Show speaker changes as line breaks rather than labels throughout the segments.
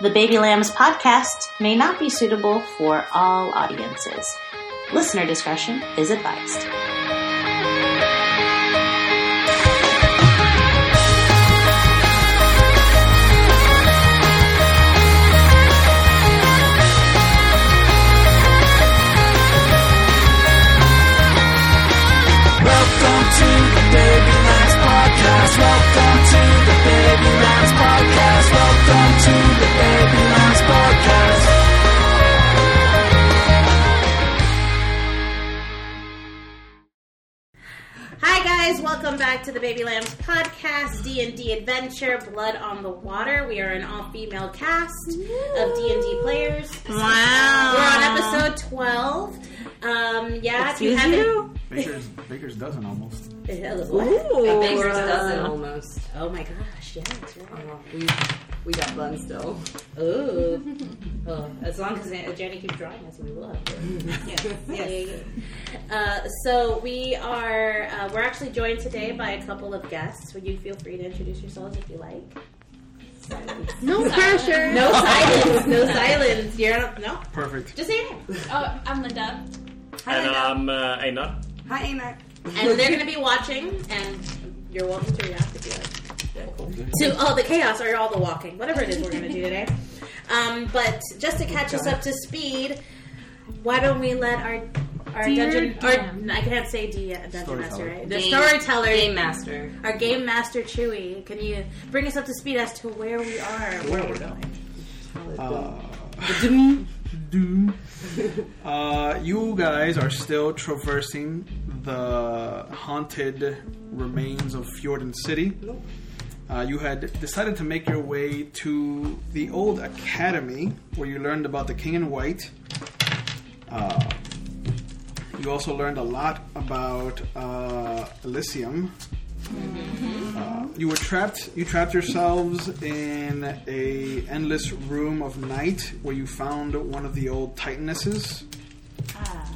The Baby Lambs podcast may not be suitable for all audiences. Listener discretion is advised.
Welcome to the Baby Lambs Podcast. Welcome to the Baby Lambs Podcast. Welcome to the Baby Lambs Podcast.
Hi guys, welcome back to the Baby Lambs podcast, D&D Adventure, Blood on the Water. We are an all-female cast of D&D players. Wow. We're on episode 12. Um, yeah, if you haven't...
Baker's Baker's dozen almost.
Baker's dozen almost.
Oh my gosh, yeah, that's right.
Well, we, we got fun still.
Ooh. well, Oh, as long as Jenny keeps drawing us, we will. yes. Uh, so we are. Uh, we're actually joined today by a couple of guests. Would you feel free to introduce yourselves if you like?
No pressure.
No silence. No silence. You're not, no.
Perfect.
Just say your name.
Oh, I'm Linda.
And I'm uh, Einar.
Hi, Amek.
And they're going to be watching, and you're welcome to react if you like. to all the chaos or all the walking, whatever it is we're going to do today. Um, but just to catch us up to speed, why don't we let our our
Dear
dungeon
DM.
or I can't say D, uh, dungeon master
Storyteller.
right? The
Game-
storyteller,
Game master.
our game master Chewy. Can you bring us up to speed as to where we are? and Where we're going?
Uh, doom. Uh, you guys are still traversing the haunted remains of Fjorden City. Uh, you had decided to make your way to the old academy where you learned about the King in White. Uh, you also learned a lot about uh, Elysium. Uh, you were trapped. You trapped yourselves in a endless room of night where you found one of the old titanesses,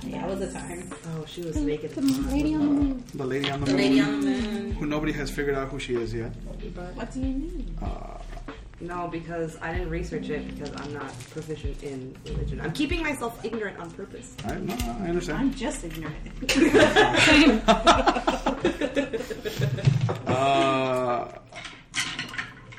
Yeah, was the time.
Oh, she was naked.
Lady on the moon.
the lady on the, moon,
Lady on the
Mm,
moon.
who nobody has figured out who she is yet.
What do you mean?
No, because I didn't research it because I'm not proficient in religion. I'm keeping myself ignorant on purpose.
I, no, I understand.
just ignorant.
Uh,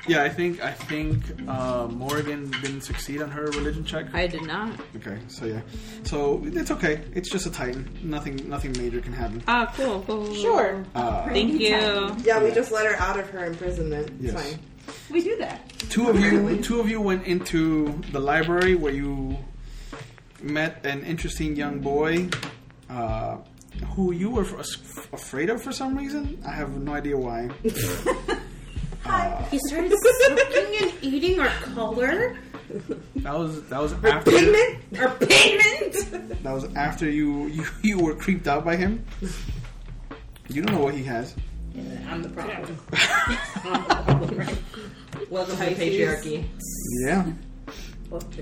yeah, I think I think uh, Morgan didn't succeed on her religion check.
I did not.
Okay, so yeah, so it's okay. It's just a titan. Nothing, nothing major can happen.
Ah, cool, cool.
Oh.
Sure.
Uh,
Thank you. Yeah, we just let her out of her imprisonment. It's
Yes.
fine.
We do that.
Two of you, two of you went into the library where you met an interesting young boy, uh, who you were f- afraid of for some reason. I have no idea why.
He started soaking and eating our color,
That was that was after
Pigment?
our pigment.
that was after you you, you were creeped out by him. You don't know what he has.
I'm the problem.
Welcome to the patriarchy.
Yeah.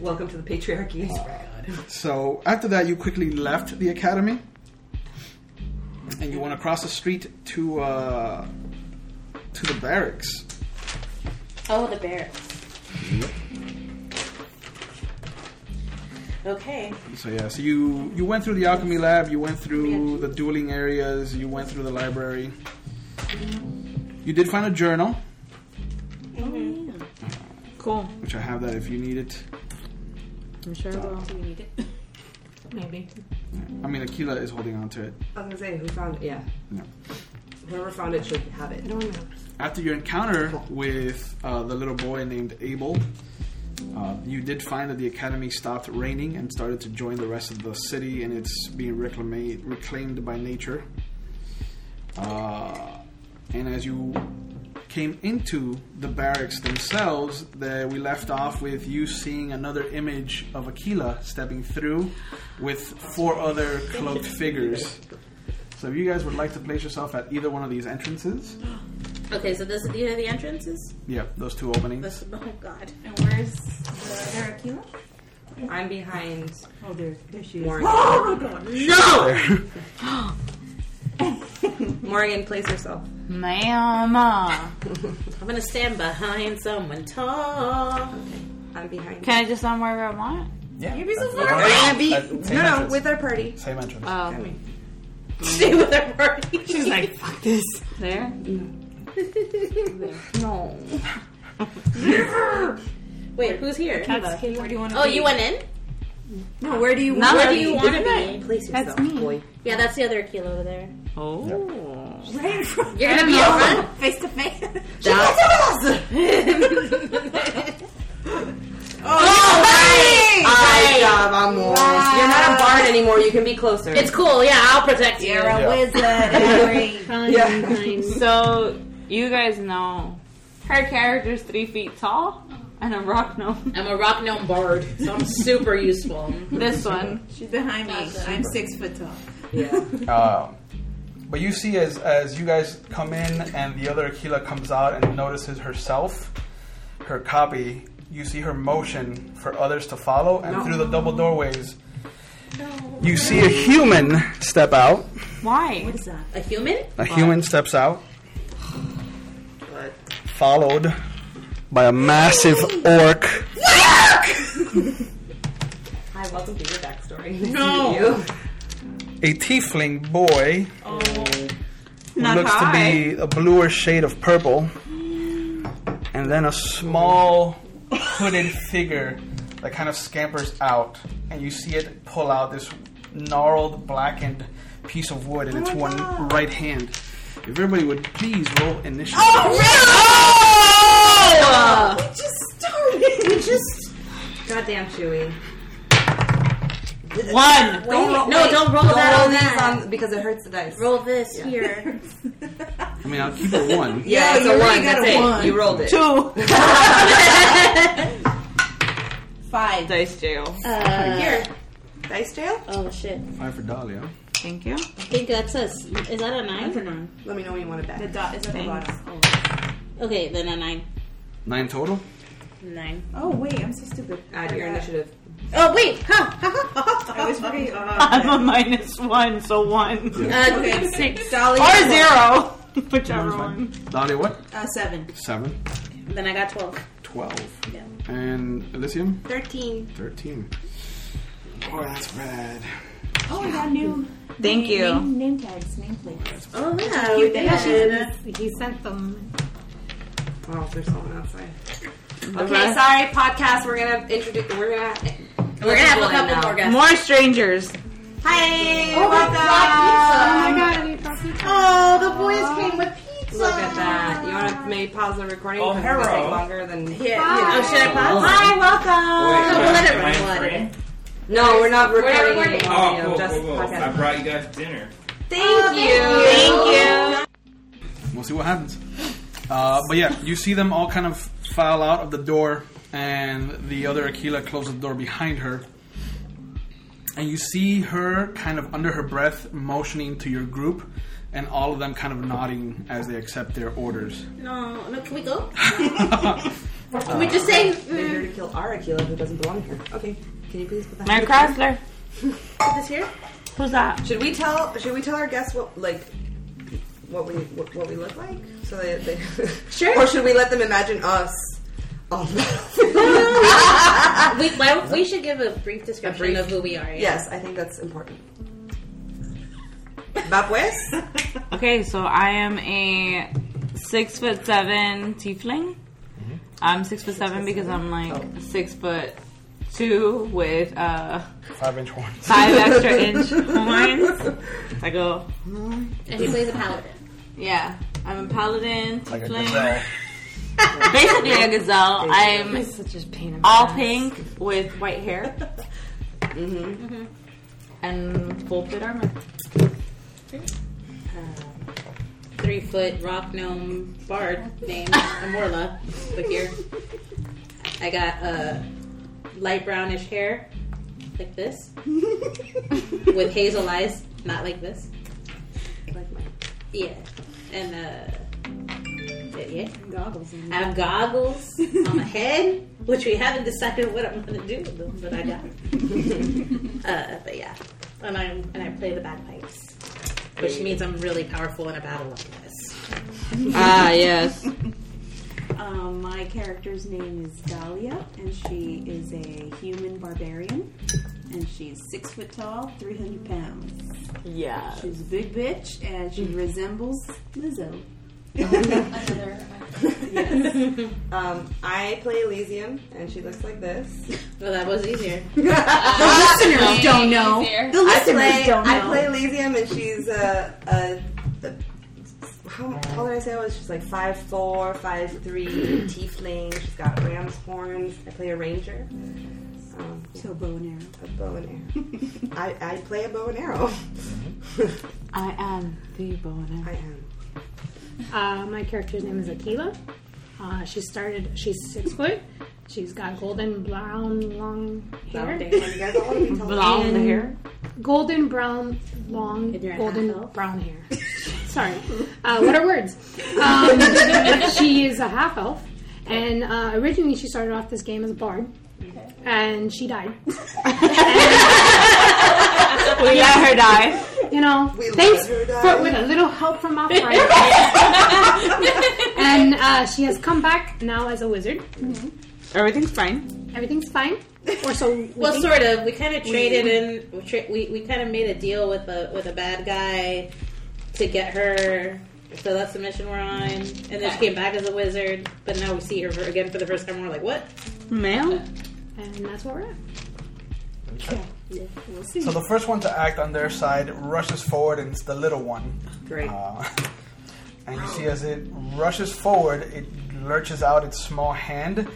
Welcome to the Oh patriarchy.
So after that, you quickly left the academy, and you went across the street to uh, to the barracks.
Oh, the bear. Okay.
So yeah, so you you went through the alchemy lab, you went through the dueling areas, you went through the library. You did find a journal,
Mm-hmm.
Cool.
which I have that if you need it.
I'm sure we'll.
Do we need it?
Maybe.
I mean, Akila is holding on to it.
I was gonna say, who found it? Yeah.
No.
Whoever found it should have it.
After your encounter with uh, the little boy named Abel, uh, you did find that the academy stopped raining and started to join the rest of the city, and it's being reclama- reclaimed by nature. Uh, and as you came into the barracks themselves, that we left off with you seeing another image of Aquila stepping through with four other cloaked figures. So, if you guys would like to place yourself at either one of these entrances,
Okay, so this these are the entrances.
yeah, those two openings.
This, oh God.
And where's Sarah Keela?
I'm behind
Oh, there, there she is.
Morgan.
No.
Morgan, place yourself.
Mama.
uh.
I'm gonna stand behind someone tall.
I'm I'm behind.
Can I just on wherever I want?
Yeah.
You'd be so
Uh,
smart.
we're
We're
gonna-
gonna be
uh, same
no, no,
entrance.
with Uh, our party.
Same entrance.
I mean,
Stay with her party.
She's like, fuck this. There?
no.
Wait, who's here?
Where do you want to
Oh, you went in?
No, where do you
Not
where
where
do
do you want to be?
Place yourself,
me.
boy.
Yeah, that's the other Aquila over there.
you- Right in front.
You're gonna be up front?
Face to face.
Good job, I'm lost. You're not a bard anymore. You can be closer.
It's cool, yeah, I'll protect you.
You're a
Yeah. Um,
wizard.
Fine,
Yeah.
fine.
so, you guys know her character's three feet tall and a rock gnome.
I'm a rock gnome bard, so I'm super useful.
This one.
She's behind me. I'm six foot tall.
yeah.
Um, but you see, as as you guys come in and the other Aquila comes out and notices herself, her copy, you see her motion for others to follow, and through the double doorways, you see a human step out.
Why?
A human?
A human steps out, followed by a massive orc.
I welcome to your backstory. Nice
No.
to meet you.
a tiefling boy who
Not
looks to be a bluer shade of purple, and then a small hooded figure that kind of scampers out, and you see it pull out this gnarled, blackened piece of wood in its one right hand.
If everybody would please roll initiative.
Goddamn, Chewy.
One.
Don't roll,
no, don't roll
don't
that
roll
on
these
that.
on- because it hurts the dice.
Roll this here.
I mean, I'll keep it one.
Yeah, it's a one. That's it. You rolled it.
Two.
Five.
Dice jail.
Uh,
Here. Dice jail?
Oh shit.
Five for Dahlia.
Thank you.
I think that's us. Is that a nine?
Let me know when you want it back.
The dot is at the
Thanks.
bottom.
Okay, then a nine.
Nine total.
Nine.
Oh wait, I'm so stupid.
Add your initiative.
Oh wait, huh?
I was pretty.
I'm a minus one, so one.
Uh,
okay, six. Dolly.
Or zero. Whichever one.
Dahlia, what?
Uh, seven.
Seven.
Then I got twelve.
Twelve.
Yeah.
And Elysium?
Thirteen.
Thirteen. Oh, that's rad.
Oh, I got new.
Thank you.
Name, name tags, name plates.
Oh yeah, we did.
He sent them.
Oh, there's someone outside. Okay, sorry, podcast. We're gonna introduce. We're gonna.
We're gonna have a couple more guys.
More strangers.
Hey,
Oh,
welcome.
my
God, we dropped it.
Oh, the boys came with pizza.
Look at that. You want to maybe pause the recording?
Oh,
because it's gonna
hello.
take longer than.
Yeah. yeah. Oh, should I pause?
Hi, welcome.
no, we'll let it
am
run,
I
we'll let it
in free?
No, we're not recording.
recording.
anymore,
Oh,
you know,
cool,
just
cool, cool.
podcast. Oh,
I brought you guys dinner.
Thank you.
We'll see what happens. Uh, but yeah, you see them all kind of file out of the door, and the other Aquila closes the door behind her. And you see her kind of under her breath motioning to your group, and all of them kind of nodding as they accept their orders.
No, no. Can we go? Can we just say
We're
mm,
here to kill our Aquila who doesn't belong here. Okay. Can you please put that?
Mayor Chrysler.
put this here?
Who's that?
Should we tell? Should we tell our guests what like? What we what, what we look like, so they, they
Sure.
Or should we let them imagine us? Oh,
We, why, we should give a brief description
brief-
of who we are. Yeah.
yes, I think that's important. Va pues?
Okay, so I am a six foot seven tiefling.
Mm-hmm.
I'm six foot seven because I'm like
Oh.
six foot two with uh,
Five inch horns.
five extra inch horns. I go,
And he plays a paladin.
yeah. I'm a paladin,
Like a
tiefling,
gazelle.
basically a gazelle. I'm
Such a pain. in my
all
ass.
pink with white hair and full plate armor.
Three foot rock gnome bard named Amorla. Look here. I got uh, light brownish hair, like this, with hazel eyes, not like this.
Like my
Yeah. And uh, yeah, goggles. I have goggles on my head, which we haven't decided what I'm gonna do with them, but I got. Them. uh, but yeah, and I and I play the bagpipes, which means I'm really powerful in a battle like this.
Ah, yes.
Um, my character's name is Dahlia, and she is a human barbarian. And she's six foot tall, 300 pounds.
Yeah.
She's a big bitch, and she resembles Lizzo.
Another.
Yes. um, I play Elysium, and she looks like this.
Well, that was easier.
Listeners don't know.
There.
The
I
listeners
play,
don't know.
I play Elysium, and she's a. a, a how tall did I say I was? She's like 5'4, 5'3, tiefling. She's got ram's horns. I play a ranger. Um,
So bow and arrow.
a bow and arrow. I, I play a bow and arrow.
I am the bonus.
I am.
Uh, my character's name is Akila. Uh, she started. She's six foot. She's got golden brown long hair.
Nowadays, you guys all want to be tall.
Blonde
And-
hair.
golden brown long
And you're a half
golden
elf?
brown hair. Sorry, uh, what are words? Um, she is a half elf, and uh, originally she started off this game as a bard, and she died.
We let her die.
you know,
We let
thanks
her die.
for with a little help from my friend. and uh, she has come back now as a wizard.
Everything's fine.
Everything's fine, or so. we
Well,
think.
sort of. We kind of traded in. We, tra- we we kind of made a deal with a with a bad guy to get her. So that's the mission we're on. And then she came back as a wizard, but now we see her again for the first time. We're like, what?
Ma'am?
and that's what we're at.
So the first one to act on their side rushes forward, and it's the little one.
Great.
Uh, and you see as it rushes forward, it lurches out its small hand,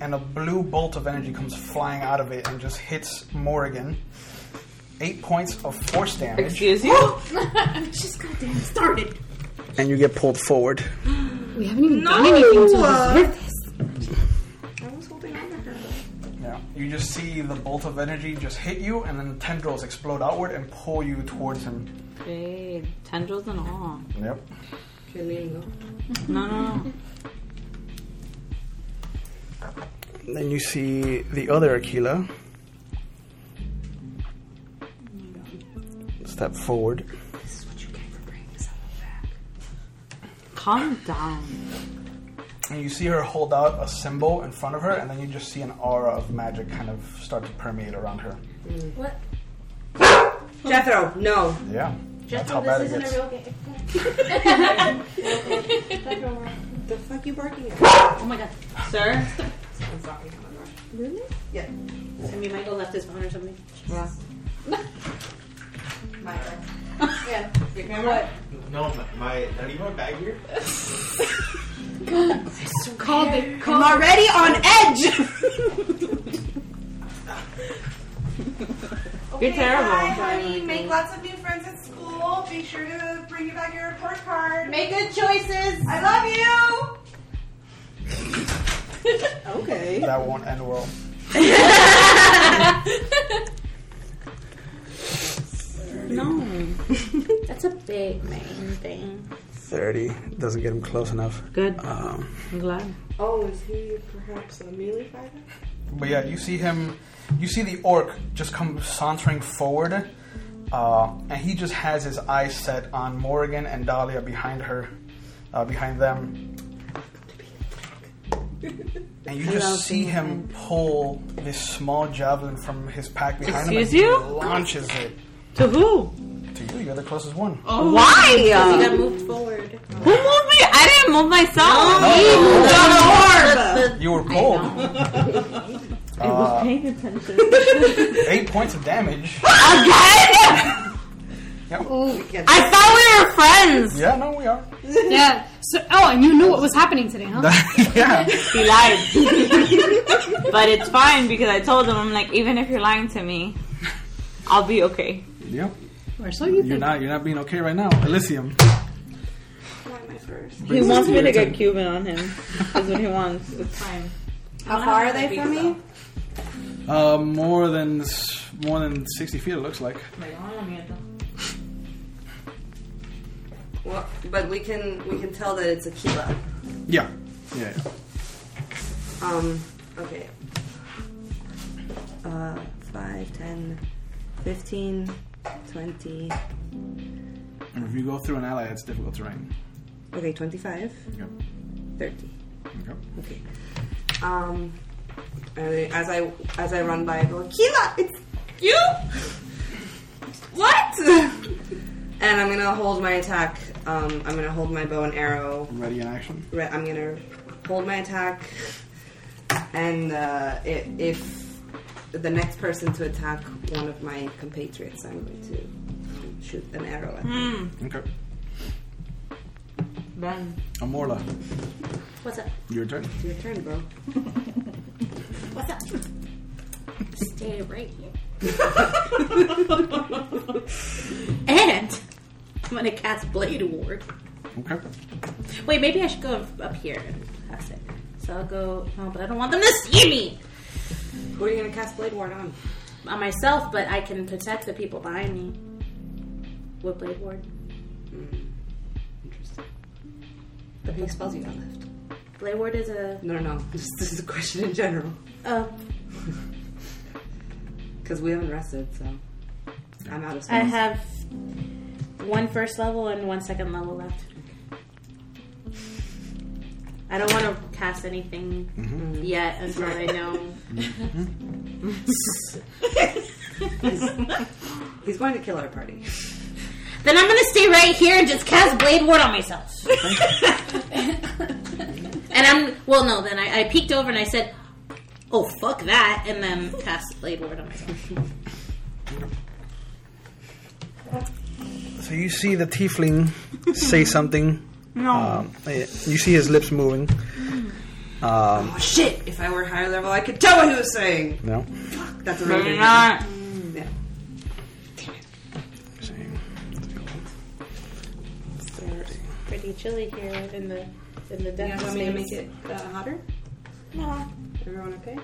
and a blue bolt of energy comes flying out of it and just hits Morrigan. Eight points of force damage,
Excuse you?
and you get pulled forward.
We haven't even done anything to deserve this.
Yeah. You just see the bolt of energy just hit you, and then the tendrils explode outward and pull you towards him.
Babe, tendrils and all.
Yep.
No, no, no.
Then you see the other Aquila step forward.
Calm down.
And you see her hold out a symbol in front of her, and then you just see an aura of magic kind of start to permeate around her.
Jethro, no.
Yeah. That's how bad it gets.
The fuck you barking at?
Sir?
I'm sorry. Eleanor.
I mean, Michael left his phone or something.
No, my, my not even my bag here.
Called it. Called
I'm already on edge.
You're terrible.
honey. Make lots of new friends at school. Be sure to bring you back your report card.
Make good choices.
I love you.
That won't end well.
No.
That's a big main thing.
30. Doesn't get him close enough.
Good.
Um,
I'm glad.
Oh, is he perhaps a melee fighter?
But yeah, you see him, you see the orc just come sauntering forward, uh, and he just has his eyes set on Morrigan and Dahlia behind her, uh, behind them. And you just see him pull this small javelin from his pack behind
Excuse
him. and he
you?
Launches it
To who?
to you. You're the closest one.
Oh,
Why?
That moved forward.
Who moved me? I didn't move myself.
You were pulled. I
Uh,
was paying attention. Eight points of damage.
Again? I thought we were friends.
Yeah, no, we are.
Yeah. So, oh, and you knew what was happening today, huh?
yeah.
He lied. but it's fine because I told him, I'm like, even if you're lying to me, I'll be okay.
Yep.
Or so you
You're
think.
not. You're not being okay right now. Elysium.
He wants me to get Cuban on him. That's what he wants. It's fine.
How far are they from me?
Uh, more than s- more than sixty feet. It looks like.
Well, but we can we can tell that it's Aquila.
Yeah. Yeah. yeah.
Um, okay. Uh, 5, 10, 15, 20.
And if you go through an ally, it's difficult terrain.
Okay, 25,
Yep.
30. Okay. Um, and as I as I run by, I go, Kila, it's you. What? and I'm gonna hold my attack. Um, I'm gonna hold my bow and arrow.
Ready in action.
Re- I'm gonna hold my attack, and uh, i if the next person to attack one of my compatriots, I'm going to shoot an arrow at. them.
Okay.
Ben.
Amorla,
What's up?
your turn.
It's your turn, bro.
What's up? Stay right here. and I'm gonna cast Blade Ward.
Okay.
Wait, maybe I should go up here and cast it. So I'll go. No, but I don't want them to see me.
Who are you gonna cast Blade Ward on?
On myself, but I can protect the people behind me with Blade Ward.
Interesting. But big spells you got left?
Blade Ward is a
No, no, no. This, this is a question in general.
oh.
Because we haven't rested, so I'm out of
I
spells.
have one first level and one second level left. I don't want to cast anything yet until I know.
He's going to kill our party.
Then I'm gonna stay right here and just cast Blade Ward on myself. and I'm well, no. Then I, I peeked over and I said, "Oh fuck that!" and then cast Blade Ward on myself.
So you see the tiefling say something.
No.
Um, eh, you see his lips moving. Um,
Oh shit! If I were higher level, I could tell what he was saying.
no.
That's a
Better
really good
not.
one. Yeah.
Pretty chilly here in the in the
You
depths.
guys want me to make it uh, hotter?
No,
Everyone okay?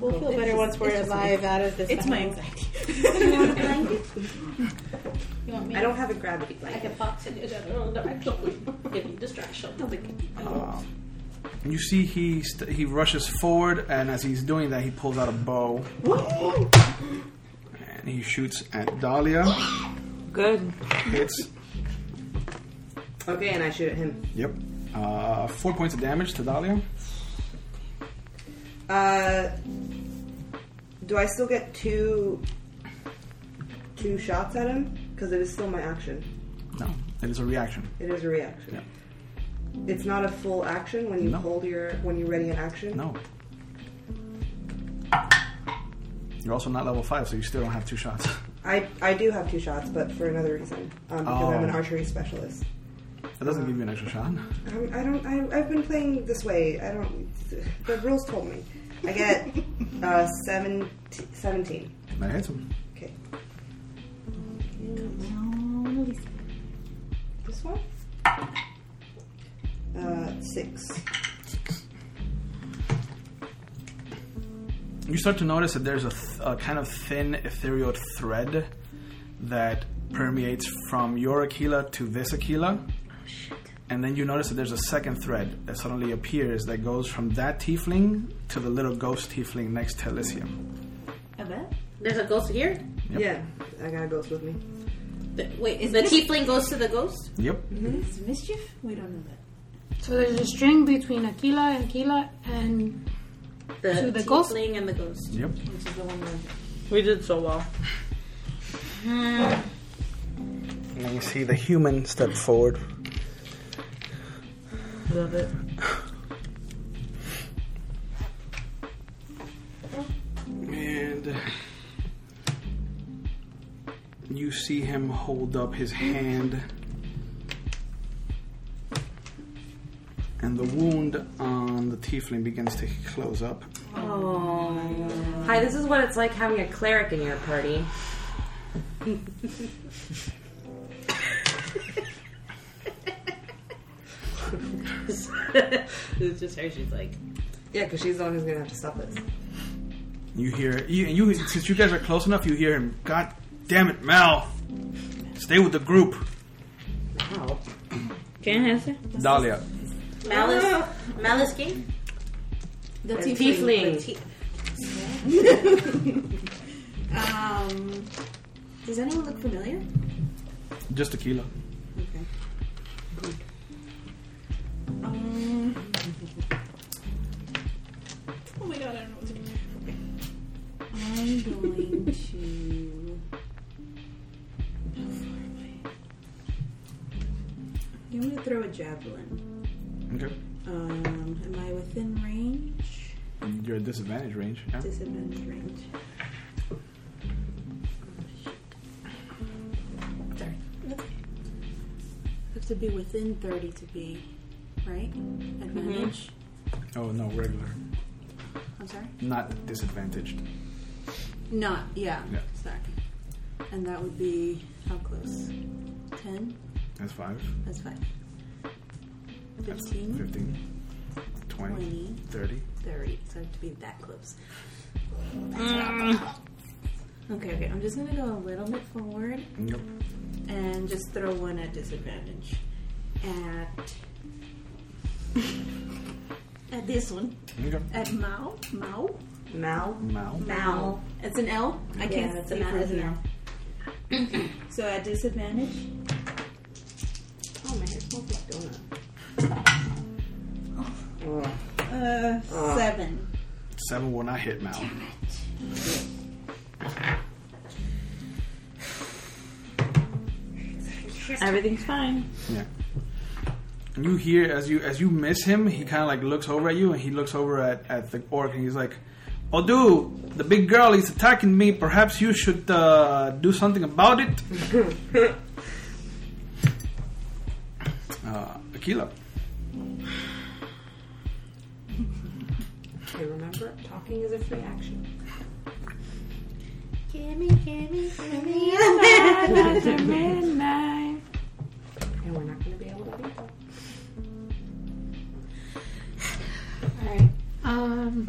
we'll feel
It's
better
just-
once we're
it's just
alive out of this.
It's my
battle.
anxiety.
You want a blanket? You want me?
I don't have a gravity
I
blanket.
can box in the other direction. Give you distraction.
You see, he st- he rushes forward, and as he's doing that, he pulls out a bow and he shoots at Dahlia.
Good.
Hits.
Okay, and I shoot at him.
Yep. Uh, four points of damage to Dahlia.
Uh, do I still get two two shots at him? Because it is still my action.
No, it is a reaction.
It is a reaction.
Yeah.
It's not a full action when you
No.
hold your when you ready an action.
No. You're also not level five, so you still don't have two shots.
I I do have two shots, but for another reason. Um, because I'm an
Oh.
archery specialist.
That doesn't give you an extra shot.
I'm, I don't. I, I've been playing this way. I don't. The rules told me. I get uh, 17, 17.
That hits him.
Okay. This one? Uh, six.
you start to notice that there's a, th- a kind of thin ethereal thread that permeates from your Aquila to this Aquila. And then you notice that there's a second thread that suddenly appears that goes from that tiefling to the little ghost tiefling next to Elysium.
I bet.
There's a ghost here.
Yep.
Yeah, I got a ghost with me.
The- wait, is the tiefling goes to the ghost?
Yep.
Is it mischief? We don't know that.
So there's a string between Aquila and Aquila and
The
To the
tiefling
ghost?
and the ghost.
Yep.
Which is the one where
We did so well.
And then you see the human step forward.
Love it.
And you see him hold up his hand. And the wound on the tiefling begins to close up.
Oh. Hi, this is what it's like having a cleric in your party.
It's just her. She's like,
Yeah, because she's the one who's gonna have to stop this.
You hear you, you since you guys are close enough, you hear him. God damn it, Mal! Stay with the group,
Wow.
can't answer.
Dahlia.
Malice, Malice King.
the
It's
Tiefling.
tiefling.
Um, does anyone look familiar?
Just tequila.
Okay. Good. Um, oh my god, I don't know what's going I'm going to. How far am I? I'm going to throw a javelin.
Okay.
Um, am I within range?
You're at disadvantage range. Yeah.
Disadvantage range. Sorry. Have to be within 30 to be, right?
Mm-hmm.
Advantage?
Oh no, regular.
I'm sorry?
Not disadvantaged.
Not, yeah.
Yeah.
Sorry. And that would be how close? 10?
That's five.
That's fine.
That's
15?
15. 20,
20.
30.
30. So I have to be that close.
Mm.
Okay, okay. I'm just going to go a little bit forward
Yep.
and just throw one at disadvantage. At. At this one.
Okay.
At Mao. Mao.
Mal?
Mal.
Uh, Mal. It's an L. I
Yeah,
can't
it's
see
an L,
for
it's an
here. so at disadvantage. Oh, my hair smells like donut. Uh,
Uh.
seven.
Seven will not hit Mal.
Everything's fine.
Yeah. And you hear as you as you miss him, he kind of like looks over at you, and he looks over at at the orc, and he's like, "Oh, dude, the big girl is attacking me. Perhaps you should uh, do something about it." uh, Akila.
Okay, remember, talking is a free action.
Gimme, gimme, gimme
After midnight.
And we're not going to be able to beat them.
All right. Um.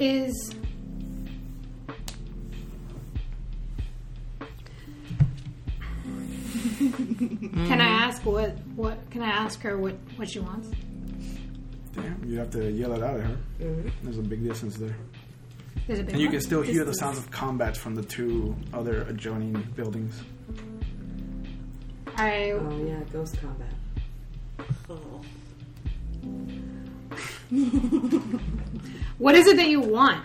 Is can I
Mm.
ask what what can I ask her what what she wants?
Damn, you have to yell it out at her. There's a big distance there,
There's a big
and you
one?
can still hear the sounds of combat from the two other adjoining buildings.
I
Oh, yeah, ghost combat.
what is it that you want?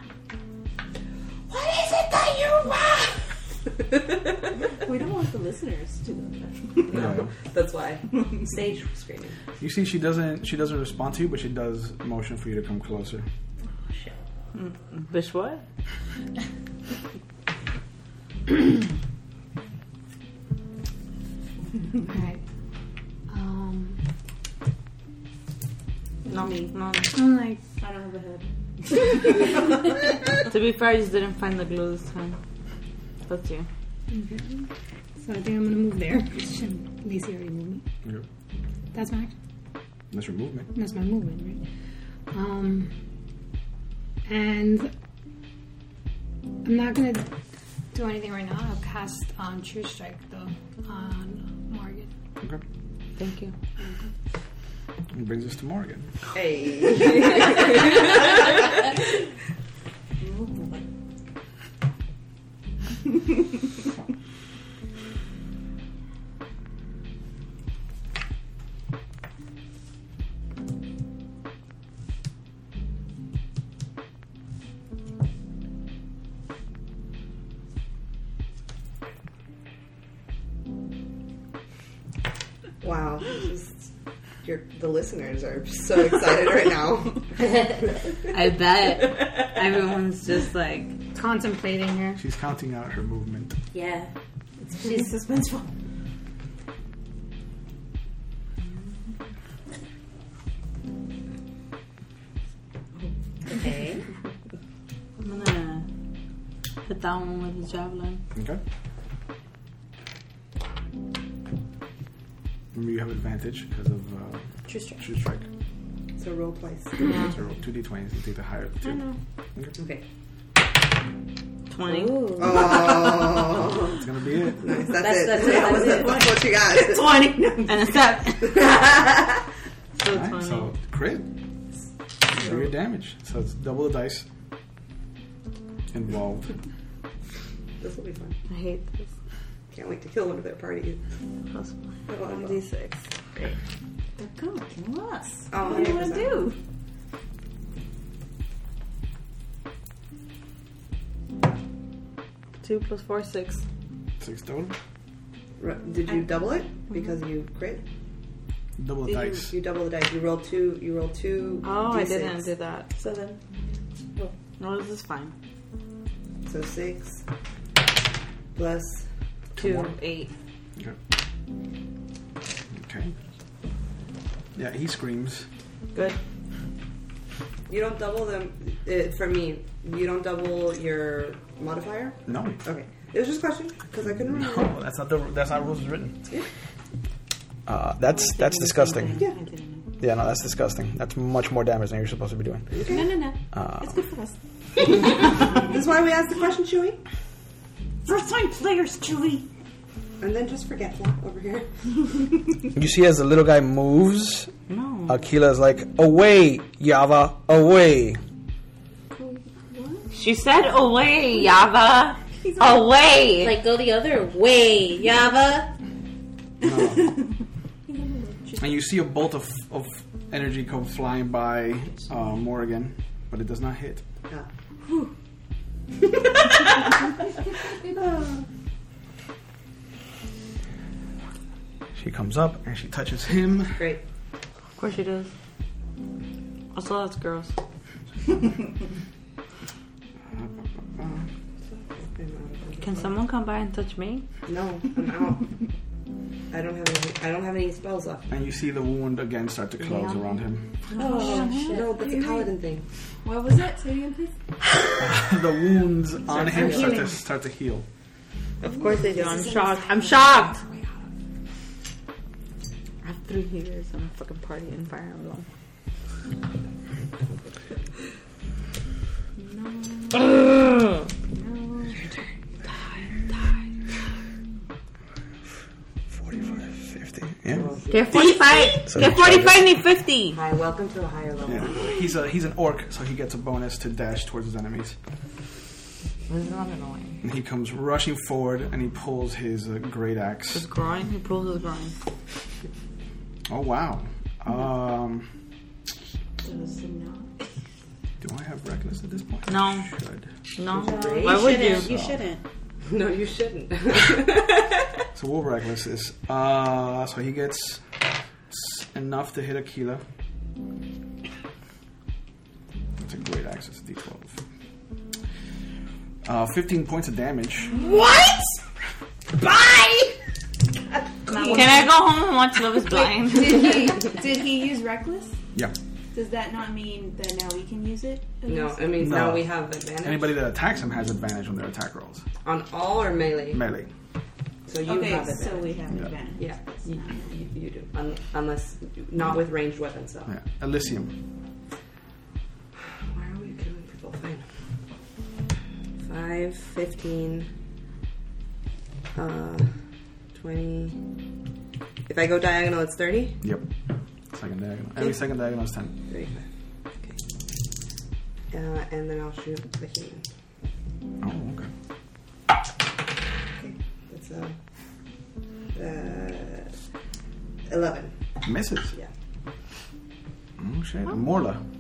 What is it that you want? we don't want the listeners to know that.
No.
That's why. Stage screaming.
You see, she doesn't she doesn't respond to you, but she does motion for you to come closer.
Bitch, what?
Alright. Um,
Not me. Not
I'm like,
I don't have a head.
to be fair, I just didn't find the glue this time. That's you.
okay. so I think I'm gonna move there. Shouldn't- Lacey already moved me.
Yep.
That's my action.
That's your movement.
That's my movement, right? Um, and I'm not gonna do anything right now. I'll cast um, True Strike though on Morgan.
Okay.
Thank you.
It brings us to Morgan.
Wow. Just, your, the listeners are so excited right now.
I bet everyone's just like
Contemplating her.
She's counting out her movement.
Yeah.
She's suspenseful.
Okay.
I'm gonna hit that one with the javelin.
Okay. Remember, you have advantage because of uh,
True strike.
true strike.
So roll twice.
So roll two d20s and take the higher of the two.
Okay.
Twenty.
Oh.
That's gonna be it.
Nice. That's,
That's-
it.
that's it,
That was
that's
it. That's what you got.
Twenty and a seven. so
All right,
twenty.
so crit. Do your damage. So it's double the dice involved.
This will be fun.
I hate this.
Can't wait to kill one of their parties. One d six. Great.
They're gonna kill us.
Oh,
what do you want to
100%.
do?
Two plus four, six.
Six total.
Ru- Did you double it because you crit?
Double the
you,
dice.
You double the dice. You roll two. You roll two.
Oh, I
I
didn't do that.
So then,
No, this is fine.
so six plus
Two, eight.
Okay. Okay. Yeah, he screams.
Good.
You don't double them uh, for me. You don't double your modifier.
No.
Okay. It was just a question because I couldn't remember.
No, that's not the that's not rules written.
Uh, that's that's disgusting.
Yeah.
Yeah, no, that's disgusting. That's much more damage than you're supposed to be doing.
No, no, no.
Uh,
It's good for us.
this is why we asked the question, Chewy.
First time players, Chewy.
And then just forgetful over here.
you see, as the little guy moves, Akila's like, "Away, Yava, away!"
She said away, Yava. Away.
Like, go the other way, Yava.
And you see a bolt of, of energy come flying by uh, Morgan, but it does not hit.
Ah,
She comes up and she touches him.
Great.
Of course she does. Also, that's gross. Can someone come by and touch me?
No, I'm out. I don't have any. I don't have any spells left.
And you see the wound again start to close around him.
Oh, shit. No, that's a paladin thing.
What was it? Say it again, please.
the wounds on
Start
him start to,
healing.
start to heal.
Of course they do. I'm shocked. I'm shocked. I have three healers. I'm a fucking party in Fire Emblem.
Ugh.
They're 45.
So
they're
he charges.
45 and 50. Hi,
welcome to a higher level.
Yeah. He's a he's an orc, so he gets a bonus to dash towards his enemies.
This is not annoying.
And he comes rushing forward and he pulls his uh, great axe.
His groin. He pulls his groin.
Oh wow. Um, do I have reckless at this point?
No.
Should.
No.
Should.
Why would you?
No, you shouldn't.
So we'll reckless this. Uh, so he gets s- enough to hit Aquila. That's a great axe. It's a D12. Uh, 15 points of damage.
What? Bye! Can I go home and watch Love is Blind?
did, he, did he use reckless?
Yeah.
Does that not mean that now we can use it?
No, I mean now we have advantage
Anybody that attacks him has advantage on their attack rolls.
on all or melee.
Melee.
So you
Okay,
have advantage.
so we have
Yeah.
advantage.
Yeah, you, you, you do. Un- unless not with ranged weapons, though.
Yeah. Elysium.
Why are we killing people? Fine. Five, fifteen, uh, twenty. If I go diagonal, it's thirty.
Yep. Second diagonal. Every second diagonal is 10.
Thirty-five. Okay. Uh, and then I'll shoot the human.
Oh, okay.
That's uh, uh, eleven.
Misses.
Yeah.
Oh, shit. Morla.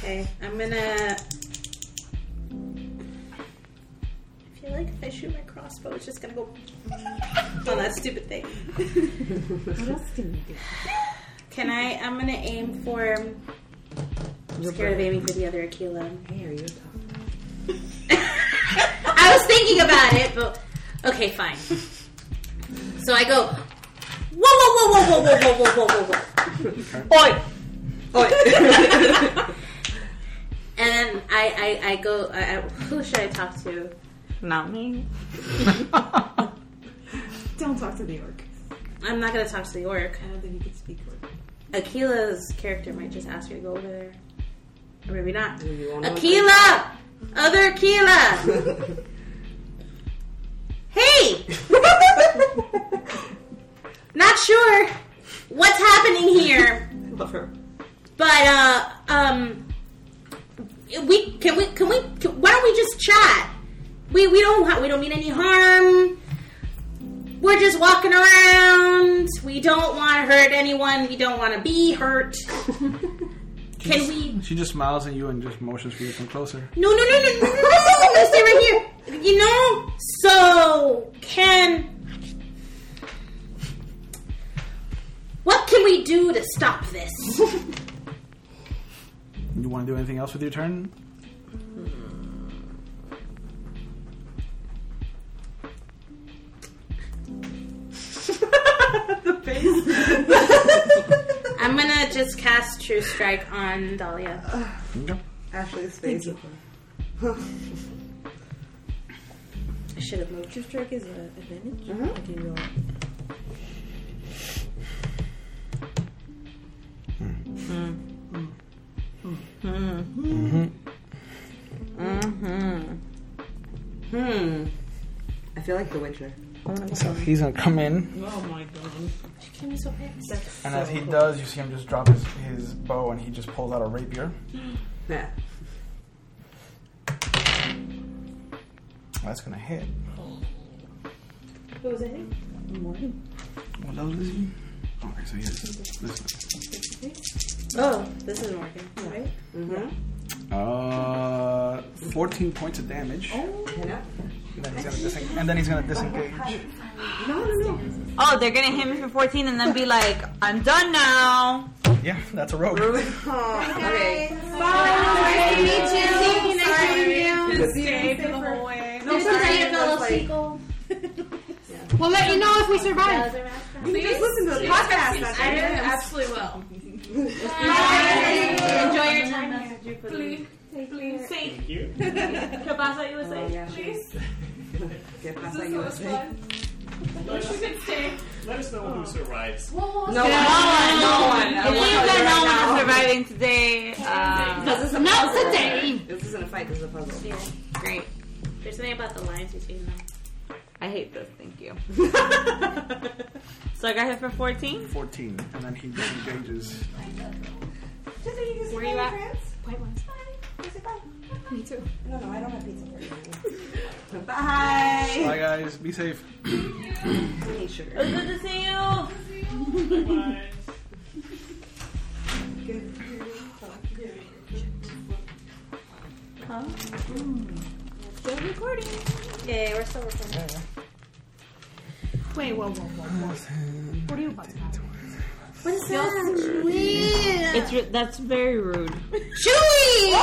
Okay, I'm gonna. I feel like if I shoot my crossbow, it's just gonna go on that stupid thing.
What else can you do?
Can I? I'm gonna aim for. I'm scared of aiming for the other Aquila.
Hey, are you
I was thinking about it, but okay, fine. So I go. Whoa, whoa, whoa, whoa, whoa, whoa, whoa, whoa, whoa, whoa, whoa. Oi! Oi! and then I, I, I go. I, I, who should I talk to?
Not me.
Don't talk to the orc.
I'm not gonna talk to the orc.
I don't think you could speak orc.
Akila's character might just ask me to go over there. Or maybe not.
wanna-
Akila! Other Akila! hey! not sure what's happening here,
Love her.
but, uh, um, we can we can we can, why don't we just chat? We we don't ha- we don't mean any harm. We're just walking around. We don't want to hurt anyone. We don't want to be hurt. can we
She just smiles at you and just motions for you to come closer.
no, no, no, no, no, no, no, no, no, stay right here. You know? So, can. What can we do to stop this?
You want to do anything else with your turn?
I'm gonna just cast True Strike on Dahlia.
Ashley's face.
I should have moved. Two strike is an advantage.
Mm-hmm.
I didn't realize.
Mm-hmm.
Mm-hmm. Hmm. I feel like the Witcher.
So he's gonna come in,
Oh my god.
She came in so fast.
And as he does, you see him just drop his, his bow and he just pulls out a rapier.
Yeah.
That's gonna hit.
What was it? Morgan.
What level is he? Okay, so he is.
Oh, this is Morgan,
right?
Mm-hmm.
Uh, 14 points of damage.
Oh,
And then he's gonna, disen- and then he's gonna disengage.
No, no, no.
Oh, they're gonna hit me for 14 and then be like, I'm done now.
Yeah, that's a rogue.
okay.
Bye. Nice to meet you.
Sorry.
Nice to meet
Sorry.
you. Good
No,
Good to
sorry,
see you,
that's
fellow
like-
seagull.
We'll let you know if we survive.
You can just listen to the
Please.
podcast.
Yes,
I
I
did
am.
absolutely well.
Enjoy your time.
Please, please.
Thank you.
Que pasa USA?
Oh, yeah.
Please.
Que pasa,
This is so much
USA?
fun. Wish you could stay.
Let us know who survives.
Well,
No one, no one.
It
I won't
seems
tell you right
that no
now.
one is surviving today. Um,
This is a
not
puzzle.
today.
This isn't a fight. This is a puzzle.
Great.
There's something about the lines between them.
I hate this. Thank you. so I got hit for 14.
14. And then he disengages.
Where you at?
Point one. Me too.
No, no, I don't have pizza for you.
Bye,
Bye.
guys. Be safe.
I hate
It was
sugar.
good to see you. Still recording.
Yeah, we're still recording.
Wait, whoa, whoa, whoa, whoa. What are you about to have?
What's that? Weird.
It's re- that's very rude.
Chewy!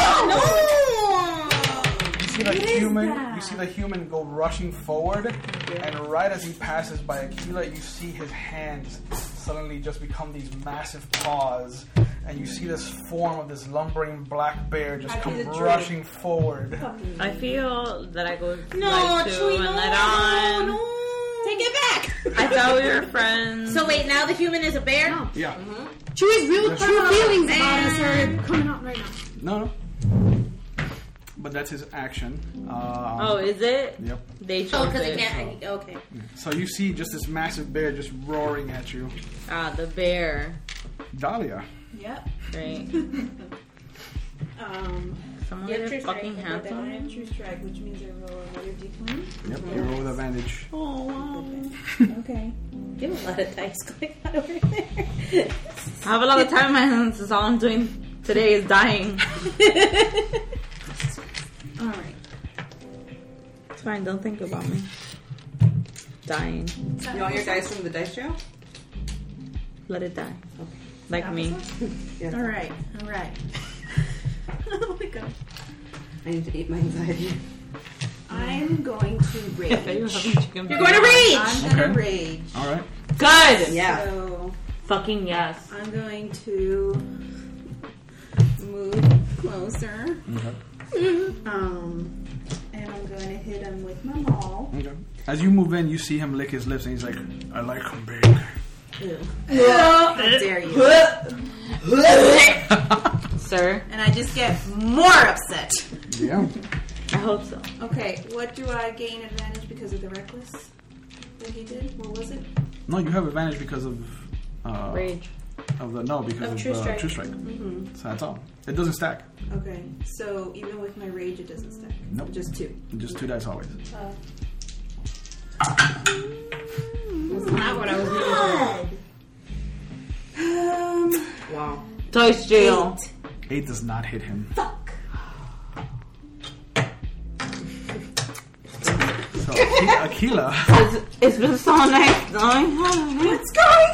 You see the human. You see the human go rushing forward, and right as he passes by Aquila, you see his hands suddenly just become these massive paws, and you see this form of this lumbering black bear just
I
come
did a druid.
rushing forward.
I feel that I go
No,
like to
Chewy,
and
no,
let
no,
on.
no. Take it
I
back.
thought we were friends.
so wait, now the human is a bear?
Yeah.
Chewy's real true feelings about us
Damn.
are coming out right
No,
now.
no. But that's his action. Um,
oh, is it?
Yep.
They chose
Oh, because
it.
it can't. Okay.
So you see just this massive bear just roaring at you.
Ah, the bear.
Dahlia.
Yep.
Right.
Uh,
Um,
Someone
you
with
have
their
true
fucking
strike,
hands
but
on
I
it.
have true strike, which means I roll another d20.
Yep. You roll with advantage.
Oh, wow.
Okay.
You have a lot of dice going on over there.
I have a lot of time in my hands. That's all I'm doing today is dying.
All right.
It's fine. Don't think about me. Dying.
You want your dice from the dice show?
Let it die. Like me.
Yeah.
All right. All right. oh my god.
I need to eat my anxiety.
I'm going to rage.
You're going to rage.
I'm gonna
Okay.
rage.
All right.
Good.
Yeah.
So
Fucking yes.
I'm going to move closer.
Okay.
Mm-hmm.
Um, and I'm going to hit him with my maul.
Okay. As you move in, you see him lick his lips, and he's like, "I like him big."
How dare you?
Sir,
And I just get more upset.
Yeah.
I hope so.
Okay, what do I gain advantage because of the reckless that he did? What was it?
No, you have advantage because of uh,
Rage.
of the no because
Of
of,
True
uh,
Strike.
True Strike.
Mm-hmm.
Mhm.
So that's all. It doesn't stack.
Okay, so even with my rage, it doesn't stack.
Nope.
Just two.
Just two dice always.
Uh,
That's not what I was looking
Um,
Wow.
Dice jail.
Eight. does not hit him. Fuck. So Akila, Akila
It's been so nice knowing What's going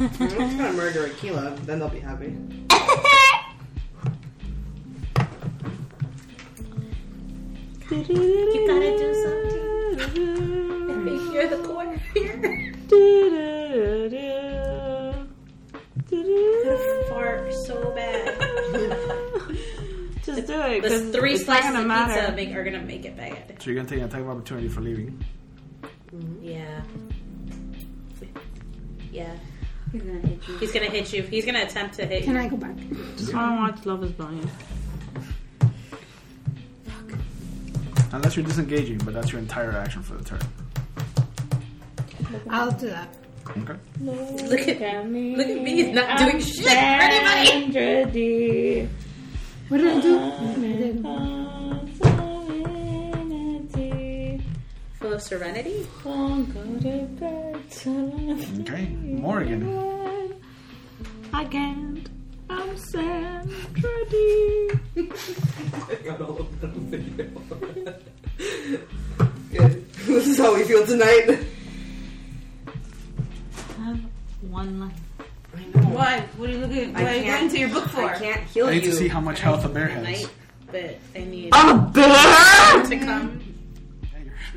I'm just gonna murder Aquila, then they'll be happy.
You gotta do something. And they hear the corner here. Fart so bad.
Just do it.
The
'cause
three
it's not
slices
gonna
of
matter.
pizza make, are gonna make it bad.
so you're gonna take an attack of opportunity for leaving.
Yeah. Yeah.
He's gonna hit
He's gonna hit you. He's gonna attempt to hit
Can
you.
I go back?
Just want to watch Love Is Blind.
Unless you're disengaging, but that's your entire action for the turn.
I'll do that.
Okay.
Look at me. Look at me. He's not doing shit for
anybody.
What did I do? I did.
Full of serenity.
Okay, Morgan.
I can't. I'm Sandra D.
Good. this is how we feel tonight.
have one life. I know. Why? What are you looking
I
What are you
can't-
going to your book for?
I can't
I need to see how much health a bear has.
But I need
I'm a bear?
to come.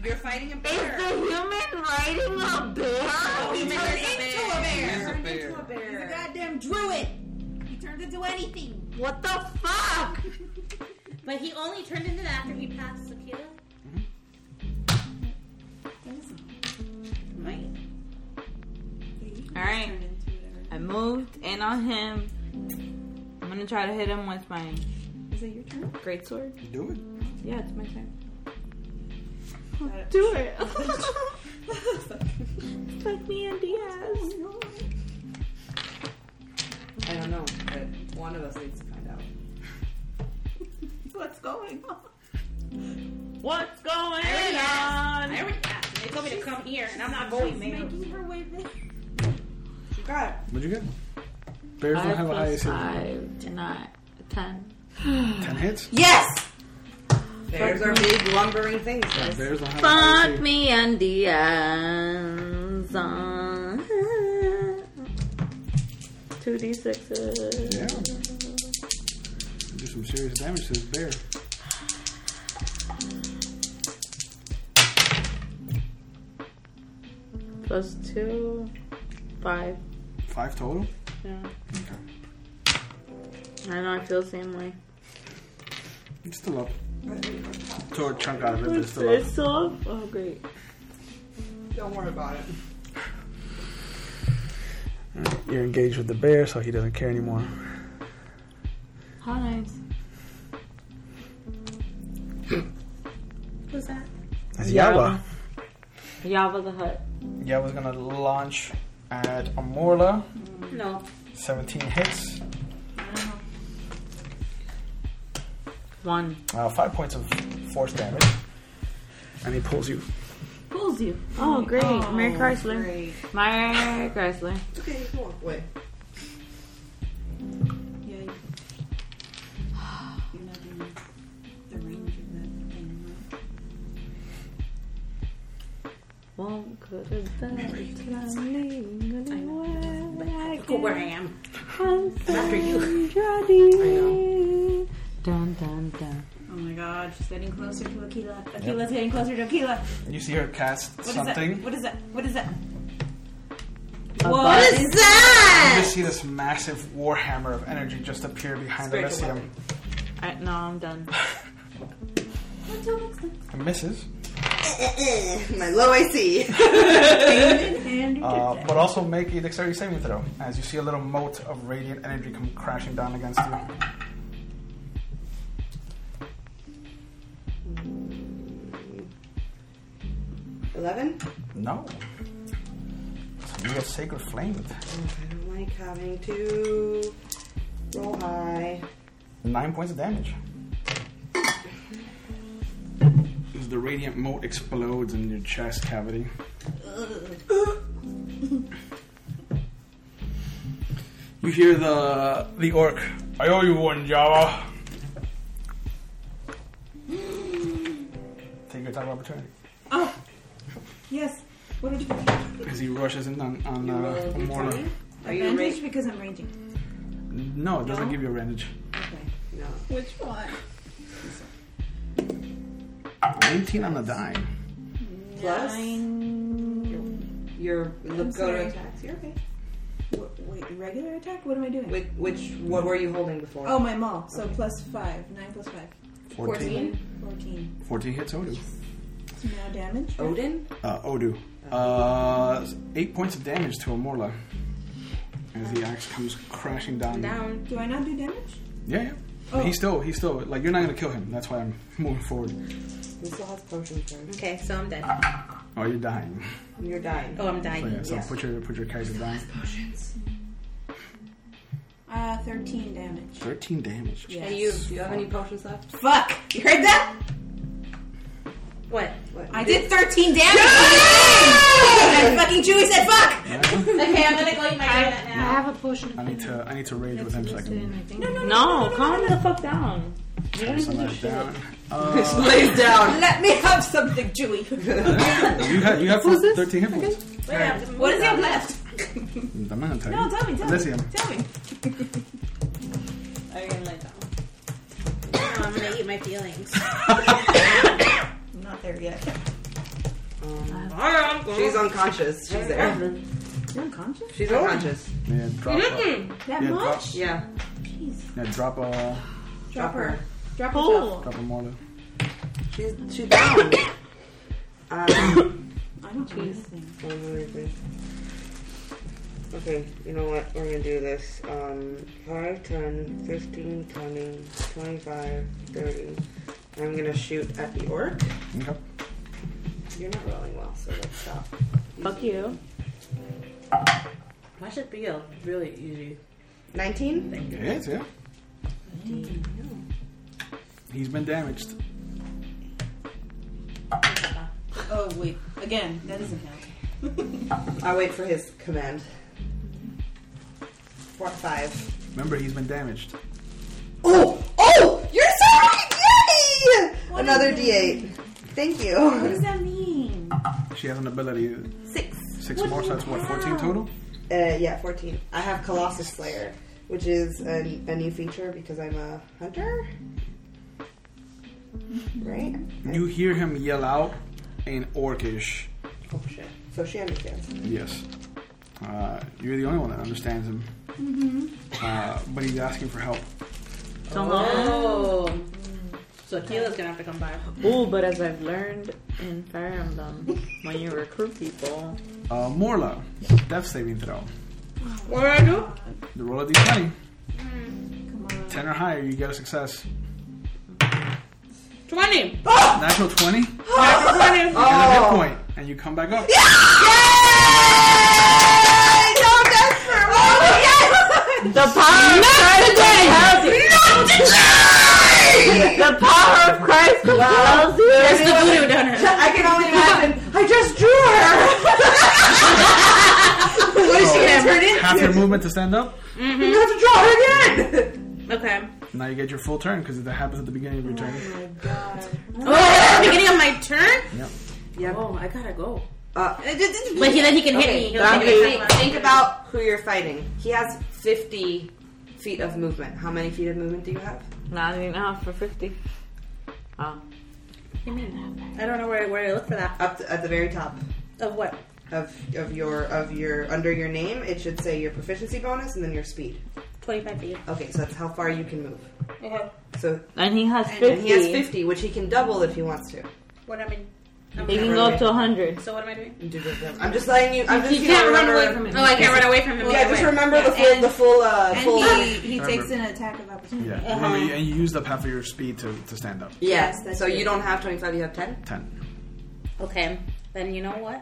You're fighting a bear.
Is the human riding a bear?
He
He
turned
turned
into a bear.
bear.
He's a
goddamn druid.
He turned into anything.
What the fuck?
But he only turned into that after he passed Sakila. Right.
Alright. I moved in on him. I'm gonna try to hit him with my. Is it your turn? Great sword.
Do it.
Yeah, it's my turn.
Do it.
Fuck me and Diaz.
I don't know, but one of us needs to find out.
What's going on?
What's going
I already asked.
on?
I already asked. They told me to come here, and I'm not going, man.
Making her way there.
You got
What'd you get? Bears don't have a high AC.
Five, to not ten.
Ten hits.
Yes! Bears
Fuck
are
me.
big, lumbering things,
Yeah,
guys.
bears don't have a high
Fuck
AC.
me and Diaz. Two d sixes.
Yeah. Do some serious damage to this bear.
Plus two, five.
Five total.
Yeah.
Okay.
I know. I feel the same way.
It's still up. Tore a chunk out of it, but it's
It's
still up.
it's off. Oh great.
Don't worry about it.
You're engaged with the bear, so he doesn't care anymore.
How nice.
Who's that?
That's Yaba.
Yava the Hut.
Yava's gonna launch at Amorla.
No.
17 hits.
One.
Uh, five points of force damage.
And he pulls you.
Pulls you. Oh great.
Oh,
Mary Chrysler.
great.
Mary Chrysler.
Okay, come on. Wait.
Yeah. you- You're not doing the range of that thing. right?
Well, could have done it anyway.
Look where I am.
I'm
After you.
Sandra Dun dun dun.
Oh my god, she's getting closer to Aquila. Aquila's getting closer to Aquila.
You see her cast
What is
something.
that? What is that? What is that?
A
What
button.
is that?
You just see this massive warhammer of energy just appear behind
Spiritual
Elysium.
I, no, I'm done.
It misses,
Eh, My low AC.
uh, but also make a dexterity saving throw as you see a little mote of radiant energy come crashing down against you.
Eleven?
No, it's a real sacred flame.
I don't like like having to roll high.
Nine points of damage. As the radiant mote explodes in your chest cavity. You hear the the orc. I owe you one, Java. Take your time of opportunity
Oh, yes. What did you
as he rushes in on on
roll
uh,
with
Morna.
me?
Are you
Advantage
ra-
because I'm raging.
No, it doesn't
No?
give you advantage.
Okay.
No.
Which one?
Nineteen on the dime.
Plus your your
I'm
go to
sorry.
attacks. You're okay.
Wh- Wait, regular attack? What am I doing?
Which, which what were you holding before?
Oh, my maul. So plus five. Nine plus five.
Fourteen.
Fourteen.
Fourteen hits Odu.
So now damage.
Odin.
Uh, Odu. Uh, eight points of damage to Amorla as the axe comes crashing down.
Down. Oh. Do I not do damage?
Yeah, yeah. But He's still, he's still like you're not gonna kill him. That's why I'm moving forward.
He still has potions. Right?
Okay, so I'm dead.
Oh, you're dying.
You're dying.
Oh, I'm dying.
So, yeah, so
Yes.
put your put your character down.
Uh, thirteen damage.
Thirteen damage.
Yes.
Hey, you. Do you have any potions left?
Fuck! You heard that?
What?
I did 13 damage. That fucking Jewy said fuck!
Okay, I'm gonna go eat my donut
I
now.
have a potion.
I need to I need to rage with him so I can.
No, no,
No, calm the fuck down. You don't even do
Somebody
shit.
down. Uh,
Just lays down.
Let me have something, Jewy.
You have you have thirteen hit points.
what does he have left?
I'm not gonna tell you.
No, tell me, tell me.
Elysium.
Tell me.
I'm gonna let down. Oh, I'm gonna eat my feelings.
I'm not there yet.
Um, She's unconscious. She's there.
You're unconscious?
She's unconscious.
Yeah, drop. Uh,
That
Yeah,
Mm-hmm. much?
Oh. Yeah.
yeah, drop a
Drop her. Drop her.
drop a Amorla.
She's she's down. um,
I don't do anything.
one other thing. Okay, you know what? We're gonna do this. Um, 5, 10, 15, 20, 25, 30. I'm gonna shoot at the orc.
Okay.
You're not rolling well, so let's stop.
Fuck you.
That should be a really easy.
19?
Thank
It is, yeah. He's been damaged.
Oh, wait. Again, that doesn't count.
I'll wait for his command. Four, five.
Remember, he's been damaged.
Oh! Oh! You're so right! Yay! Another D8. Thank
What
you.
does that mean?
She has an ability.
Six.
Six
What
more,
do
so
you
that's what, 14
have?
total?
Uh, yeah, 14. I have Colossus Slayer, which is a, a new feature because I'm a hunter. Right?
You hear him yell out in Orcish.
Oh shit. So she understands.
Yes. Uh, you're the only one that understands him. Uh, but he's asking for help.
Oh. So Keela's gonna have to come by.
Ooh, but as I've learned in Fire Emblem, when you recruit people,
Uh, Morla, death saving throw.
What do I do?
The roll of d20.
Come on.
10 or higher, you get a success.
20!
Natural 20, and
Natural
a
20!
Oh.
hit point, and you come back up.
the power of Christ compels you. The power of Christ compels you.
There's the voodoo donut.
I can only imagine. I just drew her! what is she gonna turn in?
Half your movement to stand up.
You have to draw her again!
Okay.
Now you get your full turn because that happens at the beginning of your turn.
Oh, beginning of my turn?
Yep.
Yeah. Oh, I gotta go.
Uh,
But he, then he can hit me. He'll
Now
hit me.
think, think about who you're fighting. He has 50 feet of movement. How many feet of movement do you have?
Not enough for 50. Oh.
I don't know where, where to look for that.
Up to, at the very top
Of what?
of of your of your under your name, it should say your proficiency bonus and then your speed.
25 feet.
Okay, so that's how far you can move.
Okay.
So
And he has 50.
and he has 50, which he can double if he wants to.
What am I? I'm
He can
not-
go up to 100.
So what am I doing?
You do just double. I'm just letting you. I'm just
You
you know,
can't run
remember-
away from it.
Oh, I can't run away from him.
Yeah,
Okay,
just
wait.
remember the full the full uh,
And
full.
he, he
Remember.
takes an attack of opportunity.
Yeah, really, and you used up half of your speed to, to stand up.
Yes,
that's
so
it.
you don't have 25, you have 10.
10.
Okay. Then you know what?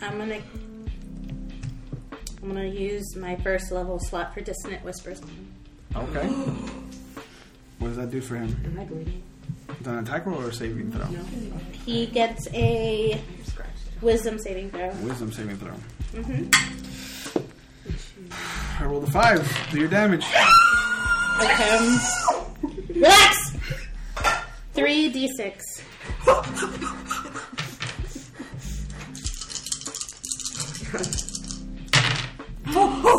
I'm gonna. I'm gonna use my first level slot for dissonant whispers.
Okay. what does that do for him?
Am I bleeding?
Is that an attack roll or a saving throw?
He gets a wisdom saving throw.
Wisdom saving throw.
Mm-hmm.
I rolled a five. Do your damage.
Okay. Relax. Three d six.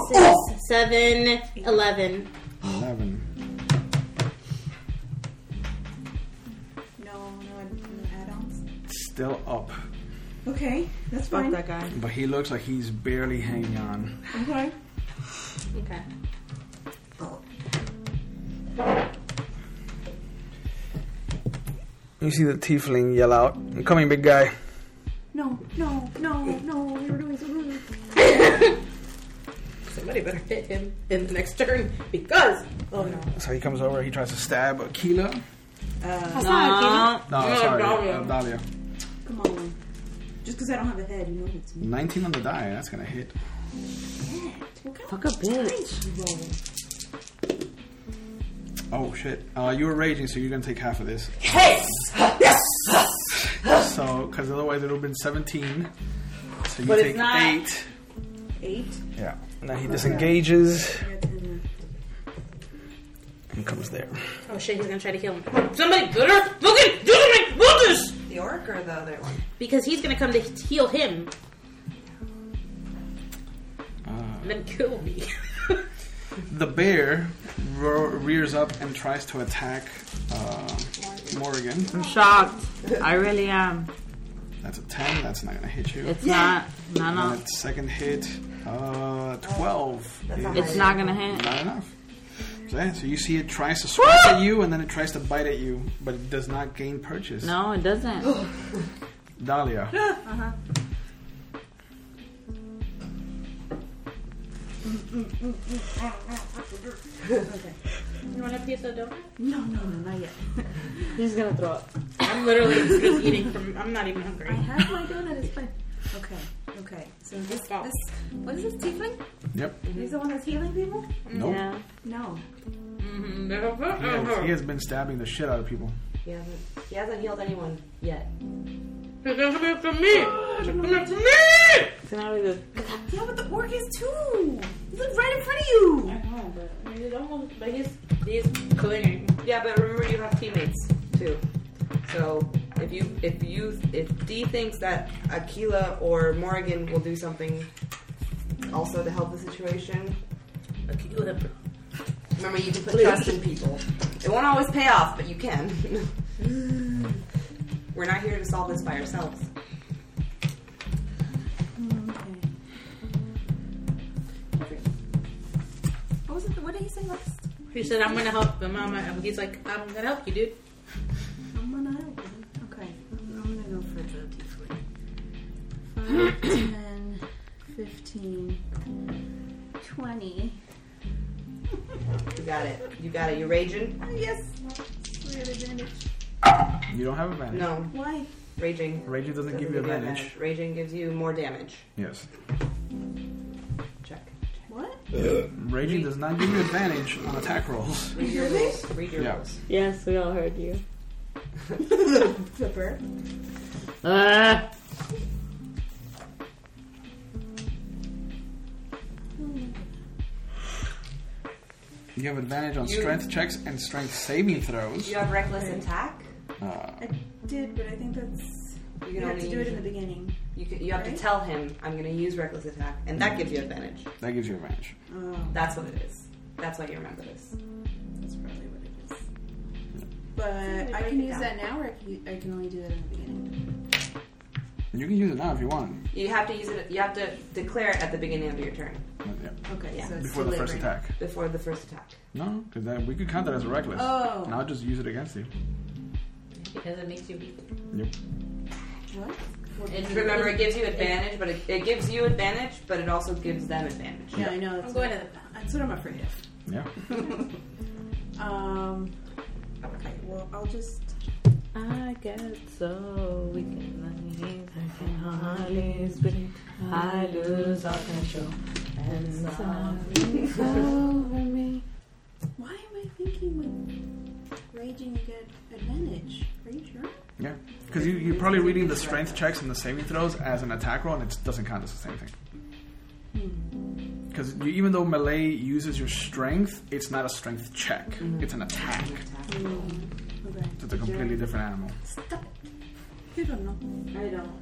Six, seven, eleven.
Eleven.
No, no, no add-ons.
Still up,
Okay, that's
Fuck
fine.
that guy.
but he looks like he's barely hanging on.
Okay.
Okay.
You see the tiefling yell out, I'm coming, big guy.
No, no, no, no. We were doing so good.
Somebody better hit him in the next turn because oh no.
So he comes over, he tries to stab Akila.
Uh,
No, sorry, uh, Dahlia.
Come on. Just because I don't have a head, you know it's me.
19 on the die, that's gonna hit.
Fuck a bitch.
Oh shit. Uh, you were raging, so you're gonna take half of this.
Yes! Yes!
So, because otherwise it would have been 17. So you
But it's
take
not.
8.
Eight.
Yeah.
Now he disengages and comes there.
Oh shit, he's gonna try to kill him. Somebody get her! Look at do something! Do this!
The orc or the other one?
Because he's gonna come to heal him. And then kill me.
The bear ro- rears up and tries to attack uh, Morgan.
I'm shocked. I really am.
That's a 10, that's not gonna hit you.
It's not. No,
And
no.
that second hit, uh, 12.
not
is
It's not gonna hit.
Not enough. So, yeah, so you see it tries to swipe at you, and then it tries to bite at you, but it does not gain purchase.
No, it doesn't.
Dahlia.
uh-huh.
okay.
You want a piece of donut?
No, no, no, not yet.
He's gonna throw up.
I'm literally just eating from. I'm not even hungry.
I have my donut. It's fine. Okay. Okay. So this, this, what is this tiefling?
Yep.
He's the one that's healing people.
Nope.
Yeah. No.
He has, he has been stabbing the shit out of people.
He hasn't he hasn't healed anyone yet.
He's gonna come after me! He's gonna come after me!
It's not really good.
Yeah, but the orc is too. Look right in front of you.
I know, but I mean, it's almost. But he's he's clinging.
Yeah, but remember you have teammates too. So if you if you if D thinks that Akila or Morgan will do something also to help the situation,
Akila.
Remember you can put trust in people. It won't always pay off, but you can. We're not here to solve this by ourselves.
What was it? What did he say last?
He said, "I'm gonna help the mama." And he's like, "I'm gonna help you, dude."
I'm gonna help him. Okay. I'm I'm gonna go for the tiefling. Five, 10, 15, 20.
You got it. You got it. You raging?
Yes. We have advantage.
You don't have advantage.
No.
Why?
Raging.
Raging doesn't give you advantage.
Raging gives you more damage.
Yes.
Check.
What?
Raging does not give you advantage on attack rolls.
Read your rules. Read your
Yeah.
rules.
Yes, we all heard you.
Flipper.
Uh,
You have advantage on
You-
strength checks and strength saving throws.
You have reckless attack.
Uh,
I did, but I think that's.
You
You
can
have to
only
do it
use
in the
it.
beginning.
You can, you have to
Right.
tell him I'm going to use reckless attack, and that gives you advantage.
that gives you advantage.
Oh,
That's what it is. That's why you remember this.
that's probably what it is. But
Yeah,
I
break
can
it
use
down.
that now, or I can, I can only do that in the beginning.
You can use it now if you want.
You have to use it. You have to declare it at the beginning of your turn.
Yeah.
Okay,
Yeah.
so it's
Before the
too late
first
right
attack.
Before the first attack.
No, because we could count that as reckless.
Oh.
And I'll just use it against you.
Because it makes you weak.
Yep.
What?
It-
Remember, it gives you advantage, but it, it gives you advantage, but it also gives them advantage.
Yeah, I know. That's
I'm going
what,
to the
That's what I'm afraid of.
Yeah.
Um. Okay. Well, I'll just.
I get so weak and I can hardly speak. I lose all control. And
something's over me. Why am I thinking with raging you get advantage? Are you sure?
Yeah, because you, you're probably reading the strength checks and the saving throws as an attack roll, and it doesn't count as the same thing. Because even though melee uses your strength, it's not a strength check; it's an attack.
Okay.
So it's a completely different animal.
You don't know.
I don't.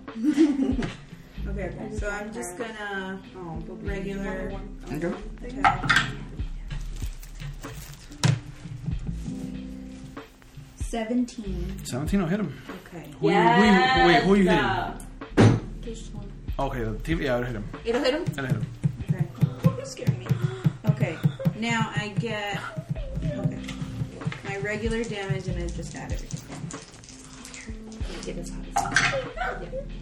okay,
I
okay,
just
so
want
I'm just
her-
gonna regular.
Okay.
Seventeen.
Seventeen will hit him.
Okay.
Who you, who you, wait, who are you hitting?
This one.
Okay, the TV, yeah, it'll hit him.
It'll hit him?
It'll hit him.
Okay. You're scaring me. Okay. Now I get okay. my regular damage and I just add everything. Get as hot as yeah.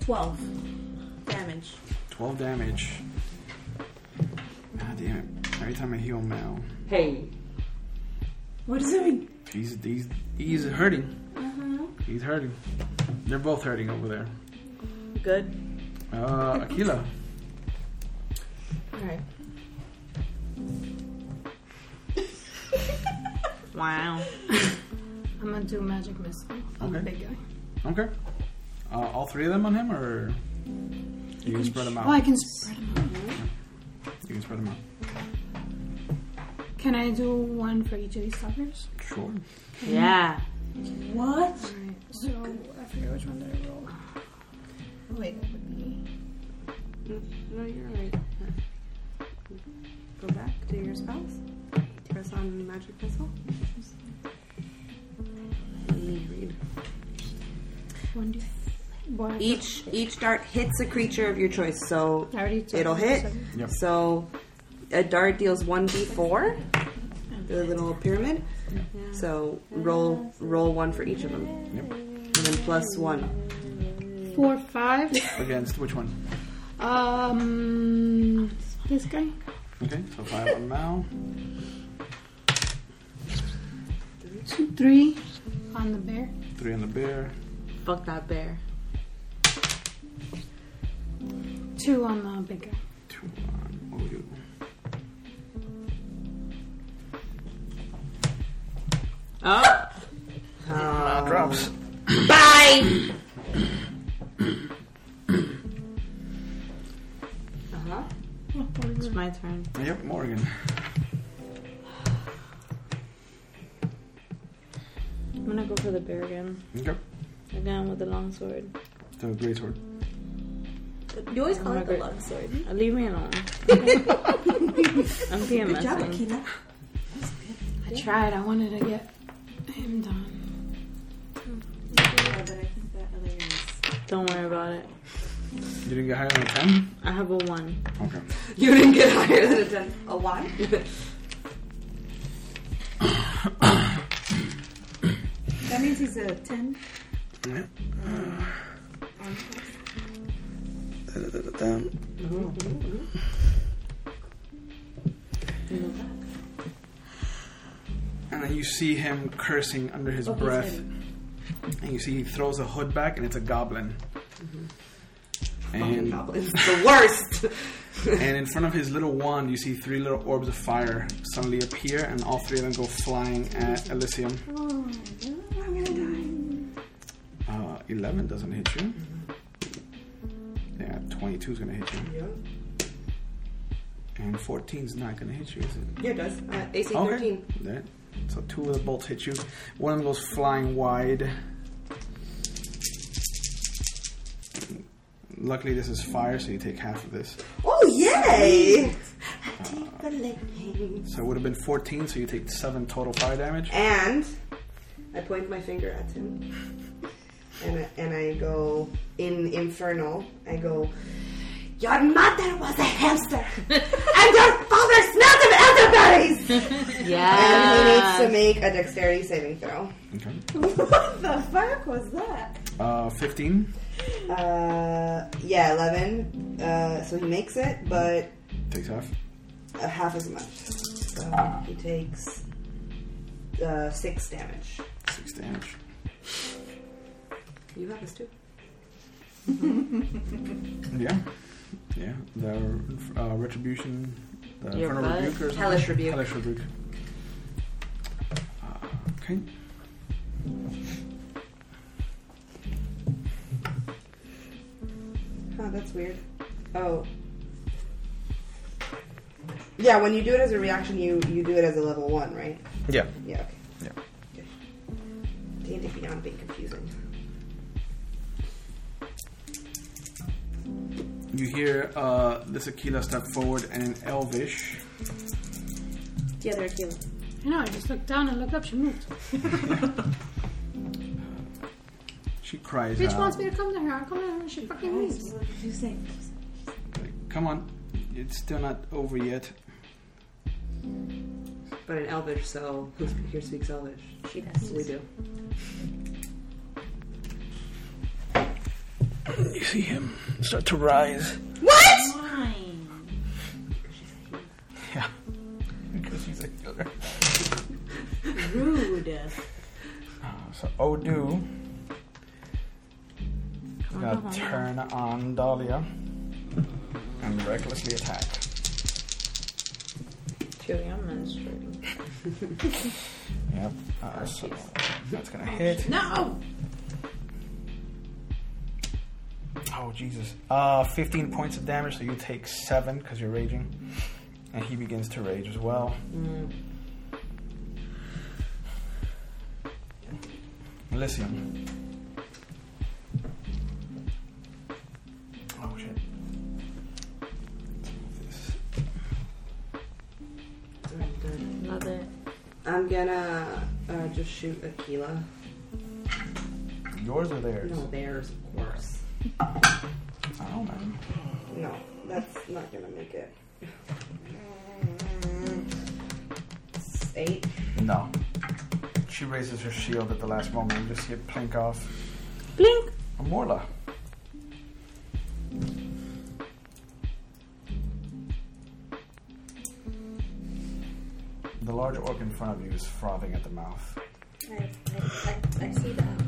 Twelve damage.
Twelve damage. God damn it! Every time I heal Mal,
Hey. What is it mean?
he's he's he's hurting.
Uh-huh.
He's hurting. They're both hurting over there.
Good.
Uh, Akila.
Alright.
Wow.
I'm gonna do magic missile. on the
Okay.
Big guy.
Okay. Uh, all three of them on him, or you can spread them out.
Oh, I can spread them
You can spread them out.
out. Can I do one for each of these suckers?
Sure.
Yeah.
What? So I forget which one did I roll. Oh, wait, that would be.
No, you're right. Go back to your spells. Press on magic missile. Let me read.
One, two, one.
Each each dart hits a creature of your choice, so
I already took
it'll
it,
hit.
so-
Yep.
So a dart deals one d4, the little pyramid. So roll roll one for each of them,
Yep.
and then plus one.
Four, five.
Against which one?
Um, this guy.
Okay, so five on Mal.
Two, three on the bear.
Three on the bear.
Fuck that bear.
Two on the big guy.
Two on. What we do?
Oh.
Uh, drops.
Bye.
Uh huh.
It's my turn.
Yep, Morgan.
I'm gonna go for the bear again.
Okay.
Again with the long sword.
The great sword.
You always call
I'm
it the
a
love sword.
Uh, Leave me alone. I'm PMSing.
Good job, Akina.
I tried. I wanted to get him done.
Don't worry about it.
You didn't get higher than a ten.
I have a one.
Okay.
You didn't get higher than a ten. A one.
That means he's a ten.
Yeah.
Da-da-da-da-dum.
And then you see him cursing under his
Oh, he's
breath. And you see he throws a hood back, and it's a goblin.
Mm-hmm.
And
goblins, the worst.
and in front of his little wand, you see three little orbs of fire suddenly appear, and all three of them go flying at Elysium. Uh, Eleven doesn't hit you. Yeah, twenty-two is gonna hit you. And 14 is not gonna hit you, is it?
Yeah, it does. Uh, AC
Okay.
13.
That- So two of the bolts hit you. One of them goes flying wide. Luckily, this is fire, so you take half of this.
Oh, yay!
So it would have been 14, so you take seven total fire damage.
And I point my finger at him. And I, and I go, in Infernal, I go, Your mother was a hamster! and your father smelled of elderberries!
Yes.
And he needs to make a dexterity saving throw.
Okay.
what the fuck was that?
Uh, 15
Uh, yeah, 11. Uh, so he makes it, but
takes half.
uh, half as much. So he takes uh, 6 damage.
Six damage.
You have this too.
Yeah. Yeah. The uh, retribution. The
Your
infernal
bud?
rebuke or something?
Hellish rebuke.
Hellish rebuke. Uh, okay.
Oh, that's weird. Oh. Yeah, when you do it as a reaction, you, you do it as a level one, right?
Yeah.
Yeah, okay. D&D Beyond being confusing.
You hear uh, this Aquila step forward and in Elvish.
The other Aquila.
I know, I just looked down and looked up, she moved.
She cries
Bitch
Uh,
out.
wants me to come to her, I'm coming to her, she fucking leaves. What
did you say?
Come on. It's still not over yet.
But in Elvish, so who here speaks Elvish?
She does.
We do.
You see him start to rise.
What?
Yeah. Because she's a killer.
Rude.
Uh, So Odu is gonna
Dahlia.
turn on Dahlia and recklessly attack.
Chewy, I'm menstruating.
Yep. Uh, so that's gonna hit.
no!
Oh Jesus! Uh, 15 points of damage. So you take seven because you're raging, and he begins to rage as well. Elysium. Oh shit.
Love it. I'm gonna uh, just shoot Aquila.
Yours or theirs?
No, theirs, of course.
I don't know.
No, that's not gonna make it. Eight.
No. She raises her shield at the last moment. You just see it plink off.
Blink.
Amorla. The large orc in front of you is frothing at the mouth.
I, I, I, I see that.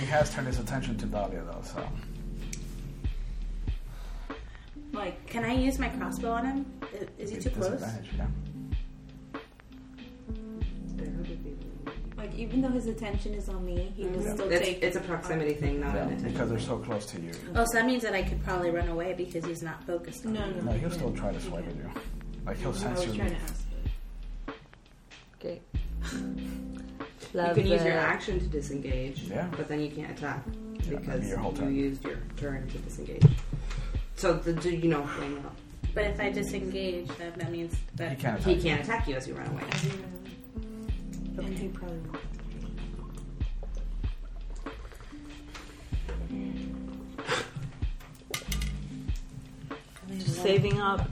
He has turned his attention to Dahlia though, so.
Like, can I use my crossbow on him? I- Is, he too
It's
close? Oh,
disadvantage, yeah.
Like, even though his attention is on me, he will
Mhm.
still
It's-
take
it's a proximity
thing, not
Yeah, because they're so close to you.
Oh, so that means that I could probably run away because he's not focused on me.
No, he'll still try to swipe at you. Like he'll sense you.
Okay.
Love
you can use your
it.
action to disengage,
Yeah.
but then you can't attack
that'd be
because
your whole
you
turn.
used your turn to disengage. So the do you know thing up.
But if I disengage, then that means that
He can't attack He can't you. attack you as you run away.
And he probably won't.
Just saving up.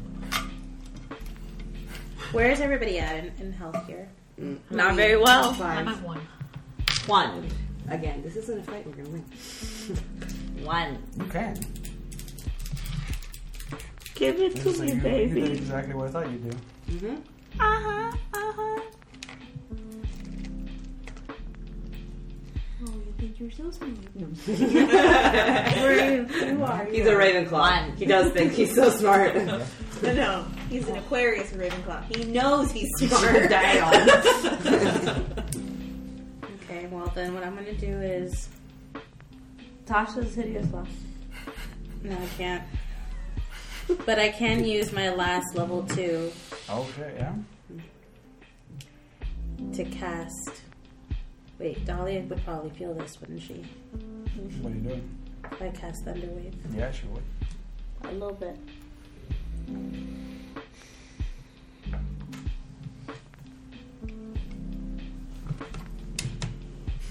Where is everybody at in, in health here?
Not very well.
Five.
one.
One.
Again, this isn't a fight. We're gonna win.
One.
Okay.
Give it to
So
me,
you,
baby.
you did exactly what I thought you'd do.
Mm-hmm.
Uh huh. Uh huh.
Oh, you think you're so smooth.
Where
you, you are.
He's a Ravenclaw. He does think he's so smart.
No, no. He's an Aquarius Ravenclaw. He knows he's smart.
Okay, well then what I'm gonna do is Tasha's hideous last. No, I can't. But I can use my last level two
Okay, yeah.
to cast. Wait, Dahlia would probably feel this, wouldn't she?
What are you doing?
If I cast Thunderwave
Yeah, she would.
a little bit.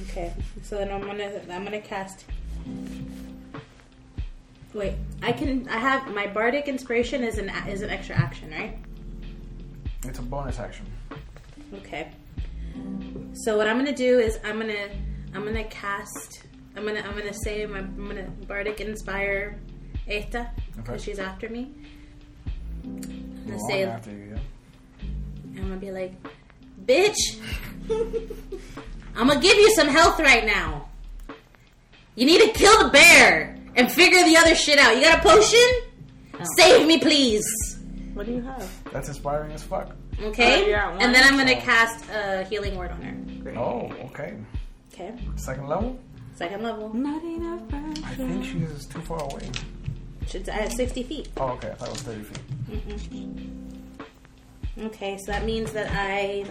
Okay, so then I'm gonna I'm gonna cast. Wait, I can I have my bardic inspiration is an a- is an extra action, right?
It's a bonus action.
Okay. So what I'm gonna do is I'm gonna I'm gonna cast I'm gonna I'm gonna say my I'm gonna bardic inspire Eta because
Okay.
she's after me. I'm
Long
gonna say
after you, yeah.
I'm gonna be like, bitch, I'm gonna give you some health right now. You need to kill the bear and figure the other shit out. You got a potion? Save me, please.
What do you have?
That's inspiring as fuck.
Okay.
Oh, yeah,
and then I'm gonna
wonderful.
cast a healing word on her.
Oh, okay.
Okay.
Second level?
Second level. Not enough.
I think she's too far away.
Should I have 60 feet?
Oh, okay. I thought it was 30 feet.
Mm-mm. Okay, so that means that I.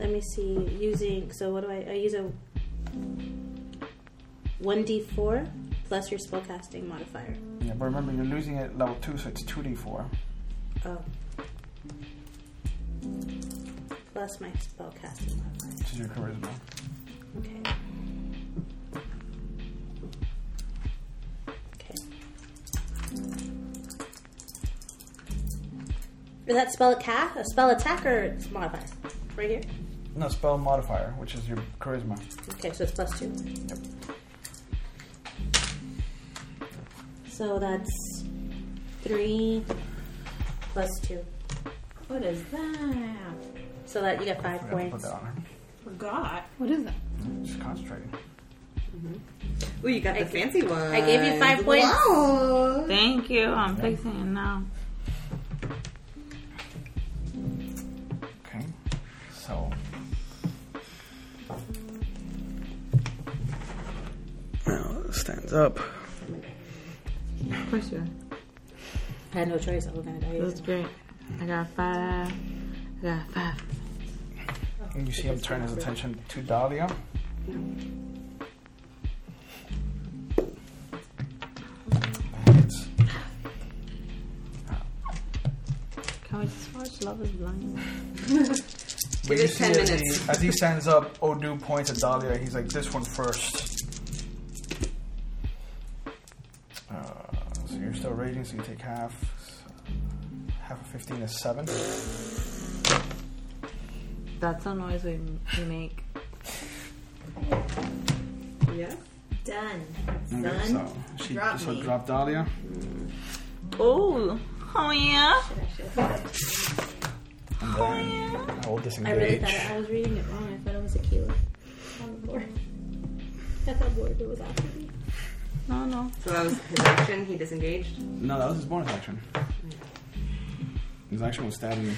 Let me see. Using so what do I? I use a one d four plus your spellcasting modifier.
Yeah, but remember, you're losing it at level 2, so it's 2d4.
Oh. Plus my spellcasting modifier.
Which is your charisma.
Okay. Okay. Is that spell cast a spell attack or it's modifier? Right here.
No, spell modifier, which is your charisma.
Okay, so it's plus two. So that's three plus two.
What is that?
So that you get five points.
Forgot.
What is that?
Just concentrating.
Ooh, you got the fancy one.
I gave you five points.
Wow.
Thank you. I'm fixing it now.
Okay. So.
Now stands up.
Of course you are.
I had no choice. I was gonna die.
That's great. I got five. I got five.
And you see him turn his attention to Dahlia.
Can we just watch Love is Blind?
But you see as he, as he stands up, Odu points at Dahlia. and He's like, this one first. Uh, so you're still raging, so you take half. Half of 15 is 7.
That's the noise we we make.
Yeah. Done.
Okay,
Son.
so she
drop
so
me.
drop Dahlia.
Oh. Oh yeah.
And then I will
I really
disengage.
thought it, I was reading it wrong. I thought it was Aquila on the board. That's how bored it was after me.
No, no.
So that was his action. He disengaged.
no, that was his bonus action. His action was stabbing you.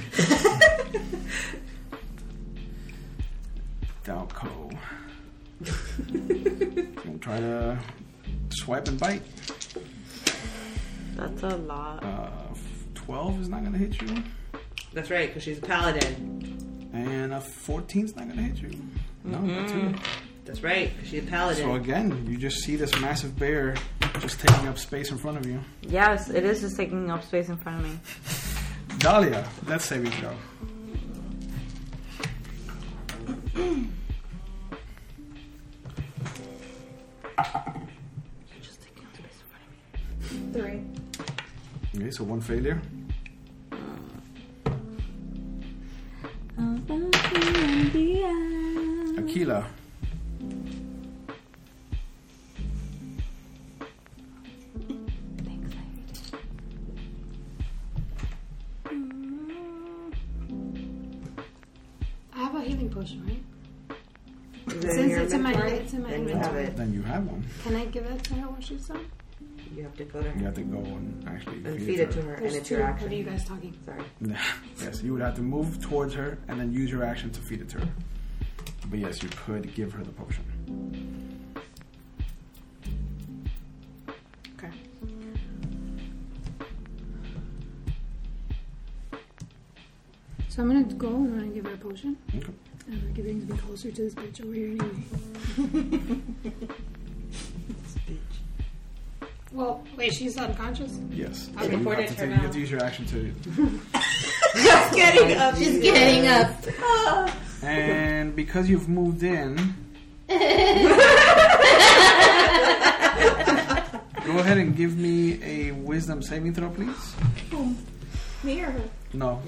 Dalco. Gonna try to swipe and bite.
That's a lot.
Uh, 12 is not gonna hit you.
That's right, because she's a paladin.
And a 14 is not gonna hit you. No, not
Mhm.
two.
That's right, 'cause she's a paladin.
So again, you just see this massive bear just taking up space in front of you.
Yes, it is just taking up space in front of me.
Dahlia, let's say we go.
Three.
Okay, so one failure. Aquila.
I have a healing potion, right?
Is it in
Since
your
it's in my
inventory?
it's in my
Then you have
inventory.
it.
Then you have one.
Can I give it to her when she's done?
You have to go to
You
her
have to go and actually
and feed it to her, and it's your
What are
action.
you guys talking?
Sorry.
Nah, yes, you would have to move towards her and then use your action to feed it to her. But yes, you could give her the potion.
Okay.
So I'm gonna go and I'm gonna give her a potion.
Okay.
And we're getting to be closer to this bitch over here anyway. Well, wait, she's unconscious?
Yes.
I
So you,
reported
have to
her
take- you
now.
have to use your action to.
She's getting up. She's getting up.
And because you've moved in, go ahead and give me a wisdom saving throw, please.
Me or her?
No,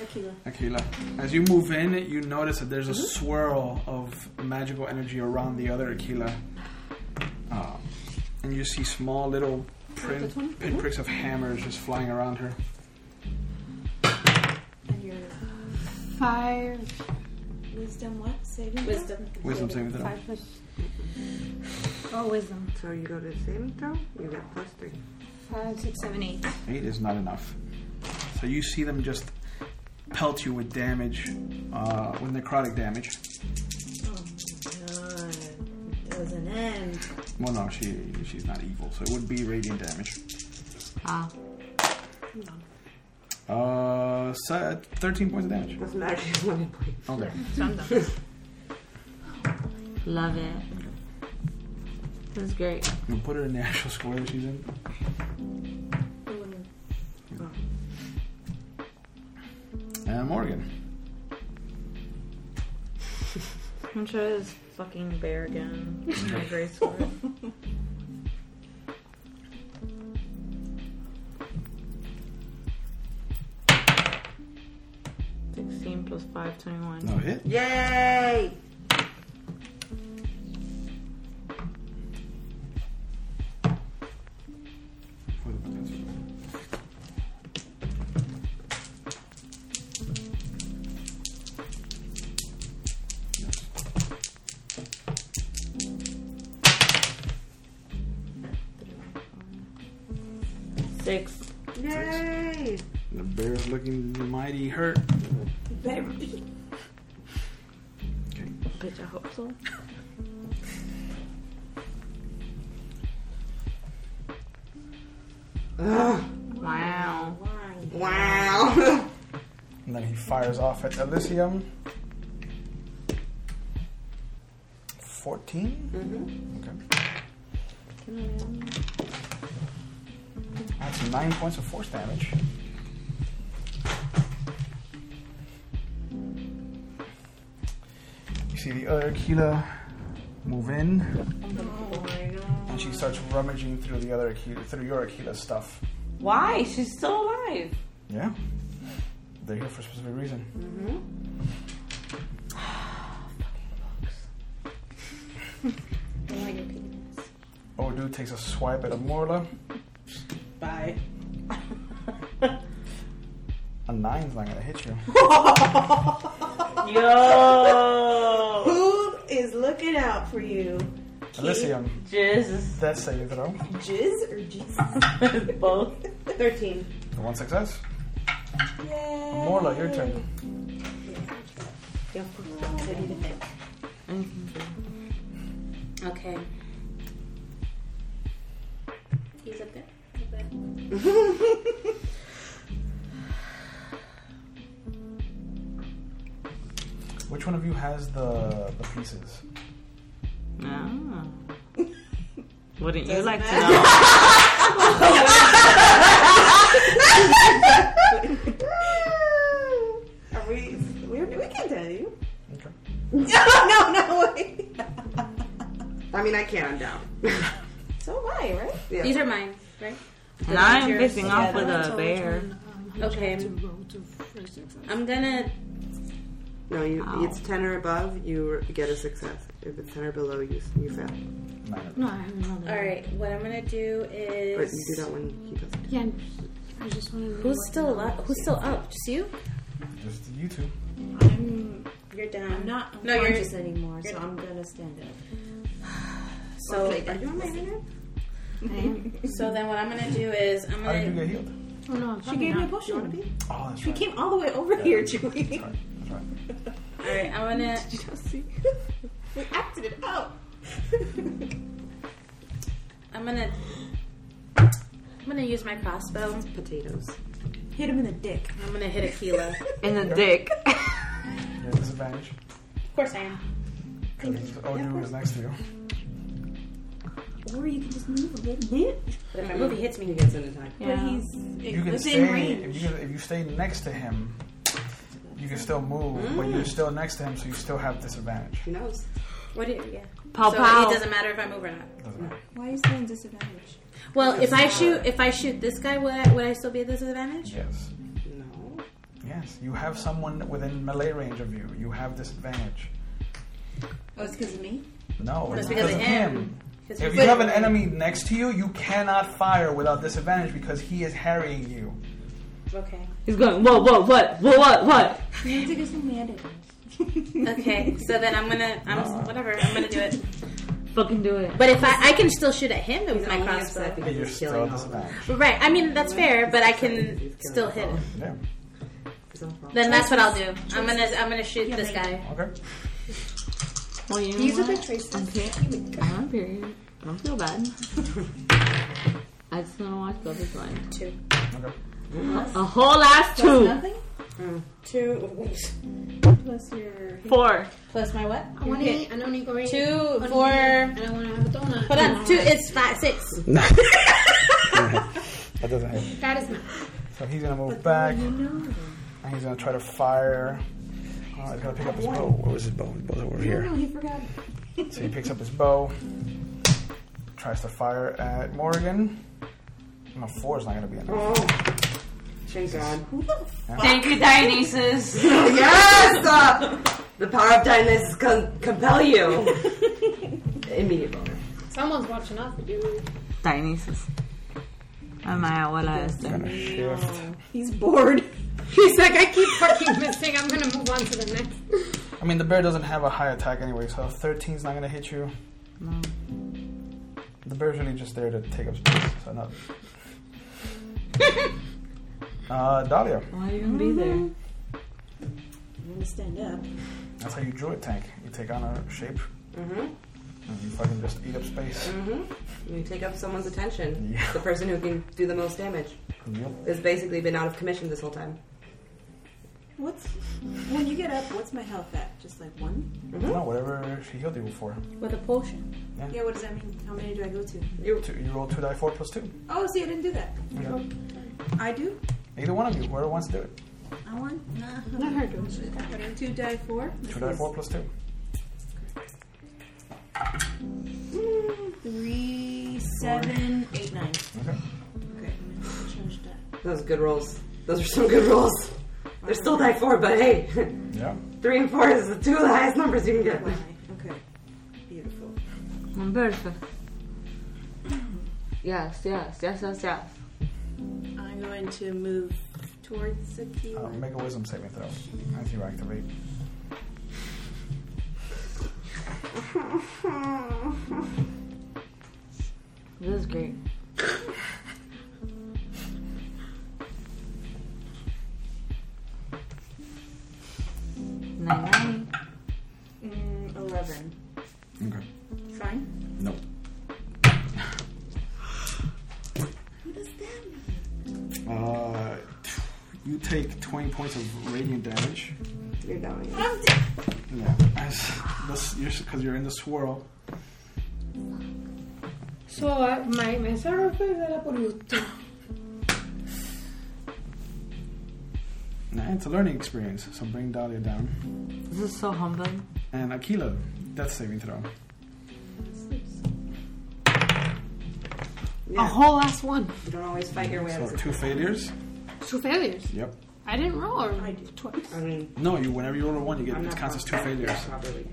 Aquila. Mm-hmm.
Akila. As you move in, you notice that there's a swirl of magical energy around the other Akila. Uh, and you see small little
That's one?
pin, pinpricks
Mm-hmm.
of hammers just flying around her.
Five,
Wisdom what? Saving
Wisdom.
Wisdom saving throw.
Five plus.
Oh, wisdom. So you go to saving throw, you get plus three.
Five, six, seven, eight.
Eight is not enough. So you see them just pelt you with damage, uh, with necrotic damage.
Oh, God. It was an end.
Well, no, she she's not evil, so it would be radiant damage.
Ah.
Uh, se- thirteen points of damage. Oh,
Doesn't matter. She's one point.
Okay.
Love it. This is great.
You put her in the actual square that she's in.
Oh,
And Morgan.
I'm sure this fucking bear again. My grace for it. Sixteen plus five, twenty-one.
No hit.
Yay! Six.
Yay!
The bear's looking mighty hurt.
Better be.
Bitch, I hope so. Wow.
Wow.
And then he fires off at Elysium. 14? Mm-hmm. Okay. That's 9 points of force damage. You see the other Aquila move in. And she starts rummaging through the other Aquila, through your Aquila stuff.
Why? She's still alive.
Yeah. They're here for a specific reason. Odu Oh, takes a swipe at Amorla.
Bye.
A nine's not gonna hit you.
Yo!
Who is looking out for you?
Elysium.
Jizz.
Death saving throw.
Jizz or jizz?
Both.
13.
One success.
Yay.
Morla, your turn.
Yeah, I need to think. Mm-hmm.
Okay. He's up there. Up there.
Which one of you has the the pieces?
Ah. Wouldn't you like to know?
Are we? We're, we can tell you. Okay. No, no, no way.
I mean, I can, I'm down.
So am I, right?
Yeah.
These are mine, right?
And I'm
Yours?
facing off with a bear.
Um,
Okay. I'm gonna.
No, you, it's 10 or above, you get a success. If it's 10 or below, you, you fail.
No, I have another. All right. What I'm gonna do is.
But you do that when he does it.
Yeah, I just wanted to.
Who's still up? Who's still up? Just you?
Just you two.
You're down.
I'm not
No, you're-
conscious anymore,
you're
so
not.
I'm gonna stand up.
So
Okay,
are you on my hand?
I am.
So then what I'm gonna do is I'm
How did you
gonna.
get healed?
Oh no,
She gave me a potion.
Oh, that's
she
right.
came all the way over here, Julie.
All right. I'm gonna.
Did you not see? we acted it out.
I'm gonna. I'm gonna use my crossbow.
Potatoes.
Hit him in the dick.
I'm gonna hit Aquila.
In the dick.
You have disadvantage.
of course I am.
Odu is next to oh, you.
Or you can just move a little bit.
But if my movie hits me,
He gets an attack.
But
Yeah.
he's
You can
within
stay
range.
if you, if you stay next to him. You can still move, but you're still next to him, so you still have disadvantage.
He knows.
What do you? Yeah.
Pow
so
pow.
it doesn't matter if I move or not.
Doesn't matter.
Why is there a disadvantage?
Well, if I shoot, if I shoot this guy, would I, would I still be at disadvantage?
Yes.
No.
Yes. You have someone within melee range of you. You have disadvantage.
Oh, it's because of me?
No,
That's
it's
because
because of
of
him.
Because
If
we-
you have an enemy next to you, you cannot fire without disadvantage because he is harrying you.
Okay.
He's going, whoa, whoa, what, whoa, what, what?
You need to get some mandates.
Okay, so then I'm gonna, I'm whatever, I'm gonna do it.
Fucking do it.
But if I, I can still shoot at him with my crossbow.
But you're still disadvantaged.
Right, I mean that's fair, but I can still hit him.
Yeah.
Then that's what I'll do. I'm gonna, I'm gonna shoot this guy.
Okay.
Well, you know
These are
what?
the choices.
Okay. I'm period. I don't feel bad. I just want to watch Love is Blind. Two.
Okay.
A, a whole ass Mm. two.
nothing?
Two.
Plus your.
Four.
Plus my what?
I want to eat. I don't need green.
Two,
I don't
four.
Need, and I want to have a donut. Uh,
Hold on, two. It's five, six.
That doesn't hit.
That is not.
So he's gonna move back. And he's gonna try to fire. Oh, he's gonna pick up his bow. Where was his bow? His bow's over here.
he forgot.
So he picks up his bow, tries to fire at Morgan. No, four is not gonna be
Oh.
enough.
Thank God.
Thank you, Dionysus.
yes! Uh, the power of Dionysus can compel you. Immediate bonus.
Someone's watching out for you.
Dionysus. And my abuela is there.
He's bored. He's like, I keep fucking missing. I'm gonna move on to the next.
I mean, the bear doesn't have a high attack anyway, so 13's not gonna hit you.
No.
The bear's really just there to take up space, so not. uh, Dahlia.
Why are you gonna be there?
I'm gonna stand up.
That's how you drew it, Tank. You take on a shape,
Mm-hmm.
and you fucking just eat up space.
Mm-hmm. You take up someone's attention.
Yeah.
The person who can do the most damage
Yep.
has basically been out of commission this whole time.
What's when you get up? What's my health at? Just like one.
No, whatever she healed you for.
With a potion.
Yeah.
Yeah. What does that mean? How many do I go to?
You, two, you roll two die four plus two.
Oh, see, I didn't do that.
Okay.
I do.
Either one of you, whoever wants to do it.
I want. Nah,
Not her doing
doing Two die four.
Two die four plus two.
Three, seven, eight, nine.
Okay.
Okay. I'm gonna change that.
Those are good rolls. Those are some good rolls. They're still die four, but hey,
Yeah.
three and four is the two of the highest numbers you can get.
Okay. Beautiful.
I'm perfect. Yes, yes, yes, yes, yes.
I'm going to move towards the key.
Uh, make a wisdom saving throw as you activate.
This is great. Nine, nine.
Mm, Eleven.
Okay.
Fine.
Nope. Uh, you take 20 points of radiant damage.
You're dying.
Yeah. Because you're, 'cause you're in the swirl.
So uh, my my sacrifice era por YouTube.
Nah, it's a learning experience, so bring Dahlia down.
This is so humbling.
And Akila, death saving throw.
A whole last one.
You don't always fight your way out
So
of
two failures.
Two failures.
Yep.
I didn't roll or twice.
I mean,
No, you. Whenever you roll a one, you get
I'm
it
not
counts as two
properly-
failures.
properly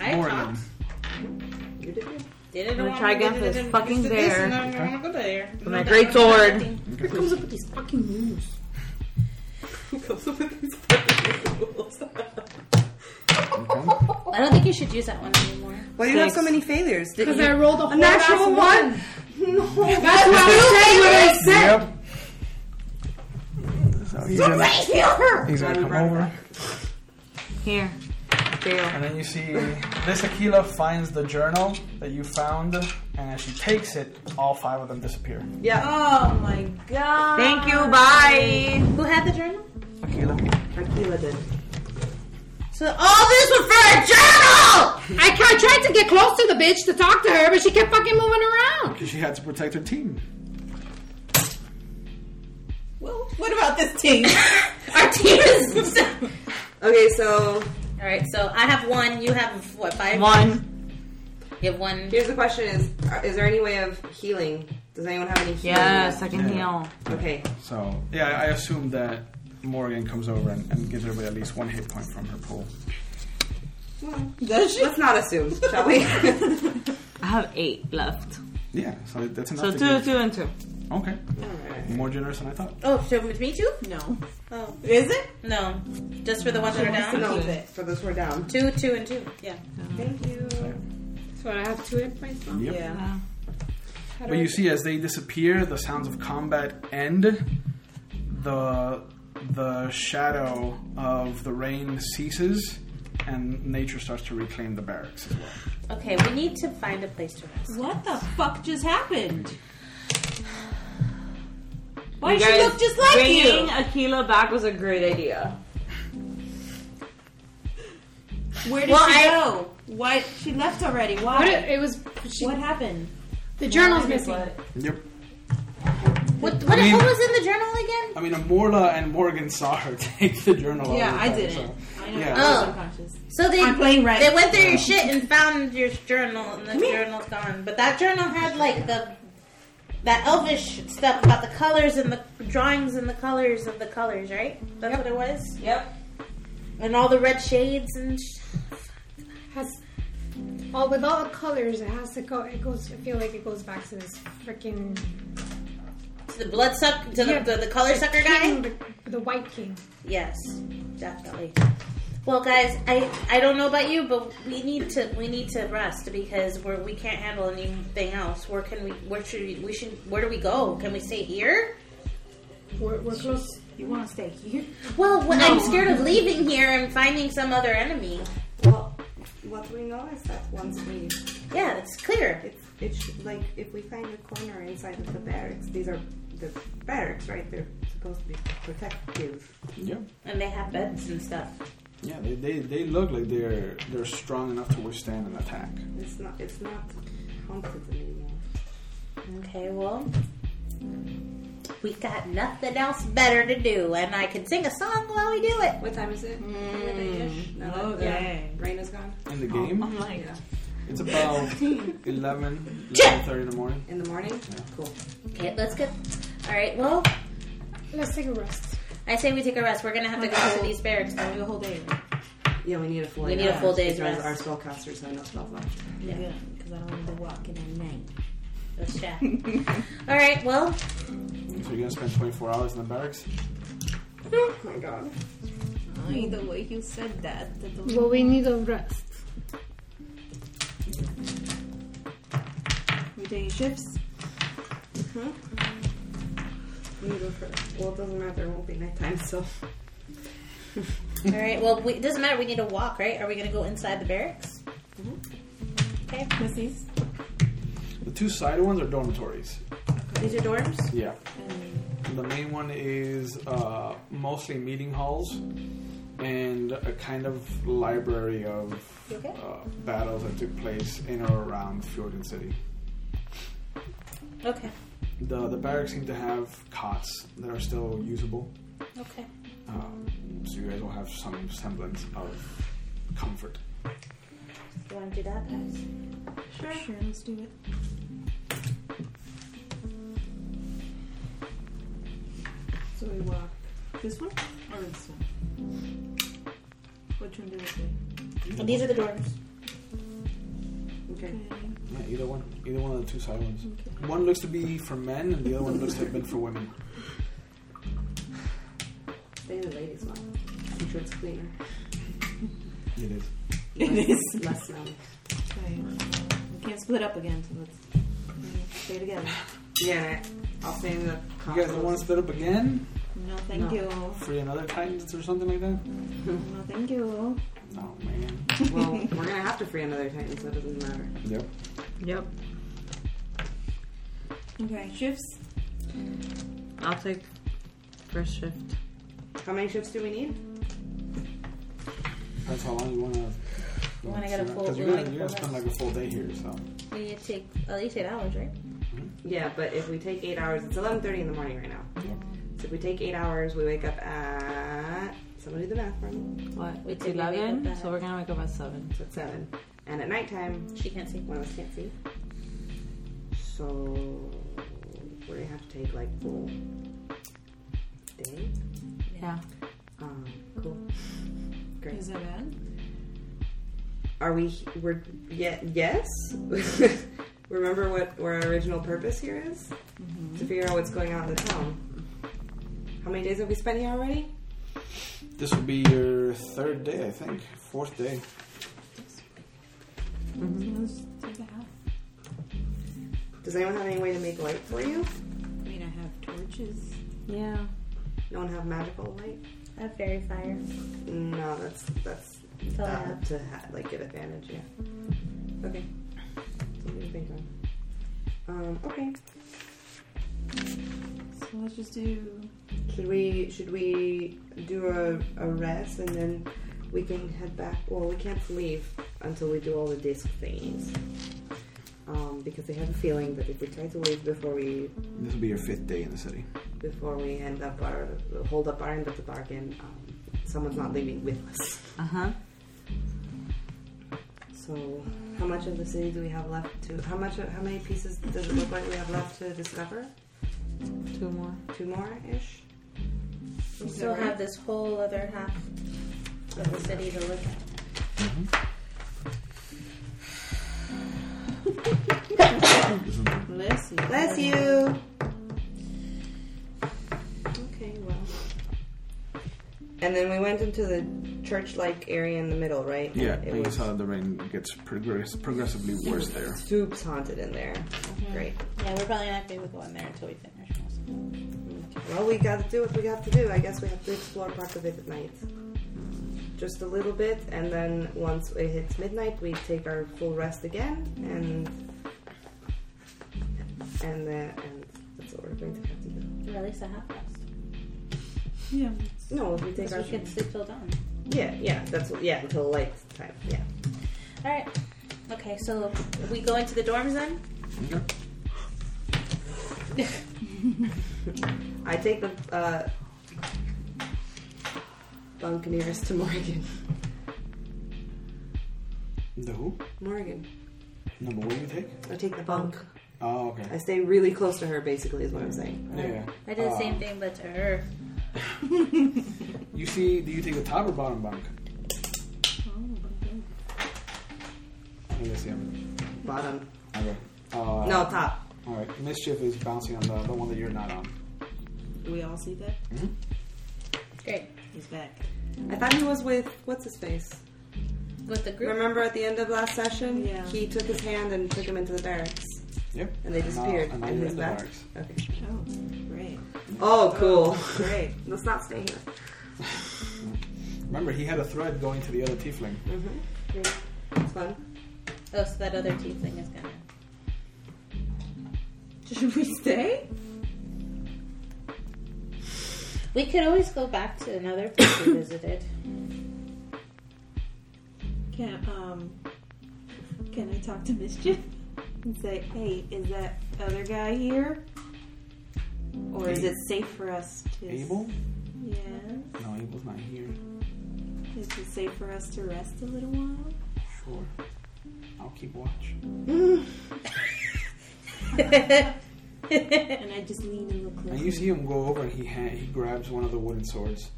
I
Morgan.
You did good.
Did it
I'm gonna try again for this fucking bear.
bear.
With my great sword.
Who comes up with these fucking rules?
Who comes up with these fucking rules?
I don't think you should use that one anymore.
Why do you have so many failures? Did
Because
you-
I rolled a whole
natural
ass
one. No.
That's what I said.
Yep. Oh, So he's gonna, he's gonna come over,
Here. Jail.
and then you see this Akila finds the journal that you found, and as she takes it, all five of them disappear.
Yeah.
Oh my god.
Thank you, bye.
Who had the journal?
Akila,
Akila did.
So all this was for a journal.
I, I tried to get close to the bitch to talk to her, but she kept fucking moving around.
because she had to protect her team.
Well, what about this team?
Our team is.
Okay, so
all right, so I have one. You have what? Five.
One.
You have one.
here's the question: Is is there any way of healing? Does anyone have any healing?
Yes, I can heal.
Okay.
So yeah, I assume that Morgan comes over and, and gives everybody at least one hit point from her pool.
Does she?
Let's not assume, shall we?
I have eight left.
Yeah, so that's enough.
So
to
two,
give-
two, and two.
Okay. More generous than I thought.
Oh, so with me too?
No.
Oh.
Is it?
No. Just for the ones that are down?
No, for those who are down.
Two, two, and two. Yeah.
Thank you.
So I have two hit points now?
Yep.
Yeah.
How do
But
I-
you see, as they disappear, the sounds of combat end. The the shadow of the rain ceases, and nature starts to reclaim the barracks as well.
Okay, we need to find a place to rest.
What the fuck just happened? Why
You
does she
guys,
look just like
bringing
you?
Akila back was a great idea.
Where did
Well,
she
I-
go? Why she left already? Why?
What it, it was. She,
what happened?
The journal's missing.
Yep.
What, what,
I mean-
what was in the journal again?
I mean, Amorla and Morgan saw her take the journal. out
Yeah,
of the
I
bag,
didn't.
so-
I know.
Yeah.
Oh. So they They went through your shit and found your journal, and the journal's gone. But that journal had like the that elvish stuff about the colors and the drawings and the colors of the colors, right? That's what it was.
Yep.
And all the red shades and. Sh-
Has, well, with all the colors, it has to go. It goes. I feel like it goes back to this freaking.
To the blood suck to the,
Yeah,
the, the color
the
sucker
king,
guy.
The, the white king.
Yes, definitely. Well, guys, I I don't know about you, but we need to we need to rest because we're we can't handle anything else. Where can we? Where should we, we should? Where do we go? Can we stay here?
We're, we're close.
You want to stay here?
Well, wh-
No.
I'm scared of leaving here and finding some other enemy.
What we know is that once we
Yeah, it's clear.
It's it should, like if we find a corner inside of the barracks. These are the barracks, right? They're supposed to be protective.
Yep.
And they have beds and stuff.
Yeah, they, they, they look like they're they're strong enough to withstand an attack.
It's not. It's not haunted anymore.
Okay, well, we got nothing else better to do, and I can sing a song while we do it.
What time is it?
Mm.
Now that the
Okay.
Rain is gone.
In the game,
I'm like,
it's about 11, 11.30 in the morning.
In the morning? Cool.
Okay, let's go. All right, well,
let's take a rest.
I say we take a rest. We're gonna have to go to these barracks. Now we a whole day.
Yeah, we need a full.
We
day
need a full day's
because
rest.
Our spellcasters have no spells left.
Yeah,
because I don't want to walk in at night.
Let's chat. All right, well,
So you're gonna spend 24 hours in the barracks.
Oh my god.
Ay, the way you said that. the- the-
Well, we need a rest.
We taking shifts.
We need to Mm-hmm. go first. Well, it doesn't matter. There won't be nighttime, so.
all right, well, we, it doesn't matter. We need to walk, right? Are we gonna go inside the barracks?
Mm-hmm.
Okay,
Missy's.
The two side ones are dormitories.
These are dorms.
Yeah. The main one is uh, mostly meeting halls and a kind of library of
You okay?
uh, battles that took place in or around Fjorden City.
Okay.
The, the barracks seem to have cots that are still usable,
Okay.
um, so you guys will have some semblance of comfort.
You want to do that, guys?
Sure. Sure, let's do it. So we walk this one or this one? Which one do we do?
And these are the dorms.
Okay.
Yeah, either one. Either one of the two side ones. One looks to be for men, and the other one looks to have been for women.
Stay in the ladies' one. I'm sure it's cleaner.
It is.
It
Less-
is.
less smelly.
Okay. We can't split up again, so let's let's stay together.
Yeah, I'll stay in the.
You guys don't want to split up again?
No, thank
No.
you.
Free another Titans or something like that?
No, thank you.
No, man.
well, we're gonna have to free another Titan, so it doesn't matter.
Yep.
Yep.
Okay, shifts.
I'll take first shift.
How many ships do we need?
That's how long you want to.
We wanna get a full-
Because
we
you're
wanna
gonna, you're
get a
gonna
full
spend like a full day here, so.
We need to take at least eight hours, right?
Yeah, but if we take eight hours, it's eleven thirty in the morning right now. So if we take eight hours, we wake up at. Somebody do the math for me.
What?
We
It's
did not wake up
11,
at-
so we're gonna wake up at 7.
So it's seven. And at nighttime,
She can't see.
one of us can't see. So we're gonna have to take like full day.
Yeah.
Um, cool. Great.
Is that bad?
Are we? We're yeah, yes. Remember what our original purpose here is?
Mm-hmm.
to figure out what's going on in the town. How many days have we spent here already?
This will be your third day, I think. Fourth day.
Does anyone have any way to make light for you?
I mean, I have torches.
Yeah. No one have magical light?
I have fairy fire.
No, that's that's
That's all I
uh,
have.
to ha- like get advantage. Yeah. Okay. Something to think of. Um. Okay.
So let's just do.
Should we should we do a, a rest and then we can head back? Well, we can't leave until we do all the disc things. Um, because I have a feeling that if we try to leave before we
This will be your fifth day in the city.
before we end up our hold up our end of the bargain, um, someone's not leaving with us.
Uh huh.
So, how much of the city do we have left to? How much? How many pieces does it look like we have left to discover?
Two more.
Two more ish.
We still have this whole other half of the city to look at.
Bless you.
Bless you.
Okay, well.
And then we went into the church-like area in the middle, right?
Yeah,
And
and you saw the rain gets progress- progressively worse there.
Soup's haunted in there. Great.
Yeah, we're probably not going to go in there until we finish. most of it.
Well, we got to do what we have to do. I guess we have to explore parts of it at night. Just a little bit, and then once it hits midnight, we take our full rest again, and and, uh, and that's what we're going to have to do.
Or at least a half past.
Yeah.
No, if we take
Because
our
we can sleep till dawn.
yeah, yeah, that's what, yeah until light time. Yeah.
All right. Okay, so we go into the dorms then.
I take the uh, bunk nearest to Morgan.
The who?
Morgan,
No, but what do you take?
I take the bunk.
Oh, okay.
I stay really close to her, basically, is what I'm saying.
Yeah.
I did the
Uh,
same thing, but er, to her.
You see, do you take the top or bottom bunk? I guess, yeah.
Bottom.
Okay. Uh,
No, top.
Alright, mischief is bouncing on the, the one that you're not on.
Do we all see that?
Mhm.
Great.
He's back.
I thought he was with what's his face.
With the group.
Remember at the end of last session,
Yeah.
he took his hand and took him into the barracks.
Yep.
And they
now-
disappeared.
and now
and
you're
he's
in the
back.
barracks.
Okay.
Oh, great.
Oh, cool.
Oh, great.
Let's not stay here.
Remember, he had a thread going to the other tiefling.
Mm-hmm. It's fun.
Oh, so that other team thing is gonna.
Should we stay?
We could always go back to another place we visited.
Can um can I talk to Mischief and say, hey, is that other guy here? Or is it safe for us to
Abel?
Yeah.
No, Abel's not here.
Is it safe for us to rest a little while?
Sure. I'll keep watch.
and I just lean and look
And
like
you see him go over and he ha- he grabs one of the wooden swords.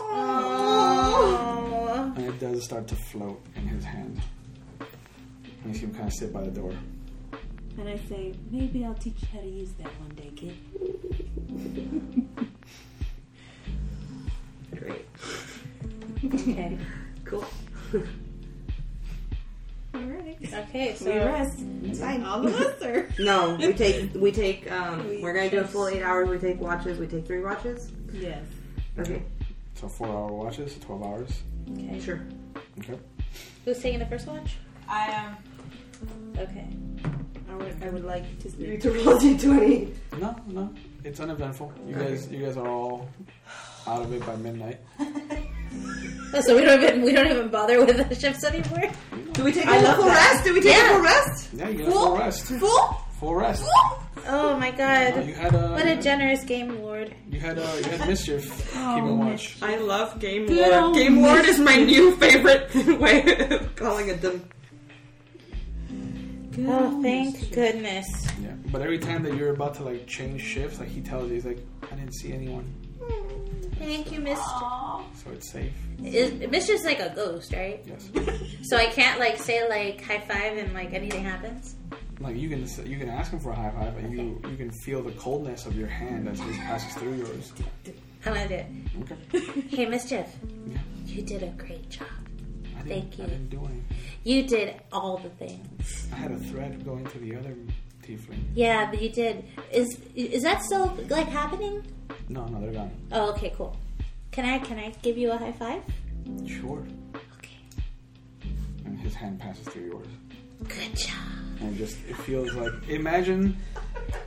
And it does start to float in his hand. And you see him kind of sit by the door.
and I say, Maybe I'll teach you how to use that one day, kid.
Great.
Okay.
Cool.
Alright.
Okay, so
we rest. All of us are
No, we take we take um
We
we're gonna do a
just-
full eight hours, we take watches, we take three watches.
Yes.
Okay.
So four hour watches, twelve hours.
Okay.
Sure.
Okay.
Who's taking the first watch?
I am.
Okay.
I would, I would like to
You to roll D twenty.
No, no. It's uneventful. You guys you guys are all out of it by midnight.
Oh, so we don't even we don't even bother with the shifts anymore.
Do we take
I
a
love
full
that.
rest? Do we take
Yeah.
a full rest?
Yeah, you get a full rest.
Full?
Full rest.
Oh my
No,
god!
you had a
What a Oh, generous game lord.
you had a you had mischief keeping watch.
I love Game
Good old
Lord. Game Lord is my new favorite way of calling it them.
Oh, thank goodness.
Yeah. But every time that you're about to like change shifts, like he tells you, he's like, I didn't see anyone,
Thank you, Miss.
so it's safe.
Is Miss just like a ghost, right?
Yes.
So I can't like say like high five and like anything happens.
Like you can you can ask him for a high five, but you you can feel the coldness of your hand as he passes through yours.
I love it. hey, Mischief. You did a great job. Thank you.
I didn't do anything.
You did all the things.
I had a thread going to the other tiefling.
Yeah, but you did. Is is that still like happening?
No, no, they're gone.
Oh, okay, cool. Can I can I give you a high five?
Sure. Okay. And his hand passes through yours.
Good job.
And just it feels like imagine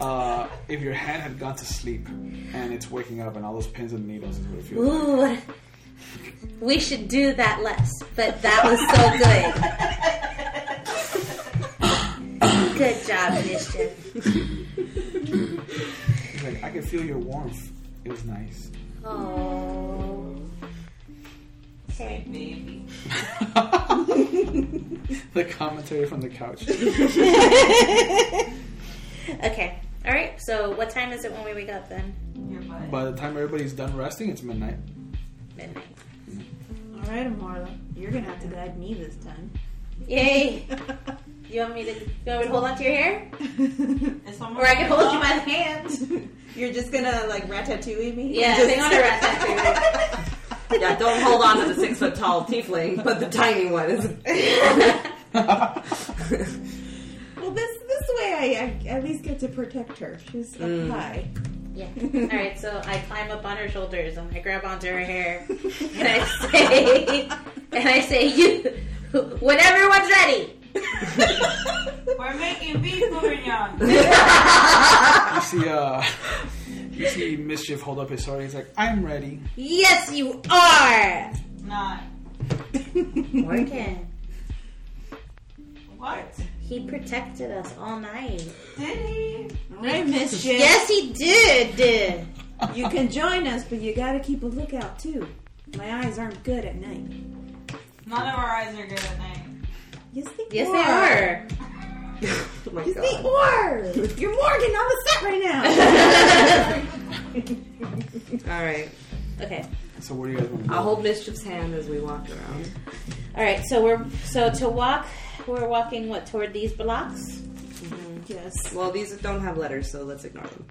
uh, if your hand had gone to sleep and it's waking up and all those pins and needles is what it feels like.
Ooh, we should do that less, but that was so good. good job, Mischief.
He's like, I can feel your warmth. It was nice.
Oh. Hey,
baby.
The commentary from the couch.
okay. All right. So, what time is it when we wake up then?
By the time everybody's done resting, it's midnight.
Midnight.
All right, Amarla, you're gonna have to guide me this time.
Yay! you want me to? You want me to hold on to your hair?
Or
Or I can hold you by the
hand. You're just gonna like ratatouille me.
Yeah,
Just-
hang on to ratatouille.
Yeah, don't hold on to the six foot tall tiefling, but the tiny one is.
Well, this this way I, I at least get to protect her. She's up
Mm.
high.
Yeah. All right. So I climb up on her shoulders and I grab onto her hair and I say, and I say, you, when everyone's ready.
We're making beef bourguignon.
You see, uh, you see mischief hold up his sword. He's like, I'm ready.
Yes, you are.
Not.
Morgan.
What?
He protected us all night.
Did he? Right, Miss Jane.
Yes, he did. Did.
You can join us, but you gotta keep a lookout too. My eyes aren't good at night.
None of our eyes are good at night.
Yes, they
Yes,
are.
they are.
oh my yes, they are. You're Morgan on the set right now.
All right.
Okay.
So what do you guys want to do?
I'll hold Mischief's hand as we walk around.
All right. So we're so to walk. We're walking what toward these blocks.
Yes.
Well, these don't have letters, so let's ignore them.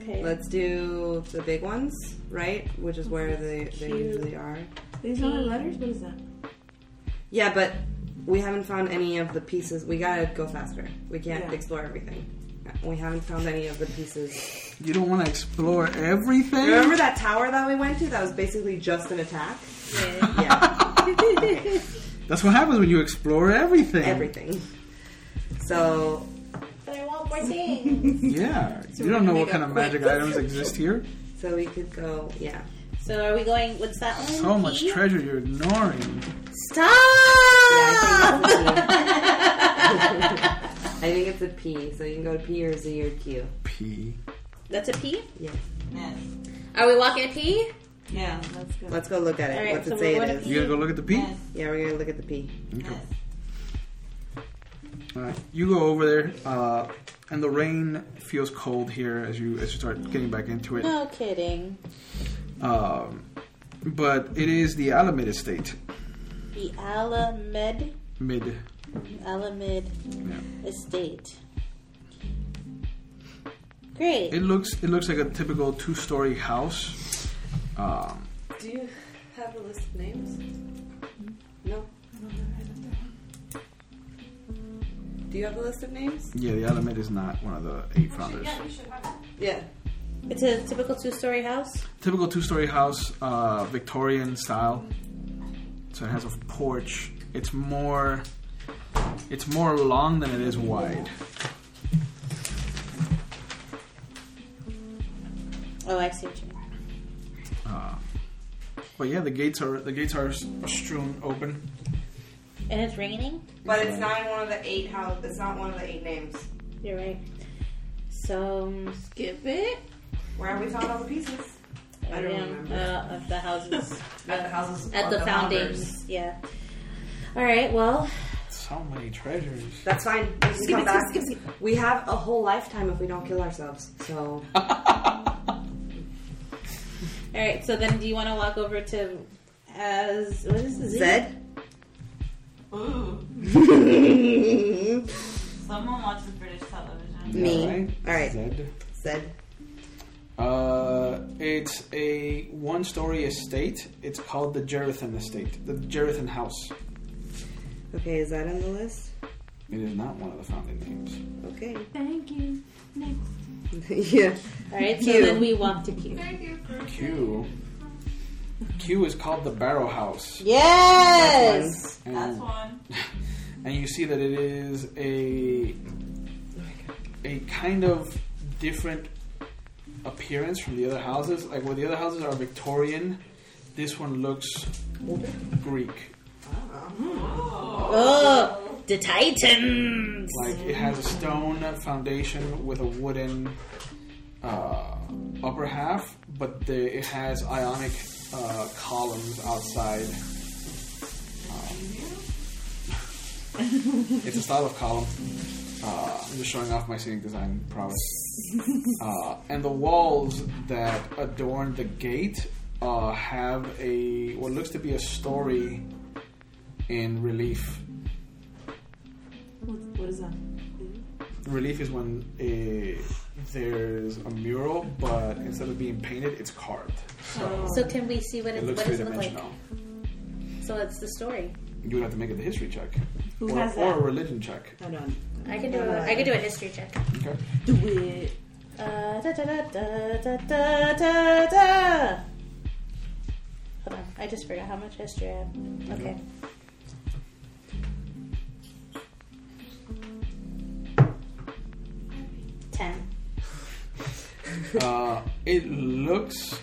Okay.
Let's do the big ones, right? Which is where they, they
Cute.
usually are.
These are the letters. What is that?
Yeah, but we haven't found any of the pieces. We gotta go faster. We can't
Yeah.
explore everything. We haven't found any of the pieces.
You don't want to explore everything.
Remember that tower that we went to? That was basically just an attack.
That's what happens when you explore everything.
Everything. So
But I want more things.
Yeah,
So
you
we're
don't know
gonna
what
go
kind of
quick.
magic items exist here.
So we could go, yeah.
So are we going? What's that one?
So much
Key?
treasure you're ignoring.
Stop!
I think it's a P, so you can go to P or Z or Q.
P.
That's a P.
Yeah.
Yes.
Are we walking a P?
Yeah, let's go.
Let's go look at it.
All right,
What's
so
it say
what
it
if
is?
You gotta go look at the P.
Yeah, we're gonna look at the P.
All right, you go over there, uh, and the rain feels cold here as you as you start getting back into it.
No kidding.
Um, but it is the Alameda estate,
The Alamed
mid.
Alamed
Yeah.
Estate. Great.
It looks it looks like a typical two story house. Um,
Do you have a list of names? No. Do you have a list of names?
yeah, the Alameda is not one of the eight founders.
Yeah.
It's a typical two-story house.
Typical two story house, uh, Victorian style. So it has a porch. It's more it's more long than it is wide.
Oh, I see what you mean.
Uh, but yeah, the gates are the gates are s- strewn open.
And it's raining.
But it's not one of the eight house. It's not one of the eight names.
You're right. So um, skip it.
Where have we found all the pieces? I don't remember.
Uh, of the houses.
At the houses.
At
of
the,
the
foundations. Yeah. All right. Well.
So many treasures.
That's fine. We can
Skip
come
it,
back.
skip it, skip
We have a whole lifetime if we don't kill ourselves. So
All right. So then, do you want to walk over to as what is the Z?
Zed?
Ooh.
Someone watches British television.
Me. All right.
Zed.
Zed.
Uh, it's a one-story estate. It's called the Jerathan Estate, the Jerathan House.
Okay, is that on the list?
It is not one of the founding names.
Okay.
Thank you. Next.
yeah.
All right, so
Q.
then we walk to Q. Thank you.
Q. Q is called the Barrow House.
Yes!
And, and you see that it is a a kind of different appearance from the other houses. Like where the other houses are Victorian, this one looks Greek.
Oh, the Titans.
Like it has a stone foundation with a wooden uh, upper half, but the, it has ionic uh, columns outside. Um, it's a style of column. Uh, I'm just showing off my scenic design prowess. Uh, and the walls that adorn the gate uh, have a what looks to be a story in relief.
What is that?
Relief is when uh there's a mural, but instead of being painted, it's carved. So,
So can we see what
it
it's,
looks
what
three
it's look like?
dimensional.
So it's the story.
You would have to make it a history check,
Who
or,
has
or a
that?
religion check.
Hold on.
I can do a, I can do a history check.
Okay.
Do it.
Uh, da, da, da, da, da, da, da, da. Hold on, I just forgot how much history I have. Okay. Ten.
uh, it looks.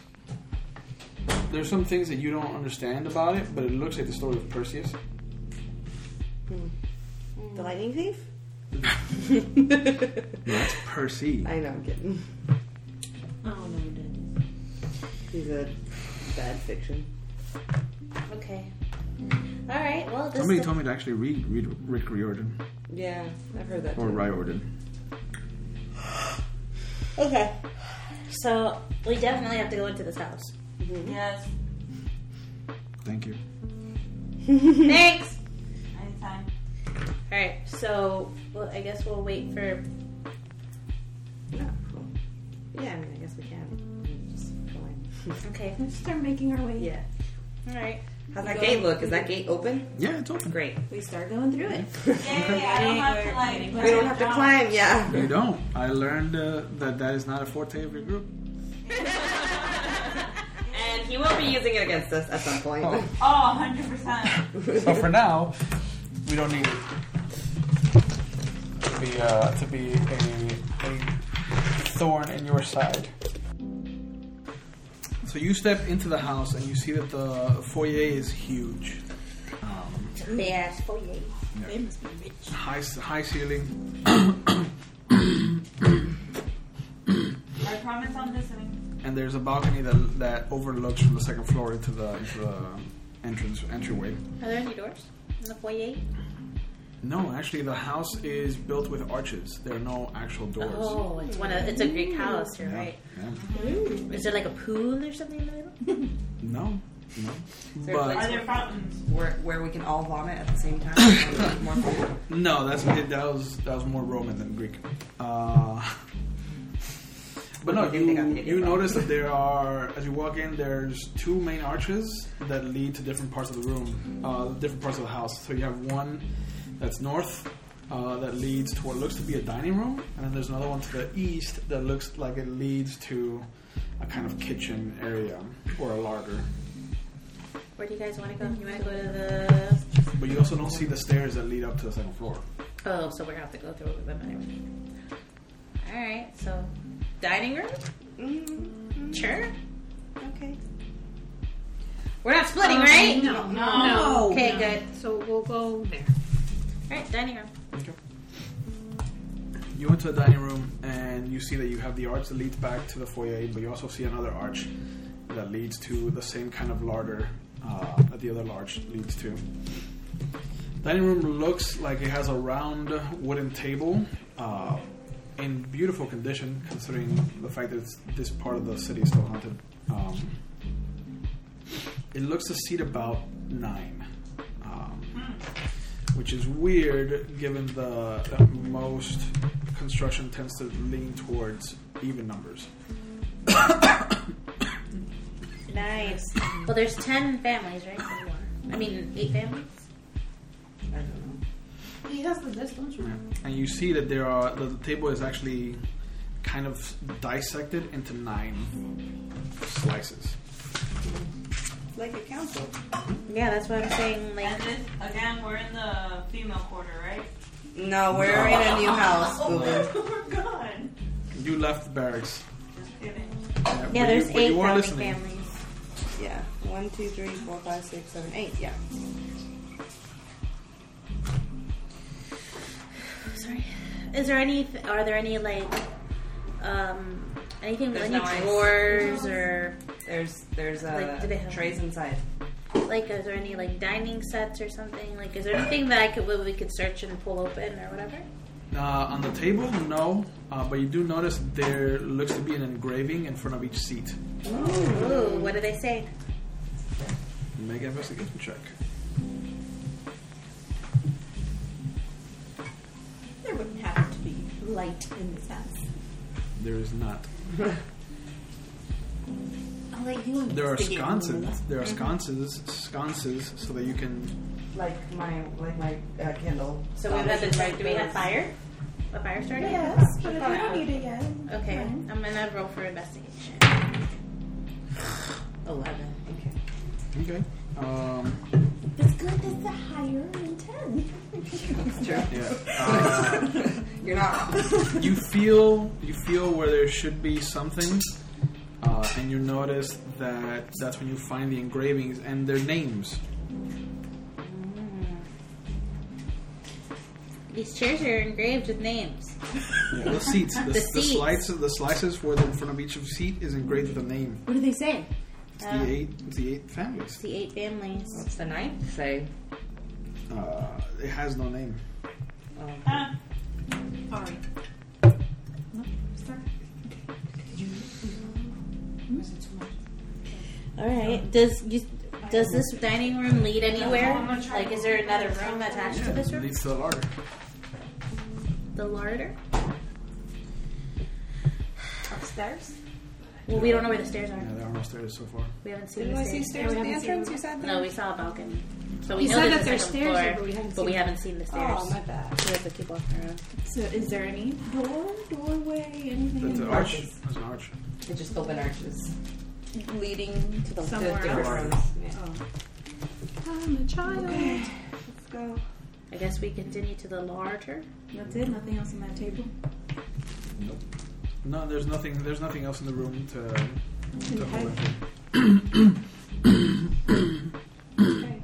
There's some things that you don't understand about it, but it looks like the story of Perseus.
The lightning thief?
That's Percy.
I know, I'm kidding.
Oh no, we didn't.
He's a bad fiction.
Okay. All right. Well, this
Somebody
is-
told me to actually read, read Rick Riordan
Yeah, I've heard that.
or
too.
Riordan.
Okay. So we definitely have to go into this house.
Mm-hmm.
Yes.
Thank you.
Thanks.
Anytime.
All right. So well, I guess we'll wait for.
Yeah, I mean, I guess we can. Just go in.
Okay.
Let's start making our way.
Yeah.
All right.
How's that gate look? Is that gate open?
Yeah, it's open.
Great.
We start going through it.
Yay, I don't have to like.
We don't have to climb, yeah.
You don't. I learned uh, that that is not a forte of your group.
And he will be using it against us at some point.
Oh, 100%.
So for now, we don't need it to be, uh, to be a, a thorn in your side.
So you step into the house and you see that the foyer is huge. Um,
Big ass foyer.
They must be rich. High, high ceiling.
I promise I'm listening.
and there's a balcony that that overlooks from the second floor into the, into the entrance entryway.
Are there any doors in the foyer?
No, actually, the house is built with arches. There are no actual doors.
Oh, it's one of it's a Greek house. You're
Yeah,
right.
yeah.
Is there like a pool or something in the middle?
No, no.
Are
But
there fountains?
Where, where we can all vomit at the same time. More fun.
no, that's that was that was more Roman than Greek. Uh, but no,
Okay, they got
you
the idea
you
wrong.
notice that there are as you walk in, there's two main arches that lead to different parts of the room, uh, different parts of the house. So you have one that's north. Uh, that leads to what looks to be a dining room, and then there's another one to the east that looks like it leads to a kind of kitchen area or a larder.
Where do you guys want to go? You want to go to the?
But you also don't see the stairs that lead up to the second floor.
Oh, so we're gonna have to go through it with them anyway. All right. So, dining room. Sure.
Okay.
We're not splitting, right?
No,
Um, No.
no.
Okay,
no.
good.
So we'll go there.
All right, dining room.
You enter the dining room and you see that you have the arch that leads back to the foyer, but you also see another arch that leads to the same kind of larder uh, that the other large leads to. Dining room looks like it has a round wooden table uh, in beautiful condition, considering the fact that it's, this part of the city is still haunted. Um, it looks to seat about nine. Um, which is weird given the that most construction tends to lean towards even numbers.
Nice. Well, there's ten families, right? I mean, eight families.
I don't know.
He has the list, don't you remember?
And you see that there are that the table is actually kind of dissected into nine slices.
Like a council.
Yeah, that's what I'm saying. Like,
again, we're in the female quarter, right?
No, we're in a new house.
Oh,
Boo-boo.
we're gone.
You left the barracks.
Yeah,
but
there's
but
eight
are
founding
listening.
families. Yeah. One, two, three, four, five, six, seven, eight. Yeah.
sorry. Is there any? Are there any like, um, anything
There's
any
no ice.
drawers or
There's there's uh,
Like, do they have-
trays inside.
like? Is there any like dining sets or something? Like, is there anything that I could we could search and pull open or whatever?
Uh, on the table, no, uh, but you do notice there looks to be an engraving in front of each seat.
Ooh, what do they say?
Make an investigation check.
There wouldn't have to be light in this house.
There is not.
I'll let you
There are
investigate
sconces.
Luna.
There are
Mhm.
sconces, sconces, so that you can
Like my like my uh, Kindle.
So we've had this right. Do we have fire? A fire starter?
Yes, but if you don't need it yet.
Okay, I'm gonna roll for investigation. Eleven.
Okay. Um,
That's good. That's a higher than ten. That's true.
yeah. Uh,
You're not.
you feel you feel where there should be something, uh, and you notice that that's when you find the engravings and their names.
These chairs are engraved with names.
The seats, the,
The
the
seats.
slices, the slices for the in front of each of seat is engraved with a name.
What do they say? Uh,
It's the eight, it's the eight families.
the eight families. What's
the ninth say?
Uh, it has no name.
Sorry.
All right. Does you, does this dining room lead anywhere? Like, is there another room attached to this
It
room?
leads to the larder.
The larder.
Upstairs.
Well, we don't know where the stairs are.
Yeah, there are no stairs so far.
We haven't seen.
Didn't
the
we see stairs
No, we
at the
haven't seen
entrance?
them.
You said
No,
that?
we saw a balcony. So we
You
know
said
there's
that
a
there's
second
stairs
floor,
there, but we haven't
but we
seen
haven't seen the stairs.
Oh, my bad.
So we have to keep walking around.
So, is there any door, doorway, anything?
That's
in
an
the
arch.
darkness?
That's an arch.
They just open arches.
Leading to the
Somewhere
different
else.
rooms.
I'm a child.
Okay, let's go.
I guess we continue to the larger.
That's it. Nothing else on that table.
Nope. No, there's nothing. There's nothing else in the room to to hold it.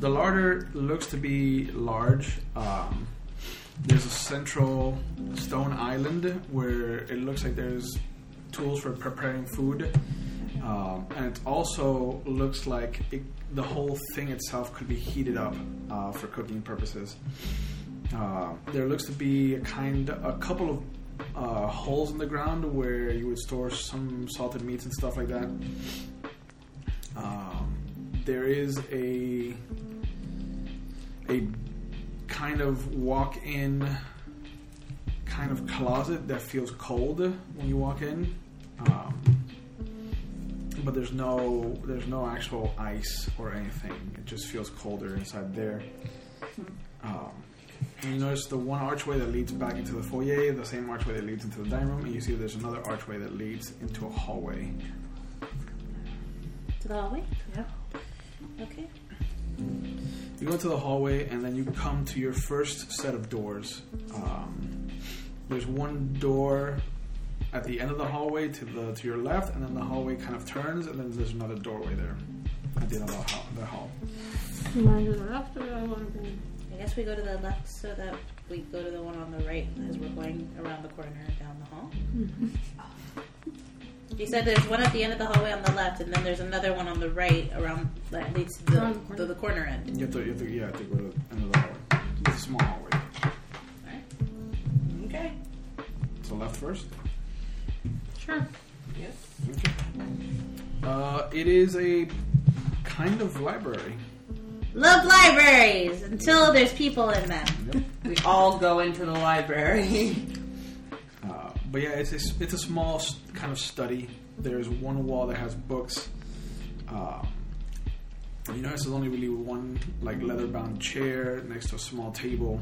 The larder looks to be large. Um, there's a central stone island where it looks like there's tools for preparing food, um, and it also looks like it, the whole thing itself could be heated up uh, for cooking purposes. Uh, there looks to be a kind, a couple of uh, holes in the ground where you would store some salted meats and stuff like that. Um, there is a a kind of walk-in kind of closet that feels cold when you walk in. Um, but there's no there's no actual ice or anything. It just feels colder inside there. Um, and you notice the one archway that leads back into the foyer, the same archway that leads into the dining room, and you see there's another archway that leads into a hallway.
To the hallway. Yeah. Okay.
You go into the hallway, and then you come to your first set of doors. Um, there's one door at the end of the hallway to the to your left, and then the hallway kind of turns, and then there's another doorway there at the end of the hall. The hall.
I guess we go to the left so that we go to the one on the right as we're going around the corner and down the hall.
Mm-hmm.
You said there's one at the end of the hallway on the left, and then there's another one on the right around that leads to the,
Around the corner.
to the corner end.
You have to, you have to, yeah, you have to go to the end of the hallway. It's a small hallway.
Okay.
So left first.
Sure.
Yes.
Uh, it is a kind of library.
Love libraries until there's people in them.
We all go into the library.
Uh, but yeah, it's a, it's a small s- kind of study. There's one wall that has books. Uh, you notice there's only really one like leather-bound chair next to a small table.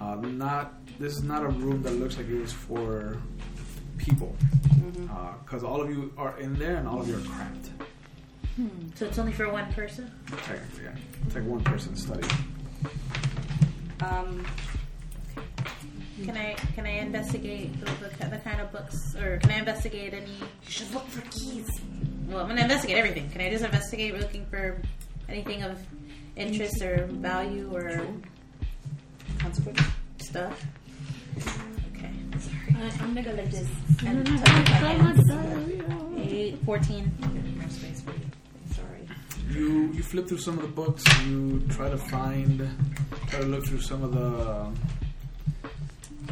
Uh, not this is not a room that looks like it was for people because all of you are in there and all of you are cramped.
So it's only for one person?
Technically, yeah. It's like one person study.
Um, can I can I investigate the, the, the kind of books, or can I investigate any? You should look for keys. Well, I'm gonna investigate everything. Can I just investigate looking for anything of interest or value or consequence stuff? Okay, sorry. Uh, I'm gonna go like this and touch my hands. Eight, 14. Sorry.
You you flip through some of the books. You try to find, try to look through some of the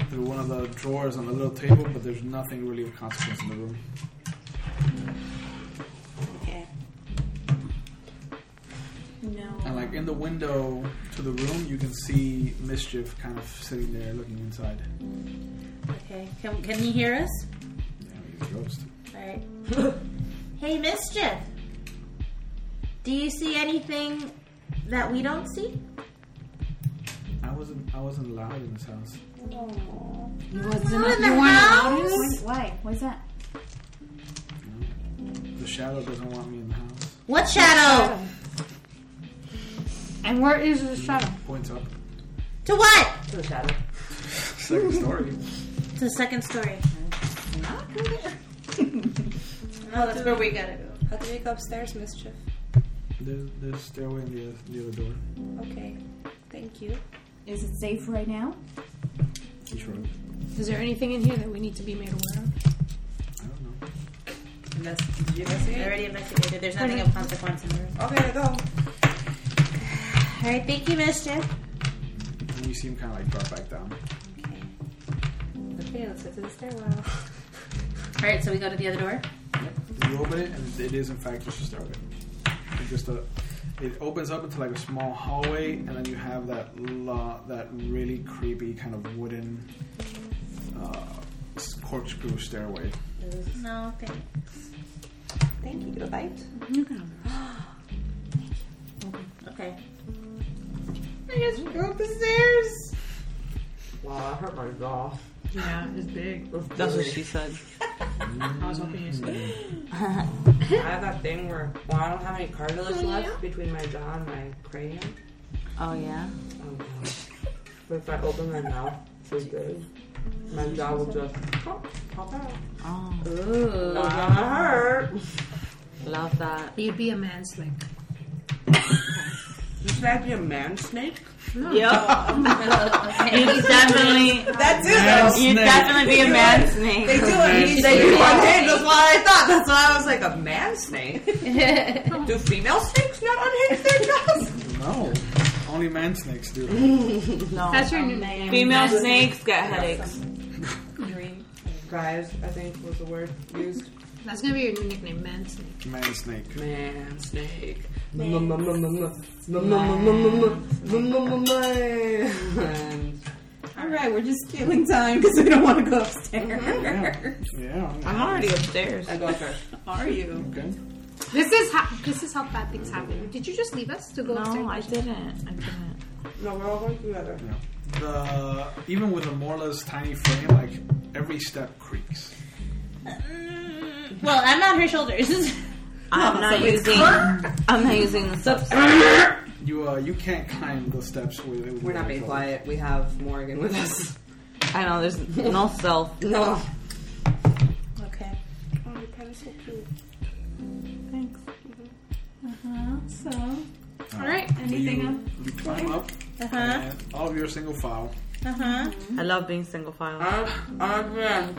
through one of the drawers on the little table, but there's nothing really of consequence in the room.
Okay. No.
And like in the window to the room, you can see mischief kind of sitting there looking inside.
Okay. Can, can he hear us?
He's a ghost.
All right. hey, mischief. Do you see anything that we don't see?
I wasn't I wasn't allowed in this house.
You
Not
wasn't
in the
you weren't allowed in?
house?
Why? Why's that?
The shadow doesn't want me in the house.
What shadow?
And where is the shadow?
Points up.
To what?
To the shadow.
Second story.
To the second story. No, Oh, that's where we gotta go.
How do we go upstairs, mischief?
There's, there's a stairway and the other, the other door.
Okay, thank you.
Is it safe right now?
Each room.
Is there anything in here that we need to be made aware of?
I already investigated. There's nothing of consequence in the room.
Okay, go.
All right, thank you, Mischief.
And you see him kind of like drop back down.
Okay, let's go to the stairwell.
All right, so we go to the other door.
You open it, and it is in fact just a stairway. It's just a, it opens up into like a small hallway, and then you have that lo- that really creepy kind of wooden uh, s- corkscrew stairway.
No, thanks.
Thank you. Get a bite.
Okay.
I guess we go up the stairs.
Wow, I hurt my jaw.
Yeah,
it's big.
That's what she said.
I was hoping you said. I have that thing where well, I don't have any cartilage left between my jaw and my cranium.
Oh yeah.
Oh no. But if I open my mouth too big, my jaw will just pop, pop out.
Oh.
It's gonna hurt.
Love that.
You'd be a man slick.
Should I be a man snake?
You definitely.
That's it.
Man
though.
You'd snake. definitely be a man snake.
They do it.
Man
They
snake.
do it on hinge. That's why I thought. That's why I was like a man snake. do female snakes not unhinge their jaws?
No, only man snakes do.
no.
That's your new name.
Female snakes get headaches.
Guys, I think was the word used.
That's gonna be your new nickname, man slick.
Man snake.
Man snake.
Man.
All right, we're just killing time because we don't want to go upstairs.
Yeah.
I'm already upstairs.
I go upstairs.
Are you?
Okay.
This is how this is how bad things happen. Did you just leave us to go upstairs? No, I didn't. I didn't.
No, we're all going together.
The even with Amorla's tiny frame, like every step creaks.
Well, I'm on her shoulders.
I'm not
Somebody's
using. I'm not using the steps.
You uh, you can't climb the steps with. with
We're not being quiet. We have Morgan with us.
I know there's no self.
No.
Okay.
Oh, your pen is so cute.
Thanks. Uh-huh. So.
Uh,
All right.
so
Anything
you,
else?
You climb up.
Uh-huh.
and All of you are single file.
Uh huh.
Mm-hmm.
I love being single file.
I'm, I'm in.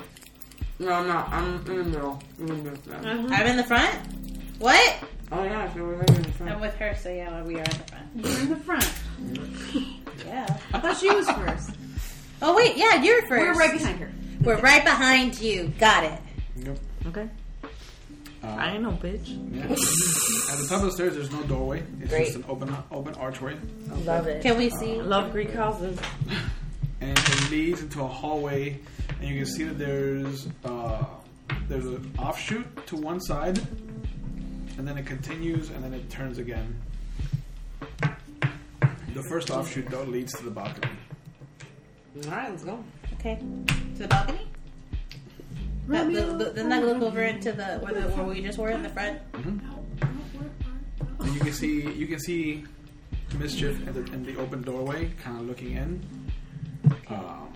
No, I'm not. I'm in the middle. I'm in the middle.
I'm in the front. What?
Oh, yeah, so we're in the front.
I'm with her, so yeah, we are in the front.
You're in the front.
Yeah.
I thought she was first.
Oh wait, yeah, you're first.
We're right behind her.
We're right behind you. Got it.
Yep.
Okay.
Uh,
I know, bitch.
Yeah. At the top of the stairs, there's no doorway. It's
Great.
just an open open archway.
Love it. Can we see? Love Greek houses.
And it leads into a hallway, and you can see that there's uh, there's an offshoot to one side, and then it continues, and then it turns again. The first offshoot though leads to the balcony.
All right, let's go.
Okay. To the balcony? No, the, the, then like look over into the where, the where we just were in the front.
And you can see you can see mischief in the, in the open doorway, kind of looking in. Um,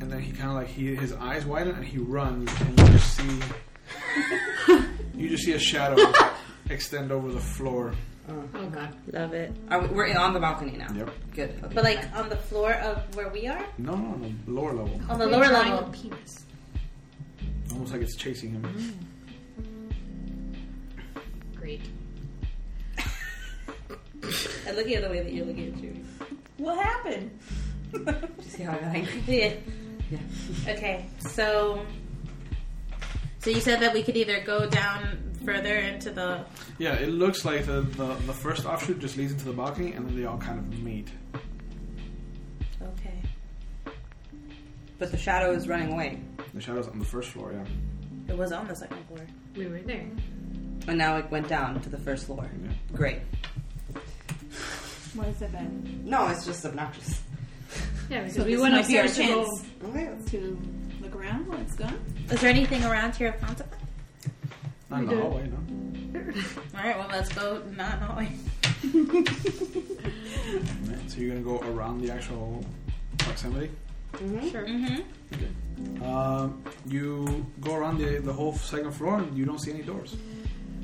and then he kind of like he his eyes widen and he runs, and you just see you just see a shadow extend over the floor.
Oh god, love it.
Are we, we're on the balcony now.
Yep.
Good. Okay.
But like on the floor of where we are,
No, no, on the lower level,
on the lower level.
almost like it's chasing him.
Great. I'm looking at the way that you're looking at Judy.
What happened?
you see how I got angry?
Yeah. Okay, so so you said that we could either go down further into the
Yeah, it looks like the, the the first offshoot just leads into the balcony, and then they all kind of meet.
okay.
But the shadow is running away,
The shadows on the first floor, yeah.
It was on the second floor. We were there.
and now it went down to the first floor. Great.
What is it then?
No, it's just obnoxious.
Yeah, because
So
we
this
went
might be our
upstairs to go.
chance to look around while it's gone.
Is there anything around here of consequence?
Not in the
We do.
hallway, no.
All right, well let's go not not wait.
Alright, so you're gonna go around the actual proximity.
Sure. Mm-hmm.
Um, you go around the, the whole second floor and you don't see any doors.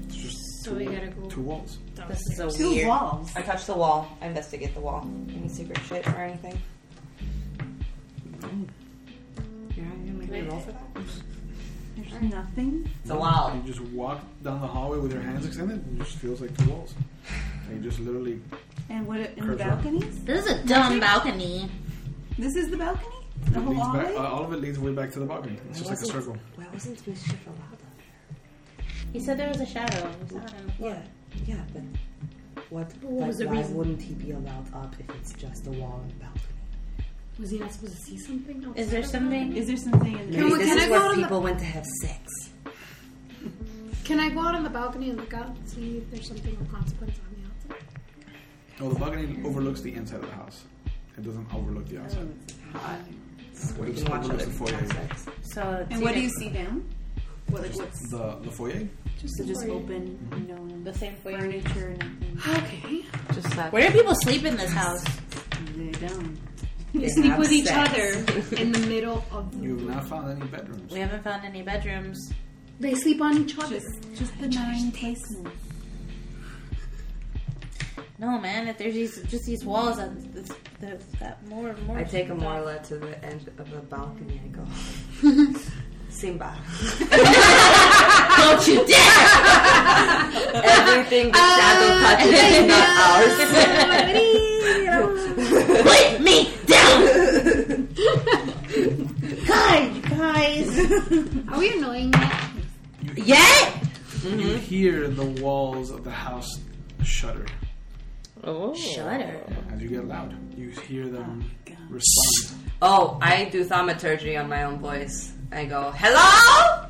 It's just
So
two,
we gotta go
two walls.
This is a
Two
weird.
walls.
I touch the wall. I investigate the wall. Any secret shit or anything? Yeah, you make me roll for that.
There's nothing.
It's a wall.
You just walk down the hallway with your hands extended and it just feels like two walls. And you just literally
And what in the
Curves around.
balconies?
This is a dumb balcony.
This is the balcony.
it
The whole
leads back,
hallway.
uh, all of it leads way back to the balcony. It's just like a circle.
Why wasn't mischief allowed?
He said there was a shadow. It was not on the floor.
Yeah, but what?
What was the reason?
wouldn't he be allowed up if it's just a wall and a balcony?
Was he not supposed to see something?
Is there something?
Is there something in
Maybe
Can we-
this
can
is
I go
where
on the-
people went to have sex.
Can I go out on the balcony and look out and see if there's something of consequence on the outside?
No, the balcony overlooks the inside of the house. It doesn't overlook the outside.
Oh,
Where you
It
can watch
overlooks
other
the foyer.
have sex.
So
And what do you see down? What, like, what's
The, the foyer?
just, so just open? No
the same foyer.
furniture. Nothing.
Okay.
Just that.
Where do people sleep in this house?
They don't.
We
They
sleep
have
with each
sex.
other in the middle of the.
You have not found any bedrooms.
We haven't found any bedrooms.
They sleep on each other.
Just, just the nine placements.
No, man. If there's these, just these walls, uh, this- there's got more and more.
I take a Marla to the end of the balcony. I go, Simba.
Don't you dare!
Everything the shadow touches is
uh,
not ours.
Put me down! God, you guys.
Are we annoying yet?
Yet?
You hear the walls of the house shudder.
Oh.
Shudder.
As you get loud, you hear them respond.
Oh, I do thaumaturgy on my own voice. I go, hello?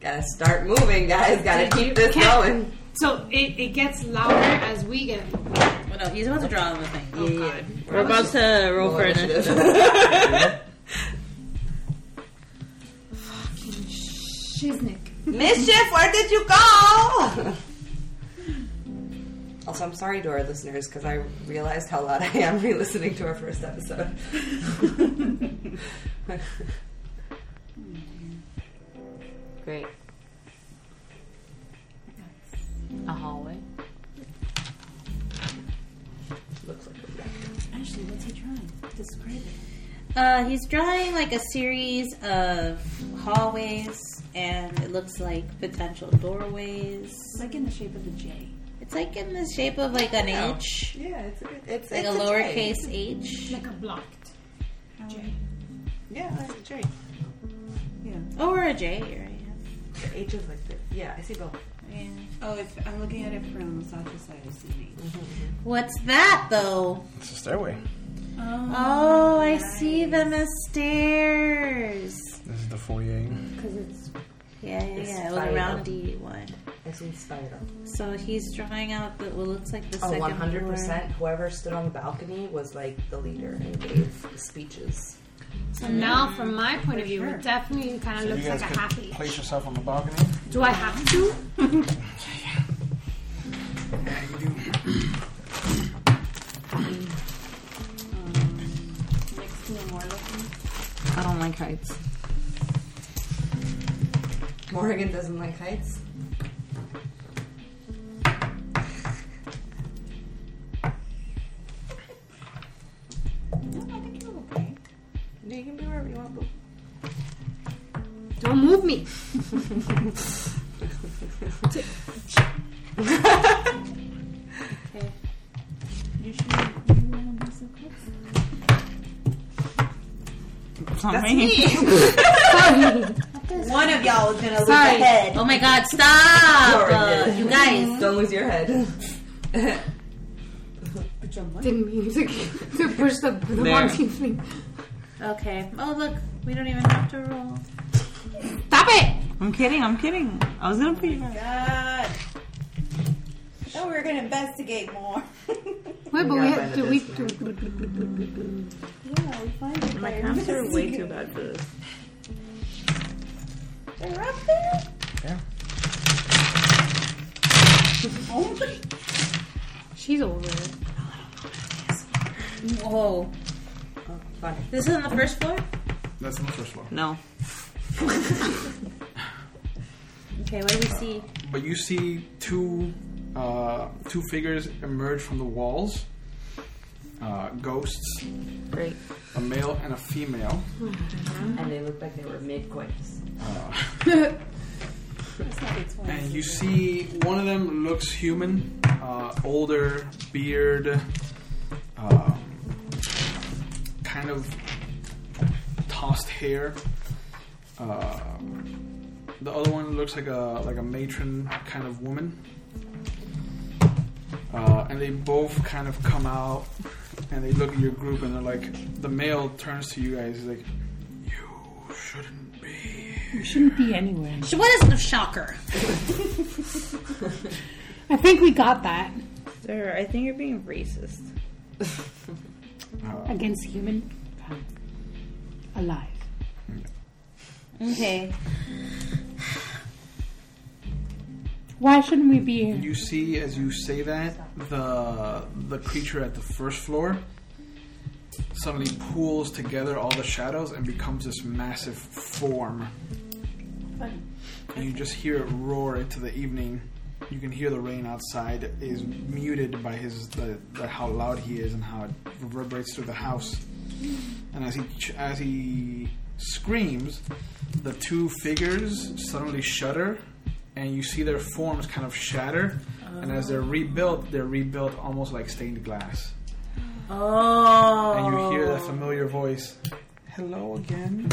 Gotta start moving, guys. Gotta keep this going.
So it, it gets louder as we get.
Well, no, he's about to draw on the thing.
Yeah, yeah.
We're about to roll for initiative.
Shiznik.
Mischief, where did you go? also, I'm sorry to our listeners because I realized how loud I am re listening to our first episode.
Great. A hallway.
Looks like
Ashley, what's he trying? Describe it.
Uh, he's drawing like a series of hallways, and it looks like potential doorways.
It's like in the shape of a J.
It's like in the shape of like an
Yeah.
H,
yeah, it's, it's
like a
it's
lowercase H.
Like a blocked.
Yeah, it's a J.
Yeah.
Oh, or a J, right?
The H is like the yeah. I see both. Yeah. Oh, if I'm looking at it from the south side, I see an H.
What's that though?
It's a stairway.
Oh, I see them as stairs.
This is the foyer.
Because it's yeah, yeah,
it's
yeah. It was a
spiral.
roundy one.
It's in spiral.
So he's drawing out the what looks like the
Oh,
second
100%.
floor.
Whoever stood on the balcony was like the leader and gave speeches.
So now, from my point of view, it definitely kind of
So you
looks
guys
like a
could-
half H.
Place yourself on the balcony.
Do I have to?
Next to the more looking.
I don't like heights.
Morgan doesn't like heights. No, you can be wherever you want, boo.
Don't move me.
Okay. You should. You want to be so close.
It's not
That's
me.
One of y'all is gonna lose
Sorry.
a head.
Oh my God! Stop,
Sorry,
Uh,
Ned.
you guys.
Don't lose your head.
Didn't mean to, to push the, the
There.
wrong thing.
Okay. Oh look, we don't even have to roll.
Stop it!
I'm kidding. I'm kidding. I was gonna put you guys.
God. I thought we were gonna investigate more.
Wait, but we have to. We,
Yeah, we find it.
My
by
cramps are way
investigating.
too bad for this.
They're up there.
Yeah.
Oh my
she's over it.
Whoa. This is on the first floor.
That's on the first floor.
No.
Okay. What do we see?
But you see two uh, two figures emerge from the walls. Uh, ghosts.
Great.
A male and a female.
And they looked like they were mid coitus.
Uh, and you see one of them looks human, uh, older, beard, um, kind of tossed hair. Uh, the other one looks like a like a matron kind of woman, uh, and they both kind of come out and they look at your group and they're like, the male turns to you guys, he's like, "You shouldn't be."
You shouldn't be anywhere.
Sh- What is the shocker?
I think we got that
Sir, I think you're being racist.
against human alive.
Okay.
Why shouldn't we be here?
You see, as you say that, the the creature at the first floor suddenly pulls together all the shadows and becomes this massive form. And you just hear it roar into the evening. You can hear the rain outside is muted by his the, the how loud he is and how it reverberates through the house. And as he ch- as he screams, the two figures suddenly shudder, and you see their forms kind of shatter. And as they're rebuilt, they're rebuilt almost like stained glass.
Oh.
And you hear that familiar voice. Hello again.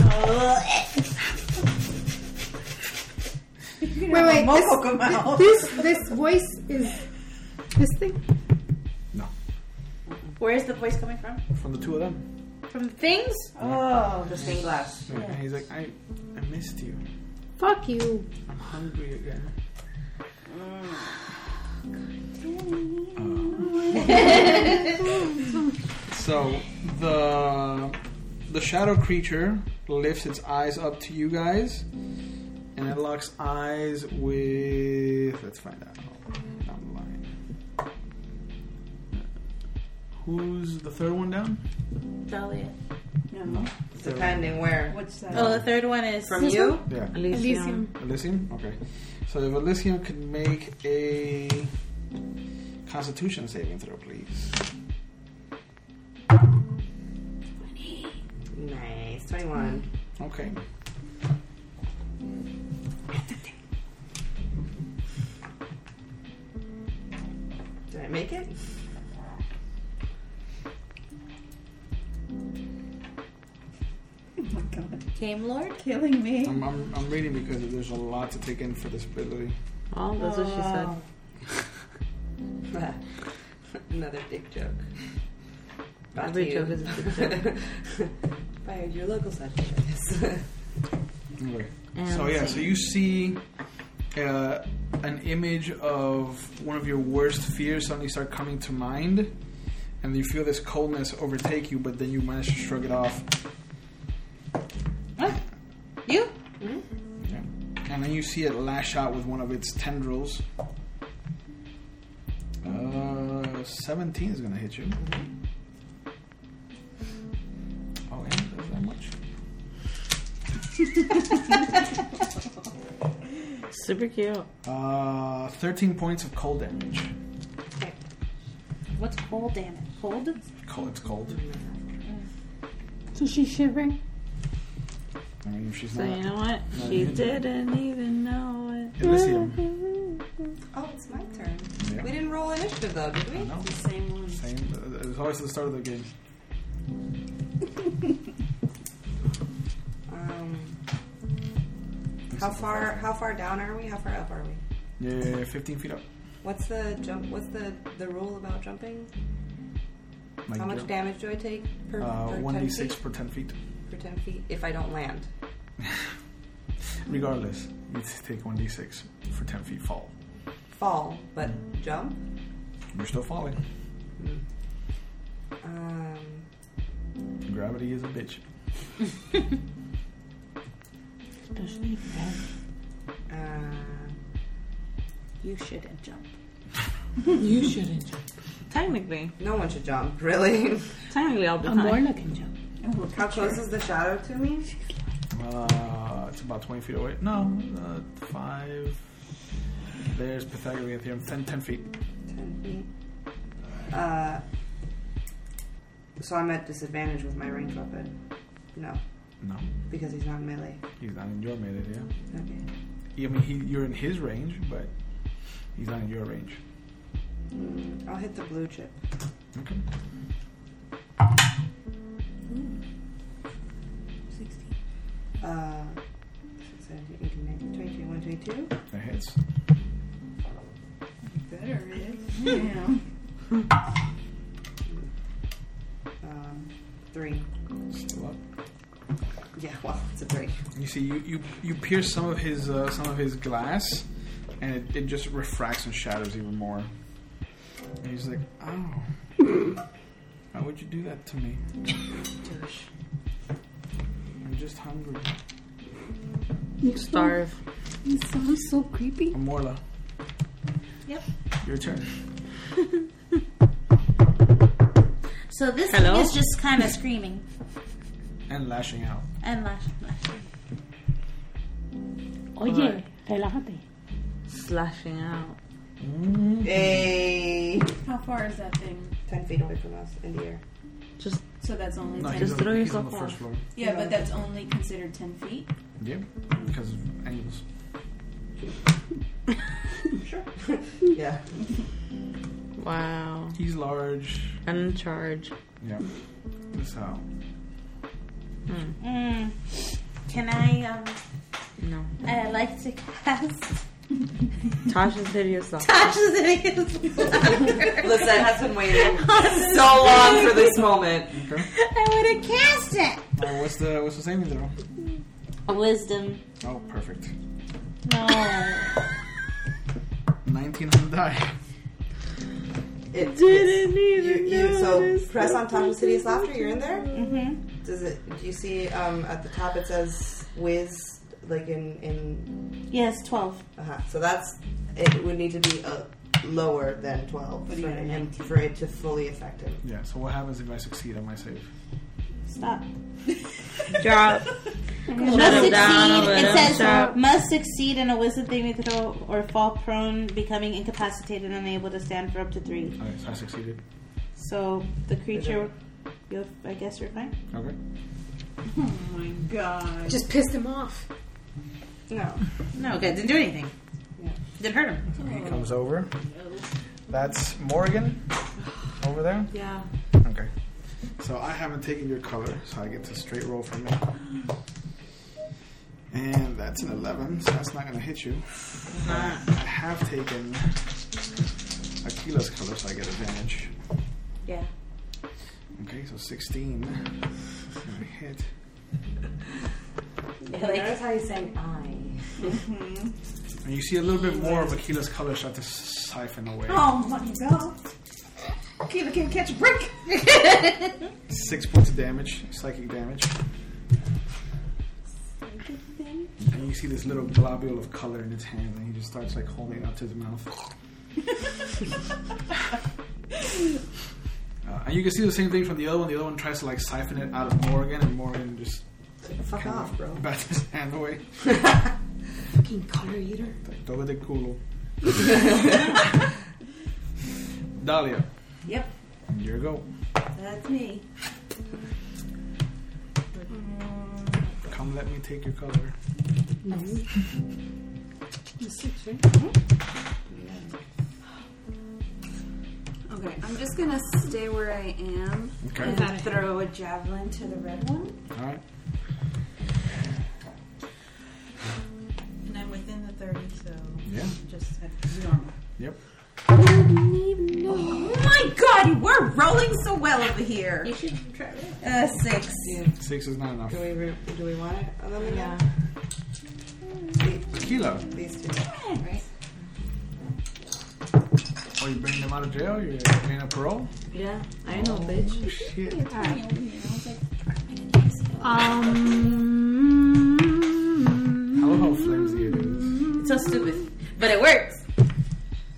Wait,
have a
wait.
moco
This,
come out.
this this voice is this thing.
Where is the voice coming from?
From the two of them.
From things?
Oh,
the stained glass.
And he's like, I, I missed you.
Fuck you.
I'm hungry again. So the the shadow creature lifts its eyes up to you guys, and it locks eyes with. Let's find out. Hold on, I'm lying. Who's the third one down?
Dahlia.
No.
Depending where.
What's that?
Oh, the third one is
From you?
Yeah.
Elysium.
Elysium. Okay. So if Elysium could make a Constitution saving throw, please.
Nice. 21.
Okay.
Did I make it?
Oh my god. Came Lord killing me.
I'm, I'm, I'm reading because there's a lot to take in for this ability.
Oh, that's what she said. Oh.
Another dick joke. Brought
Every
to
joke
you.
is a dick joke.
By your local side service.
Okay.
And
So yeah, so you see uh, an image of one of your worst fears suddenly start coming to mind, and you feel this coldness overtake you, but then you manage to shrug it off,
You?
Mm-hmm. and then you see it lash out with one of its tendrils. Uh, seventeen is gonna hit you. Oh, yeah, does that much?
Super cute.
Uh, thirteen points of cold damage.
What's
Oh,
cold damage? Cold?
Cold, it's cold.
So she's shivering.
I mean, if she's
So
not.
you know what?
not
She
immune to it.
didn't even know it.
Elysium.
Oh, it's my turn.
Yeah.
We didn't roll initiative though, did we?
No.
Same one.
Same. uh, It's always at the start of the game.
Um, how far? How far down are we? How far up are we?
Yeah, yeah, yeah, 15 feet up.
What's the jump? What's the the rule about jumping?
Like
how much
jump.
damage do I take per,
Uh,
per 10
1d6
feet?
per 10 feet.
Per ten feet, if I don't land.
Regardless, you take 1d6 for 10 feet fall.
Fall, but
Mm.
jump.
You're still falling.
Um,
Gravity is a bitch.
Especially
uh,
You shouldn't jump.
you shouldn't jump.
Technically.
No one should jump, really.
Technically, I'll be
I'm
fine.
born looking jump.
how close is the shadow to me?
Uh, it's about 20 feet away. No, uh, 5. There's Pythagorean theorem. 10, 10 feet.
Ten feet. Uh, so I'm at disadvantage with my ranged weapon. No,
No,
because he's not melee.
he's not in your melee, yeah.
Okay.
I mean, he, you're in his range, but he's not in your range.
Mm, I'll hit the blue chip.
Okay.
16. Uh, 17, 18, 19, 20, 21, 22.
That hits.
Better, man.
Um, 3.
Still up.
Yeah, well, it's a 3.
You see, you, you, you pierce some of his uh, some of his glass, and it, it just refracts and shatters even more. And he's like, "Ow! Why would you do that to me? I'm just hungry."
Starve.
You sound so creepy.
Amorla,
Yep.
your turn.
So this
Hello?
thing is just kind of screaming
And lashing out.
and lashing, lashing.
Oye, relájate.
Slashing out.
Hey!
How far is that thing?
10 feet away from us in the air.
Just
So that's only
No,
10
he's
feet.
on, the- he's on the first floor.
Yeah, but that's only considered 10 feet.
Yeah, because of angles.
yeah.
Wow.
He's large.
And in charge.
Yeah. That's how.
Mm. Can I? Um,
No.
I like to cast.
Tasha's video song.
Tasha's idiot.
Listen, I have been waiting
Honestly.
so long for this moment.
Okay.
I would have cast it.
Uh, what's the what's the saving throw?
A wisdom.
Oh, perfect.
No.
19 on the die.
It
didn't
You, you, so press on top of City's Laughter, you're in there? Mm-hmm. Does it, do you see um, at the top it says whiz, like in, in
Yes, twelve.
uh so that's, it would need to be uh lower than 12
What
for,
do you mean,
him, for it to fully affect him.
Yeah. So what happens if I succeed on my save?
Stop.
Drop.
Must
him down,
succeed.
let him
It says
drop.
must succeed in a wisdom saving throw or fall prone, becoming incapacitated and unable to stand for up to three.
All right, so I succeeded.
So the creature, you'll, I guess you're fine.
Okay.
Oh my god.
Just pissed him off.
No.
No, okay, didn't do anything. Didn't hurt him.
He comes over. That's Morgan over there.
Yeah.
Okay.
So I haven't taken your color, so I get to straight roll from it. And that's an 11, so that's not going to hit you. I have taken Aquila's color, so I get advantage.
Yeah.
Okay, so 16. That's gonna hit.
Yeah, like, Notice how he's saying I.
Mm-hmm. And you see a little bit more of Aquila's color start to siphon away.
Oh my god. Keela can't catch a break.
Six points of damage, psychic damage. And you see this little globule of color in his hand, and he just starts like holding it up to his mouth. Uh, and you can see the same thing from the other one. The other one tries to like siphon it out of Morgan, and Morgan just
Fuck
kind
off,
of
bro.
bats his hand away.
Fucking color eater.
Like, Todo de culo. Dahlia,
Yep,
here you go.
that's me.
Come, let me take your color.
No. The six, right?
Okay, I'm just gonna stay where I am
Okay. Got
and
it.
throw a javelin to the red one,
All right.
and I'm within the thirty, so
Yeah.
just at normal.
Yep.
Oh my god, we're rolling so well over here. You should try. Uh, six.
Six is not enough.
Do we re- do we want it? Oh, let me know.
Tequila.
These two, right?
Oh, you bringing them out of jail? You're getting a parole?
Yeah,
I know, bitch. Shit.
Um.
Hello, how flimsy it is.
It's so stupid, but it works.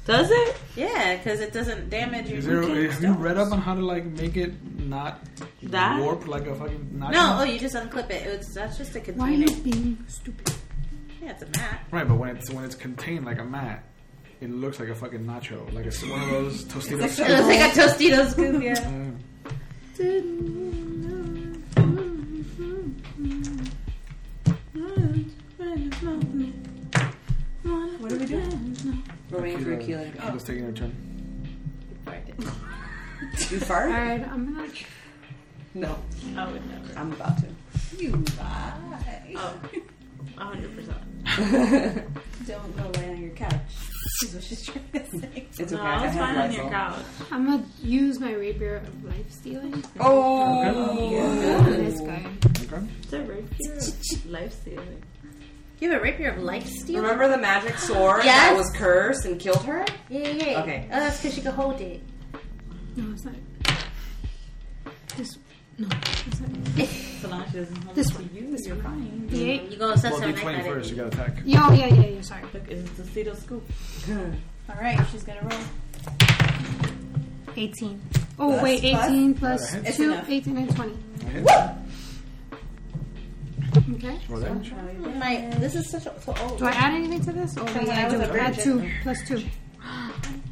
Does it?
Yeah, because it doesn't damage your.
Is there,
Okay.
have you read up on how to like make it not
That?
warp like a fucking knife?
No, oh, you just unclip it. It's that's just a container.
Why are you being stupid?
Yeah, it's a mat.
Right, but when it's when it's contained like a mat, it looks like a fucking nacho, like it's one of those Tostitos.
It looks like a Tostitos scoop. Yeah.
Mm.
What are we doing?
We're waiting for
Tequila-
Aquila to
Tequila's taking her turn.
You fart?
Alright, I'm gonna.
No.
I would never.
I'm about to.
You lie.
Oh, 100%.
Don't go lay on your couch. Is what she's trying to say.
It's
No, I was fine on your couch.
I'm gonna use my rapier of life stealing.
Oh.
This guy.
Okay.
It's a rapier of life stealing.
You have a rapier of life steel.
Remember the magic sword that
Yes.
was cursed and killed her?
Yeah, yeah, yeah.
Okay.
Oh, that's because she could hold it.
No, it's not. This. No, it's not.
So long as she doesn't hold
This
it
one.
to you, you're fine.
The eight.
You go assess
Well,
her
do
neck
twenty
at
first.
it.
You got attack.
Yeah, oh, yeah, yeah, yeah, sorry.
Look, it's a Tostito scoop.
All right, she's gonna roll.
18. Oh,
Plus,
wait,
plus?
18 plus,
Alright.
It's
2,
enough.
18 and 20.
Hit.
Okay.
Roll damage.
My, this is such a, so old.
Do I add anything to this? Oh,
From
wait,
when I
I
was
do.
a
Add
virgin.
2, plus 2. Let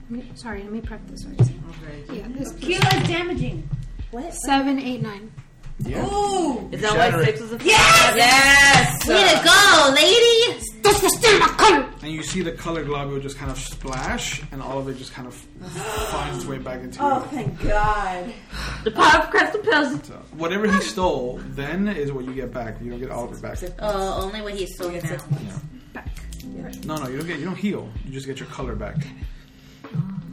me- sorry, let me prep this first. Yeah, this plus
Keela's damaging.
What?
7, 8, 9.
Yeah.
Ooh.
Is that
Shatter
why
it.
six is a
Yes. Yes.
Way to go, lady!
That's the steal my color!
And you see the color globule just kind of splash, and all of it just kind of finds its way back into
Oh,
you.
thank God.
The power of crest pills.
So whatever he stole then is what you get back. You don't get all of it back.
Oh, only what he's still now.
No, no, you don't get. You don't heal. You just get your color back.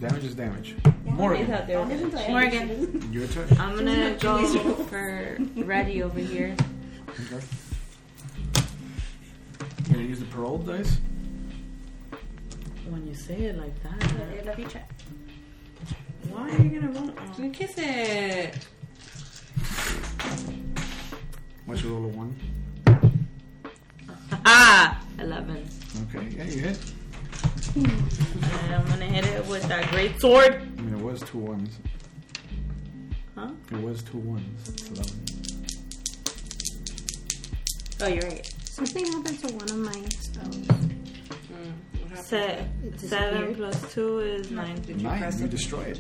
Damage is damage.
He's
Morgan,
out there. with it.
Morgan.
your turn.
I'm gonna go for ready over here.
Okay. You gonna use the parole dice?
When you say it like that,
Love you, check.
why are you gonna run? Oh.
You kiss it.
What's your roll of one?
Ah, eleven.
Okay, yeah, you hit.
And I'm gonna hit it with that great sword.
I mean, it was two ones.
Huh?
It was two ones. It's eleven.
Oh, you're right.
Something happened to one of my spells.
Se-
It
seven
disappeared.
plus two is nine.
Nine. You destroy it.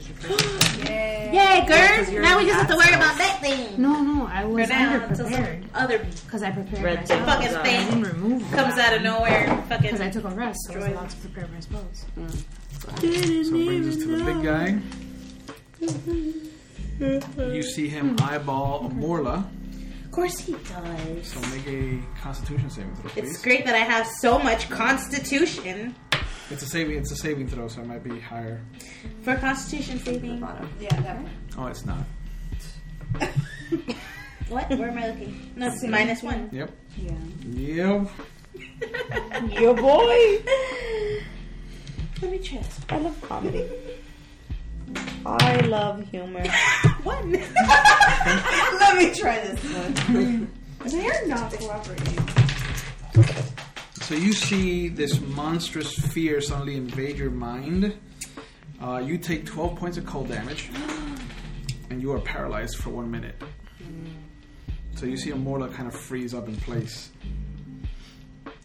Yay, girls! now we just have to worry about that thing.
No, no, I was
down until some
underprepared.
Other
Because I prepared
Red
myself.
tape.
fucking thing
And remove
comes out of nowhere. Fucking.
Because I took a rest, so I was allowed to prepare my spells.
So it brings us to the big guy. You see him eyeball Morla.
course he does.
So make a Constitution saving throw, please.
It's great that I have so much constitution
It's a saving. It's a saving throw, so it might be higher.
for constitution saving. Yeah, that one.
Oh, it's not.
What? Where am I looking? No, it's minus one.
Yep.
Yeah.
Yep.
Your boy. Let me try this. I love comedy. I love humor. what?
Let me try this one. They're not cooperating.
So you see this monstrous fear suddenly invade your mind. Uh, you take 12 points of cold damage, and you are paralyzed for one minute. So you see a mortar kind of freeze up in place.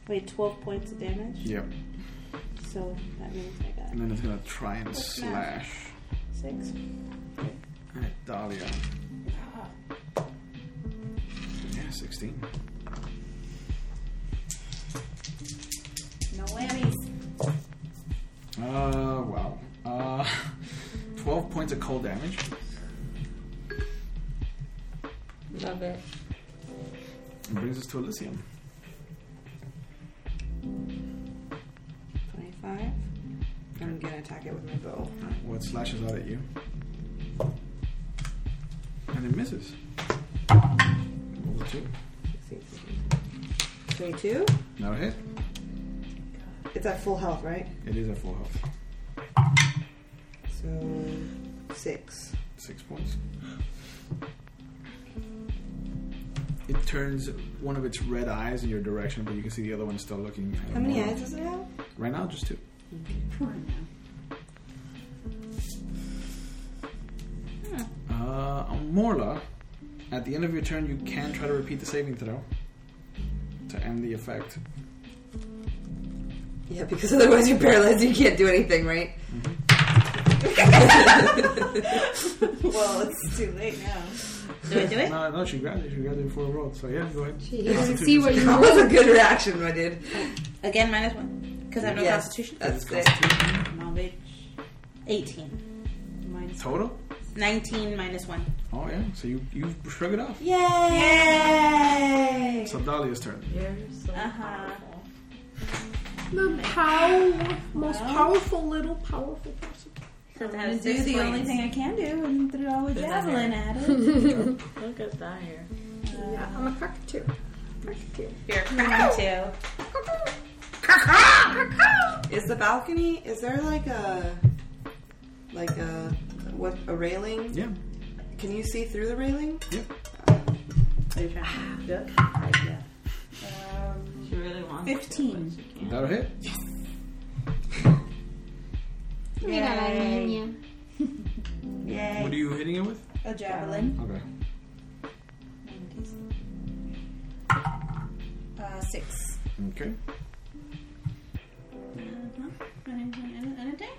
Wait, 12 points of damage?
Yep.
So that means I got
And then it's gonna try and slash
six.
at Dahlia. Yeah, 16.
No whammies.
Uh, wow. Uh, 12 points of cold damage.
Love it.
It brings us to Elysium.
25. I'm gonna attack it with my bow.
Well, it slashes out at you. And it misses. Roll a two.
22.
Not a hit.
It's at full health, right?
It is at full health.
So six.
Six points. It turns one of its red eyes in your direction, but you can see the other one still looking. At
How many
Amora.
eyes does it have?
Right now, just two. Uh, Morla, at the end of your turn, you can try to repeat the saving throw to end the effect.
Yeah, because otherwise you're paralyzed. You can't do anything, right?
well, it's too late now.
No, no, she grabbed it. She grabbed it before it rolled. So yeah, go ahead.
She
doesn't
see what you-
That was a good reaction, my dude.
Again, minus one. Because I have no
Yes,
constitution.
that's it.
Knowledge. 18. Minus
Total?
19 minus one.
Oh yeah. So you you shrug it off.
Yay!
So Dahlia's turn.
uh-huh.
The power, most powerful little powerful person.
I'm
have
gonna do
six
the
points.
only thing I can do and throw a
Put that
javelin
hair.
at it. Uh,
Look at that hair.
Yeah, I'm a cockatoo. Cockatoo.
You're a
cockatoo. Is the balcony? Is there like a like a what a railing?
Yeah.
Can you see through the railing?
Yeah.
Are you trying to duck?
She really wants.
Fifteen.
That'll hit.
Mira la
niña.
Yay.
What are you hitting it with?
A javelin.
Okay.
Uh, six.
Okay.
Uh-huh. And a- and a day.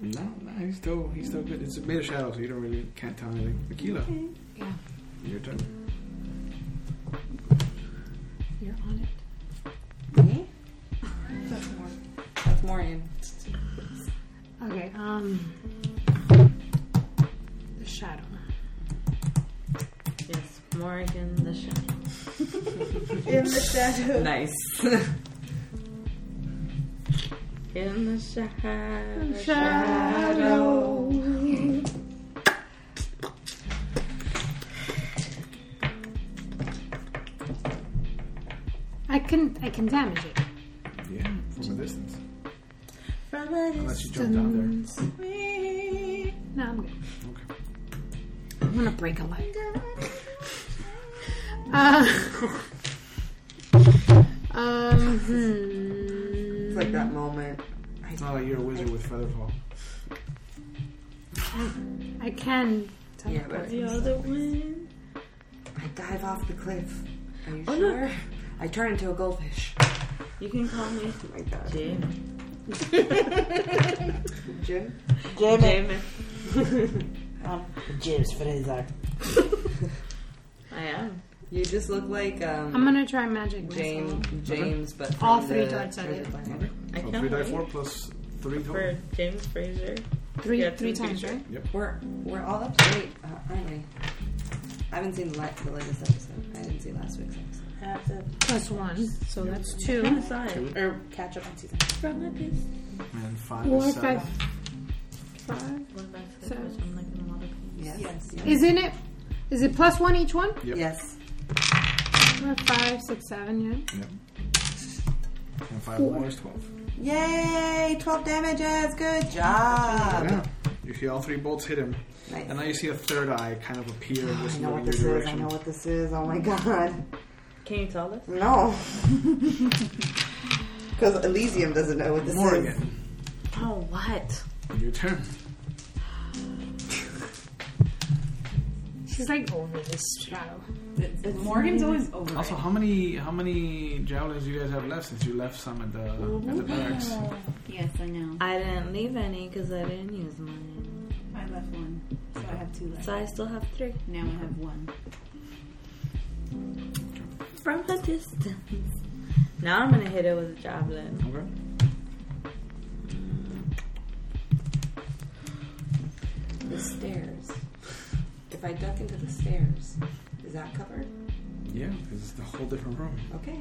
No, no, he's still he's still good. It's made of shadow, so you don't really can't tell anything. Akila,
Yeah,
your turn.
you're on it.
Me? That's more. That's more in.
Okay, um. The shadow.
Yes, Morgan the shadow.
In the shadow.
Nice. In the shadow.
I can I can damage it.
Yeah, from a distance.
From a
Unless you jump down there.
No, I'm good. I'm gonna break a leg. Uh, um, hmm.
It's like that moment.
It's not like you're a wizard with feather fall.
I can
Yeah, but
teleport the other way.
I dive off the cliff. Are you
Oh, no.
sure? I turn into a goldfish. Oh
You can call me
my God.
Jim.
Jim?
Jim.
Um, Jim's Fraser.
I am.
You just look like um,
I'm gonna try magic missile.
James, James, but
All
from
three
the
darts at
Treasure
it.
Planet.
I
So
can't
three die
wait.
four plus three total.
For James Fraser.
Three,
Yeah,
three times, right?
Yep.
We're we're all up to date, uh, aren't we? I haven't seen the, li- the latest episode. I didn't
see last week's episode.
I have to
Plus one, so that's two.
I saw it. Or catch up on season.
And five
Four,
is seven.
five, five. Seven.
Yes.
Isn't it? Is it plus one each one?
Yep.
Yes.
Four, five, six, seven. Yeah.
And five
Four.
more is twelve.
Yay! 12 damages. Good job.
Yeah. You see all three bolts hit him. And now you see a third eye kind of appear and
I
just
know
look
what this
in your
is. I
direction.
know what this is. Oh my god.
Can you tell us?
No. Because Elysium doesn't know what this is.
Morgan,
Oh, what?
your turn.
She's like over this shadow.
Morgan's always over.
Also, how many how many javelins do you guys have left since you left some at the at the barracks?
Yes, I know.
I didn't leave any because I didn't use mine.
I left one, so I have two left.
So I still have three.
Now I have one.
From a distance. Now I'm gonna hit it with a javelin.
Okay.
The stairs. If I duck into the stairs, is that covered?
Yeah, because it's a whole different room.
Okay.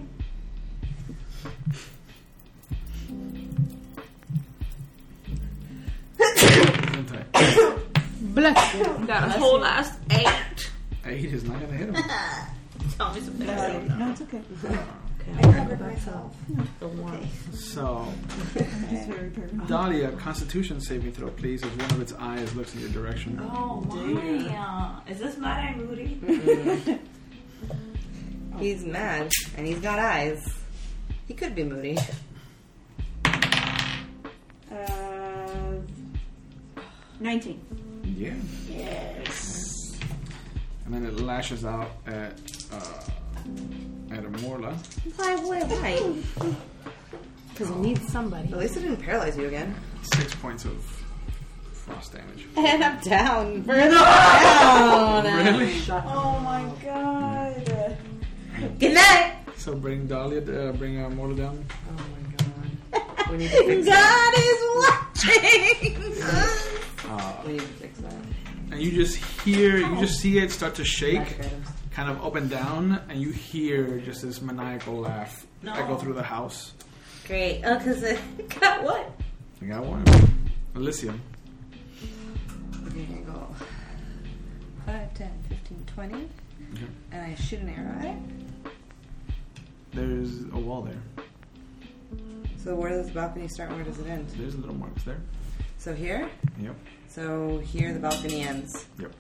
Isn't it?
Bless you.
Got a whole last eight.
Eight is not gonna hit him.
Tell me something. I don't know.
No, it's okay.
I covered myself.
The one.
So,
I'm just very paranoid.
Dahlia, Constitution saving throw, please, as one of its eyes looks in your direction.
Oh, why? Uh, Is this Mad Eye Moody?
Oh.
He's mad and he's got eyes. He could be moody.
Uh, 19.
Yeah.
Yes.
And then it lashes out at uh, at Amorla.
Why would I?
Because it needs somebody.
At least it didn't paralyze you again.
Six points of frost damage.
And I'm down. Further down.
Really?
Oh my god.
Good night.
So bring Dahlia, uh, bring uh, Morla down.
We need to fix that.
God is watching.
Uh,
We need to fix that.
and you just hear, you just
Oh.
see it start to shake, kind of up and down, and you hear just this maniacal laugh echo through the house.
Great. Oh, cause it got what?
I got one. Elysium.
Okay, here you go. 5, 10, 15, 20.
Okay.
And I shoot an arrow at it.
There's a wall there.
So where does the balcony start and where does it end?
There's little marks there.
So here?
Yep.
So here the balcony ends.
Yep.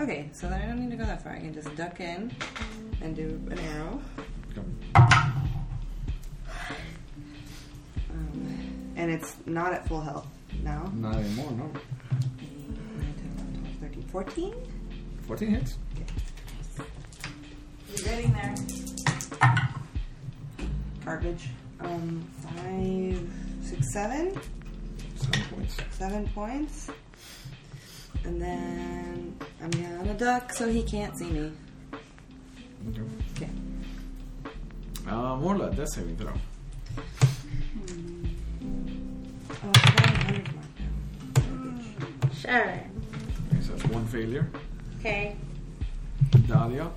Okay, so then I don't need to go that far. I can just duck in and do an arrow.
Go.
Um, and it's not at full health now.
Not anymore. No.
9, 10, 11, 12, 13, 14?
Fourteen hits.
You're getting there.
Garbage. Um, five, six, seven.
Seven points.
Seven points. And then I'm gonna duck so he can't see me.
Okay.
Okay.
Uh, Morla, death saving throw.
Oh, I got a hundred mark
Sure.
Okay, so that's one failure.
Okay.
Dahlia.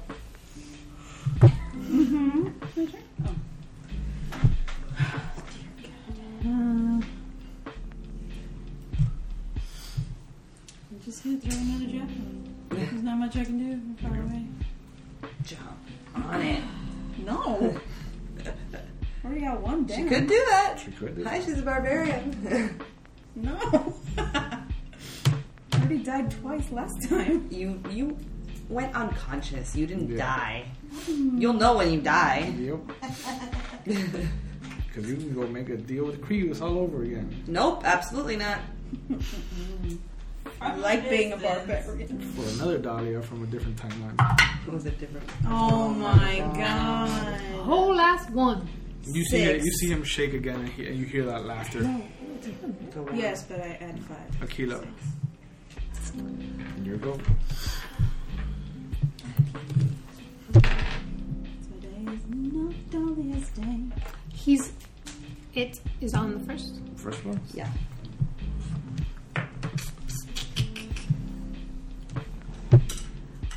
I'm just gonna throw another javelin. There's not much I can do. I'm far away.
Jump.
On it. No. Already got one down.
She could do that.
She could do
Hi, she's a barbarian.
No. Already died twice last time.
you you went unconscious. You didn't
Yeah.
die. You'll know when you die.
Yep. Because you can go make a deal with Creus all over again.
Nope, absolutely not.
I like being a barbarian.
For another Dahlia from a different timeline.
It was a different.
Oh my god.
Whole last one.
You see,
Six.
you see him shake again, and, he, and you hear that laughter.
Go on.
Yes, but I add five.
Akila. And you go.
Today is not Dahlia's day.
He's. It is on the first.
First one.
Yeah.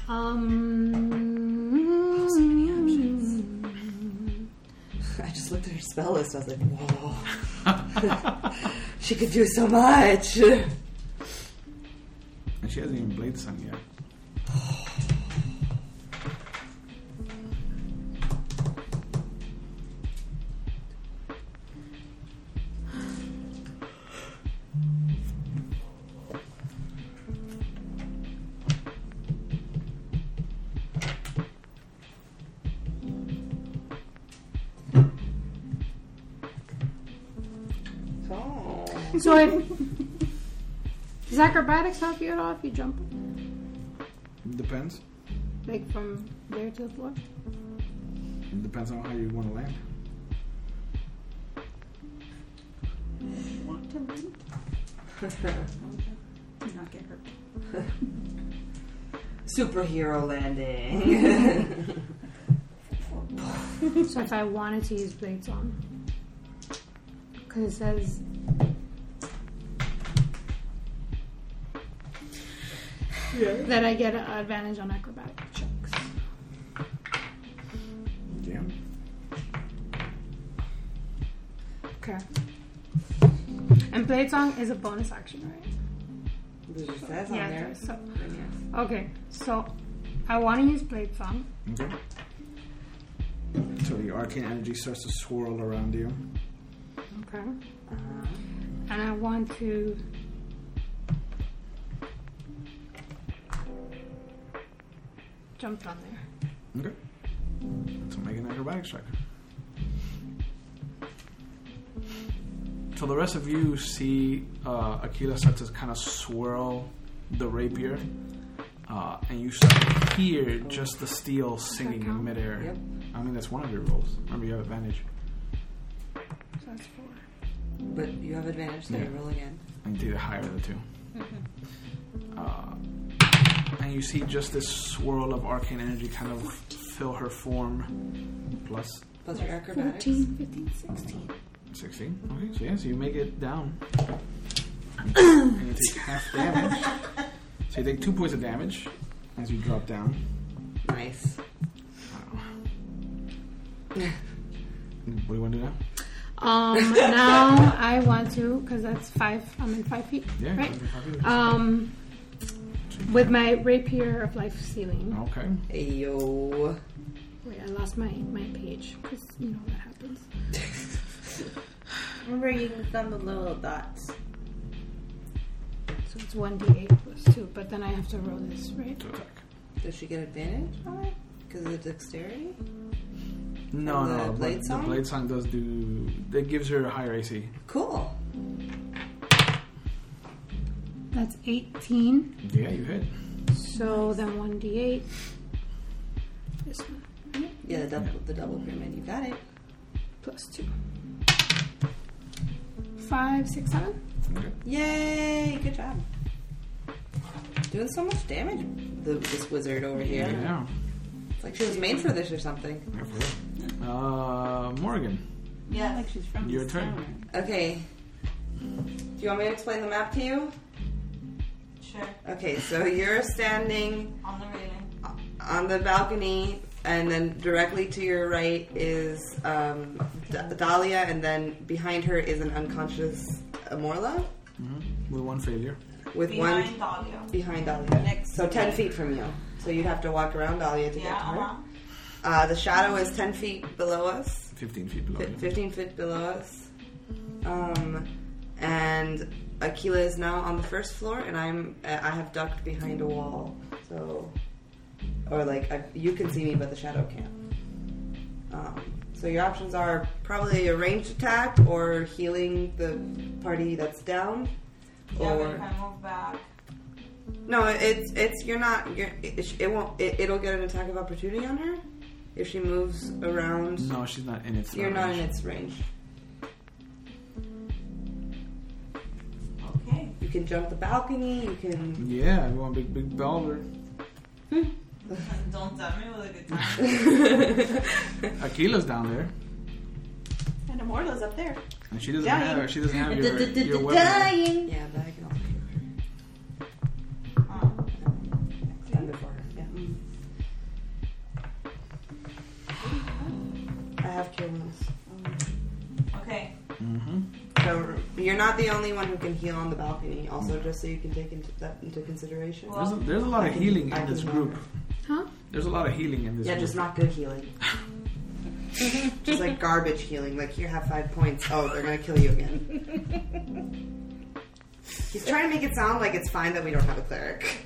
Um.
spell list. I was like, whoa. she could do so much.
And she hasn't even blade sung yet.
So if does acrobatics help you at all if you jump
Depends.
like from there to the floor?
It depends on how you want to land.
Want to leap? Do not get hurt.
Superhero landing.
so if I wanted to use blades on, because it says that I get an advantage on acrobatic checks.
Damn.
Okay. And blade song is a bonus action, right?
That's on
yeah,
there.
so- Okay, so I want to use blade song.
Okay. So your arcane energy starts to swirl around you.
Okay. Uh-huh. And I want to. Jump down there.
Okay. So make an acrobatics check. So the rest of you see uh, Akila start to kind of swirl the rapier, uh, and you start to hear just the steel singing in midair.
Yep.
I mean, that's one of your rolls. Remember, you have advantage.
So that's four.
But you have advantage, so you
Yeah.
roll again.
and do the higher of the two. Uh, and you see just this swirl of arcane energy kind of fill her form. Plus
Plus your acrobatics.
14, 15, 16.
16. Okay, so yeah, so you make it down. and you take half damage. So you take two points of damage as you drop down.
Nice.
What do you want to do now?
Um, now I want to, because that's five, I'm in five feet,
Yeah,
right?
you're in five feet.
Um, with my rapier of life sealing.
Okay.
Ayo.
Wait, I lost my, my page, because you know what happens.
Remember, you can click on the little dots.
So it's 1d8 plus 2, but then I have to roll this, right?
Does she get advantage on it? Because of the dexterity?
No,
The
no, but
blade
the
song?
blade song does do. It gives her a higher AC.
Cool.
That's 18.
Yeah, you hit.
So then 1d8. This one. right?
Yeah, the double, the double pyramid. You got it.
Plus two. Five, six, seven.
Yay! Good job. Doing so much damage, the, this wizard over here.
Yeah. Yeah.
It's like she was made for this or something.
Uh, Morgan,
Yeah, like she's from
your
this
turn.
town.
Okay. Do you want me to explain the map to you?
Sure.
Okay, so you're standing
On the railing.
on the balcony, and then directly to your right is um, D- Dahlia, and then behind her is an unconscious Amorla
Mhm. With one failure.
with
Behind
one
Dahlia.
behind Dahlia.
Next
so
to
ten
me.
feet from you. So you'd have to walk around Dahlia to
Yeah,
get to her.
uh-huh.
Uh, the shadow is ten feet below us,
15 feet below
fi-
you.
fifteen feet below us, um, and Akila is now on the first floor, and I'm uh, I have ducked behind a wall, so or like I, you can see me, but the shadow can't. Um, so your options are probably a ranged attack or healing the party that's down,
Yeah,
or
but if I move back.
no, it's it's you're not. You're, it, it won't. It, it'll get an attack of opportunity on her if she moves around.
No, she's not in its.
you're
range.
not in its range.
Okay.
You can jump the balcony. You can.
Yeah, you want big, big baller.
Don't tell me it was a good time.
Aquila's down there,
And Amorla's up there.
and she doesn't
Dying.
have. She doesn't have your,
D- d-
your
d-
weapon.
Dying.
Yeah, but I can also stand before her. Yeah. I have kills. the only one who can heal on the balcony. Also, just so you can take into that into consideration.
There's a, there's a lot of healing in this group.
Huh?
There's a lot of healing in this
Yeah,
group.
just not good healing. just like garbage healing. Like here, have five points. Oh, they're gonna kill you again. He's trying to make it sound like it's fine that we don't have a cleric.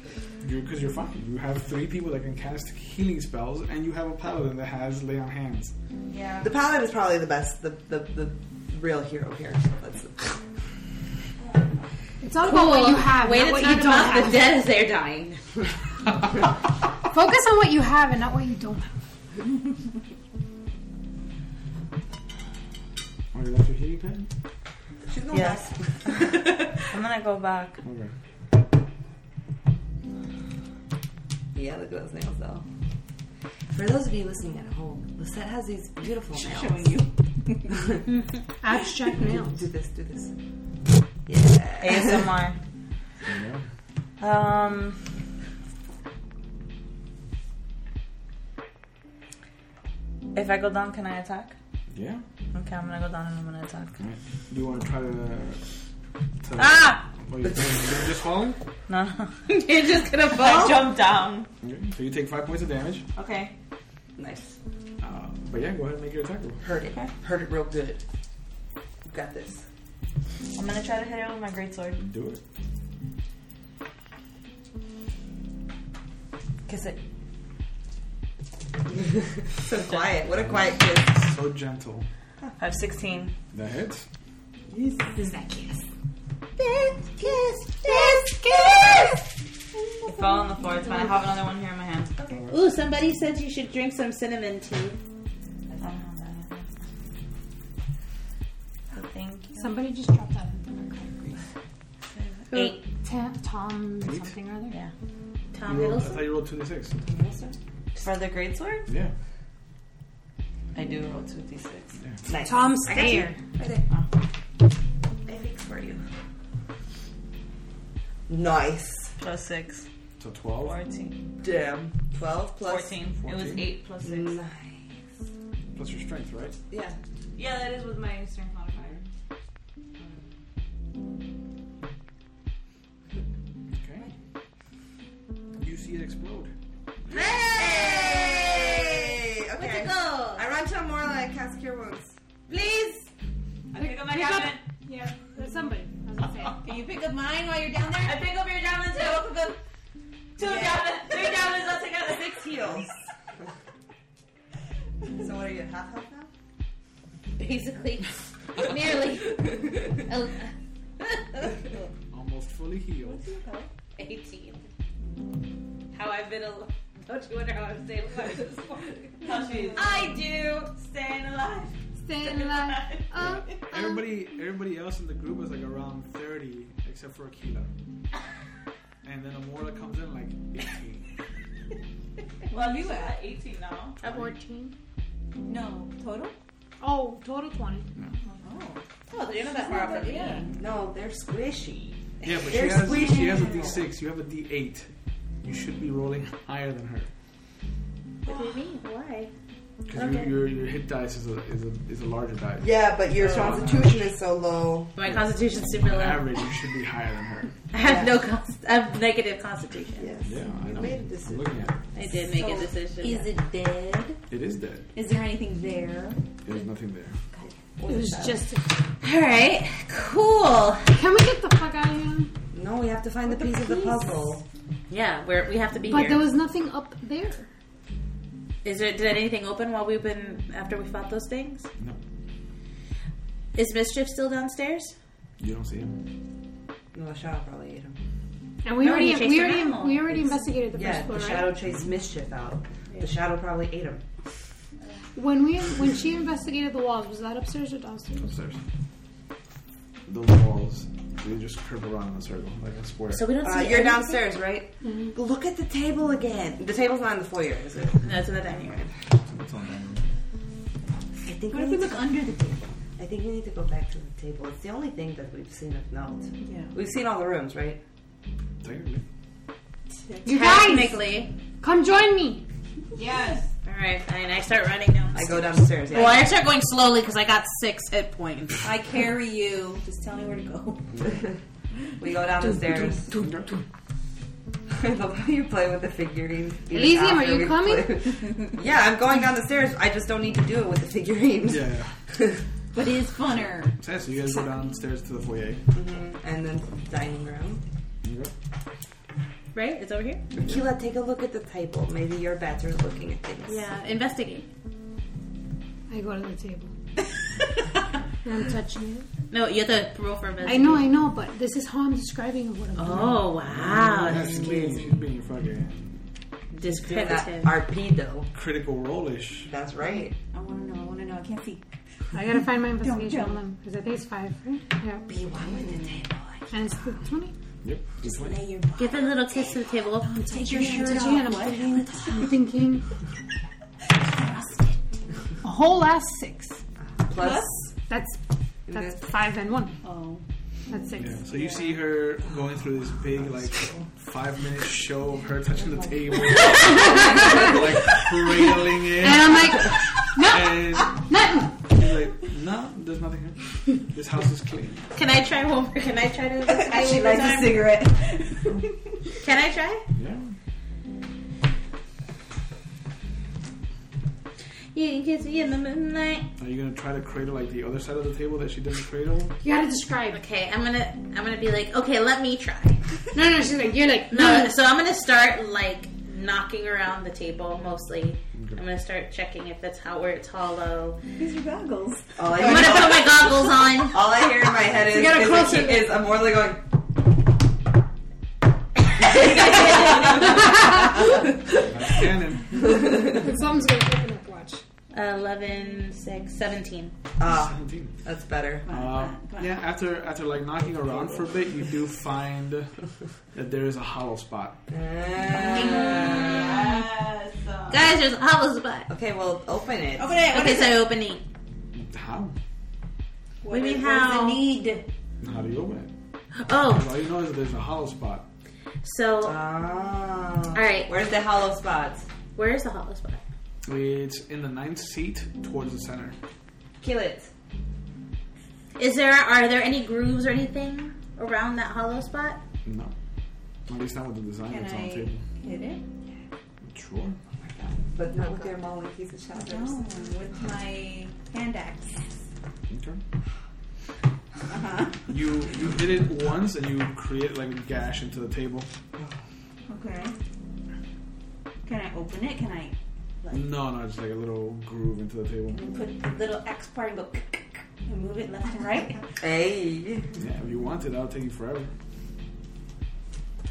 Because you're, fine. You have three people that can cast healing spells, and you have a paladin that has lay on hands.
The paladin is probably the best, the the, the real hero here. That's
It's all about what you have,
Way
not
to
what
talk
you don't
about
have.
the dead as they're dying.
Focus on what you have and not what you don't have.
Oh, you left your healing pen?
She's
going
yes. I'm gonna go back.
Okay.
yeah, look at those nails though. For those of you listening at home, Lisette has these beautiful nails. Showing you
abstract nails.
Do this, do this.
ASMR. Um. If I go down, can I attack?
Yeah.
Okay, I'm gonna go down and I'm gonna attack.
Alright. Do you want to try to. to
Ah!
What are you doing? You're just falling?
No, no.
You're just gonna
I
fall.
jump down.
Okay, So you take five points of damage.
Okay.
Nice.
Uh, but yeah, go ahead and make your attack roll.
Hurt it. Hurt it real good. You got this.
I'm gonna try to hit it with my greatsword.
Do it.
Kiss it.
so quiet. What a quiet kiss.
So gentle.
I have 16.
That hits.
Is that kiss?
This kiss, this kiss. It fell on the floor. It's fine. I have another one here in my hand. Okay.
Ooh, somebody said you should drink some cinnamon tea.
Oh, Thank you.
Somebody just dropped that.
Eight.
Ta- Tom
Eight?
something or other.
Yeah.
Tom
You rolled- I
Hiddleston.
thought you rolled 26.
For the greatsword?
Yeah.
I do roll 2d6.
Nice.
Tom
I got you.
Stayer.
Right there.
I think for you. Nice.
Plus 6.
So 12.
14.
Damn. 12 plus
14. It was 8 plus 6.
Plus your strength, right?
Yeah.
Yeah, that is with my strength modifier.
Okay. You see it explode.
Hey! Okay.
Let's go.
I run to a more like cast cure wounds.
Please.
I pick up my
Pick up-
javelin.
Yeah, there's somebody. I was gonna say.
Can you pick up mine while you're down there?
I pick up your javelin too. I'll pick up Two javelins. Three javelins all together.
Six heals. so what are you half health now?
Basically, nearly. Oh,
Almost fully healed.
18. How I've been alive. Don't you wonder how I'm staying alive this morning?
How she is.
I do. Staying alive.
Staying alive. Oh,
Everybody, everybody else in the group was like around 30, except for Akila. And then Amora comes in like 18.
Well, you were at 18 now.
I'm 14.
No. Total?
Oh, total 20.
Oh, you're not that far off from me.
No, they're squishy.
Yeah, but she
They're
has,
squishy.
she has a d6. You have a d8. You should be rolling higher than her.
What do you mean? Why?
Because your, your hit dice is a, is a, is a larger die.
Yeah, but your
So on
constitution is so low.
My constitution's
average-
super
On
low.
average, you should be higher than her.
I have no const- I have negative constitution.
Yes.
Yeah, I know.
made a
I'm
decision.
looking at
I did make a decision.
Is it dead?
it. It is dead.
Is there anything there?
There's nothing there.
It was just.
All right. Cool.
Can we get the fuck out of here?
No, we have to find the piece of the puzzle.
Yeah, we're, we have to be
But
here.
there was nothing up there.
Is there did anything open while we've been after we fought those things?
No.
Is mischief still downstairs?
You don't see him.
No, the shadow probably ate him.
And we
No,
already
you chased
we
him
already
out.
we already investigated the
Yeah,
first floor,
the
right?
shadow chased mischief out. The shadow probably ate him.
When we when she investigated the walls, was that upstairs or downstairs?
Upstairs. Those walls, they just curve around in a circle, like a square.
So we don't
Uh,
see.
you're
anything?
downstairs, right? Look at the table again. Mm-hmm. The table's not in the foyer, is it?
No, it's in the dining room.
It's on that room.
I
What
think we
if we
need
look
to-
under the table?
I think we need to go back to the table. It's the only thing that we've seen of note.
Yeah.
We've seen all the rooms, right?
Technically.
You guys,
Technically.
come join me.
Yes.
All Alright, fine. I start running now.
I go downstairs. Yeah.
Well, I start going slowly because I got six hit points.
I carry you. Just tell me where to go.
we go down the stairs. I love how you play with the figurines. even
Elysium, are
after
you
we
coming?
play- yeah, I'm going down the stairs. I just don't need to do it with the figurines.
Yeah.
But it is funner.
So, yeah, so you guys go downstairs to the foyer.
And then to the dining room.
Right? It's over here?
Keela, take a look at the table. Maybe your bats are looking at things.
Yeah, investigate.
I go to the table. I'm touching it.
No, you have to roll for investigate.
I know, I know, but this is how I'm describing what I'm doing.
Oh, wow. That's
means
cute.
he's being fucking
Descriptive.
RP though.
critical rollish.
That's right.
I want to know. I want to know. I can't see.
I gotta find my investigation
jump.
on them because I think it's five, right? Yeah.
Be one with the table.
And it's the 20.
Yep.
Just lay your
Give a little kiss to the table.
take your shirt
Touching it,
off.
I'm
What?
touching it. I'm thinking. A whole ass six.
Plus,
That's that's five and one.
Oh.
That's six.
Yeah, so you see her going through this big, like, five minute show of her touching the table, like, cradling it.
And I'm like,
no,
nothing.
She's like, no, there's nothing here. This house is clean.
Can I try one? more- Can I try to investigate
She
one more
lights a
time?
cigarette.
Can I try?
Yeah.
You can kiss me in the moonlight.
Are you gonna try to cradle, like, the other side of the table that she didn't cradle?
You gotta describe.
Okay, I'm gonna I'm gonna be like, okay, let me try.
No, no, she's like, you're like,
No,
Mm.
no.
so I'm gonna start like knocking around the table mostly. I'm gonna start checking if that's how where it's hollow.
These are goggles.
all I
I'm gonna put my goggles on.
all I hear in my head is,
You gotta
is,
close
a-
it.
is I'm more like going.
Cannon.
Something's gonna open up. Watch.
11, 6, 17.
Ah,
17.
that's better.
Uh, yeah, after after like knocking around for a bit, you do find that there is a hollow spot.
Guys, there's a hollow spot.
Okay, well, open it.
Open it. What
Okay,
is
so I
it?
open it.
How?
What do you mean
what is
how?
the need?
How do you open it?
Oh,
All you know is that there's a hollow spot.
so
Ah.
all right,
Where's the hollow spots?
where's the hollow spot?
It's in the ninth seat towards the center.
Kill it.
Is there are there any grooves or anything around that hollow spot?
No. At least not with the design
Can
that's on the
I
table.
hit it?
Sure.
But not with your molly piece of shoppers.
No, with my hand axe.
Okay.
Uh huh.
You you hit it once and you create like a gash into the table.
Okay. Can I open it? Can I
No, no, just like a little groove into the table.
put the little axe part and go and move it left and right?
Hey.
Yeah, if you want it, that'll take you forever.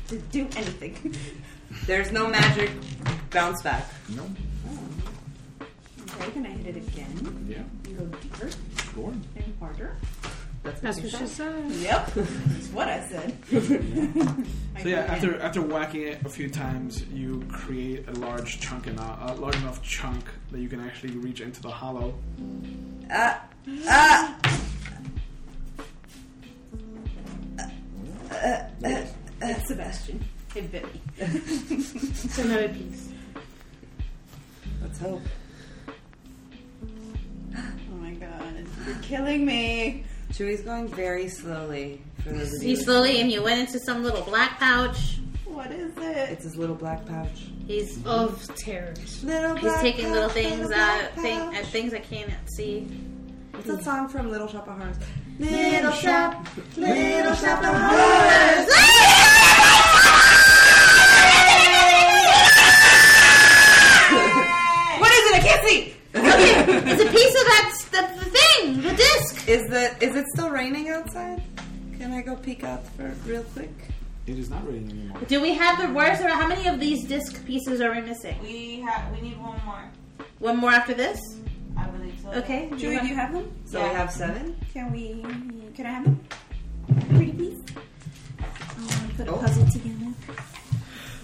To do anything.
There's no magic bounce back.
No.
Okay, can I hit it again?
Yeah.
And go deeper
Sure.
and harder?
That's
That's
what
what
you
she
said.
said.
Yep. That's what I said. I
So yeah,
can.
after after whacking it a few times, you create a large chunk and a large enough chunk that you can actually reach into the hollow.
Ah. Ah.
It's Sebastian. Hey, Billy.
It's another piece.
Let's hope.
Oh my god. You're killing me.
Chewie's going very slowly for those of
You
you.
slowly and you went into some little black pouch.
What is it?
It's his little black pouch.
He's
Of terrors.
Little
he's taking little
pouch,
things
black
out, thing,
pouch.
at things I cannot see.
What's that song from Little Shop of Horrors?
Little shop,
Little Shop of
What is it? I can't see!
it's a piece of that s- the the thing, the disc.
Is the is it still raining outside? Can I go peek out for real quick?
It is not raining anymore.
Do we have the words or how many of these disc pieces are we missing?
We have. We need one more.
One more after this?
I believe so.
Okay.
Chewy, do you have them?
So we have seven.
Can we? Can I have them? Pretty please. I want to put a puzzle together.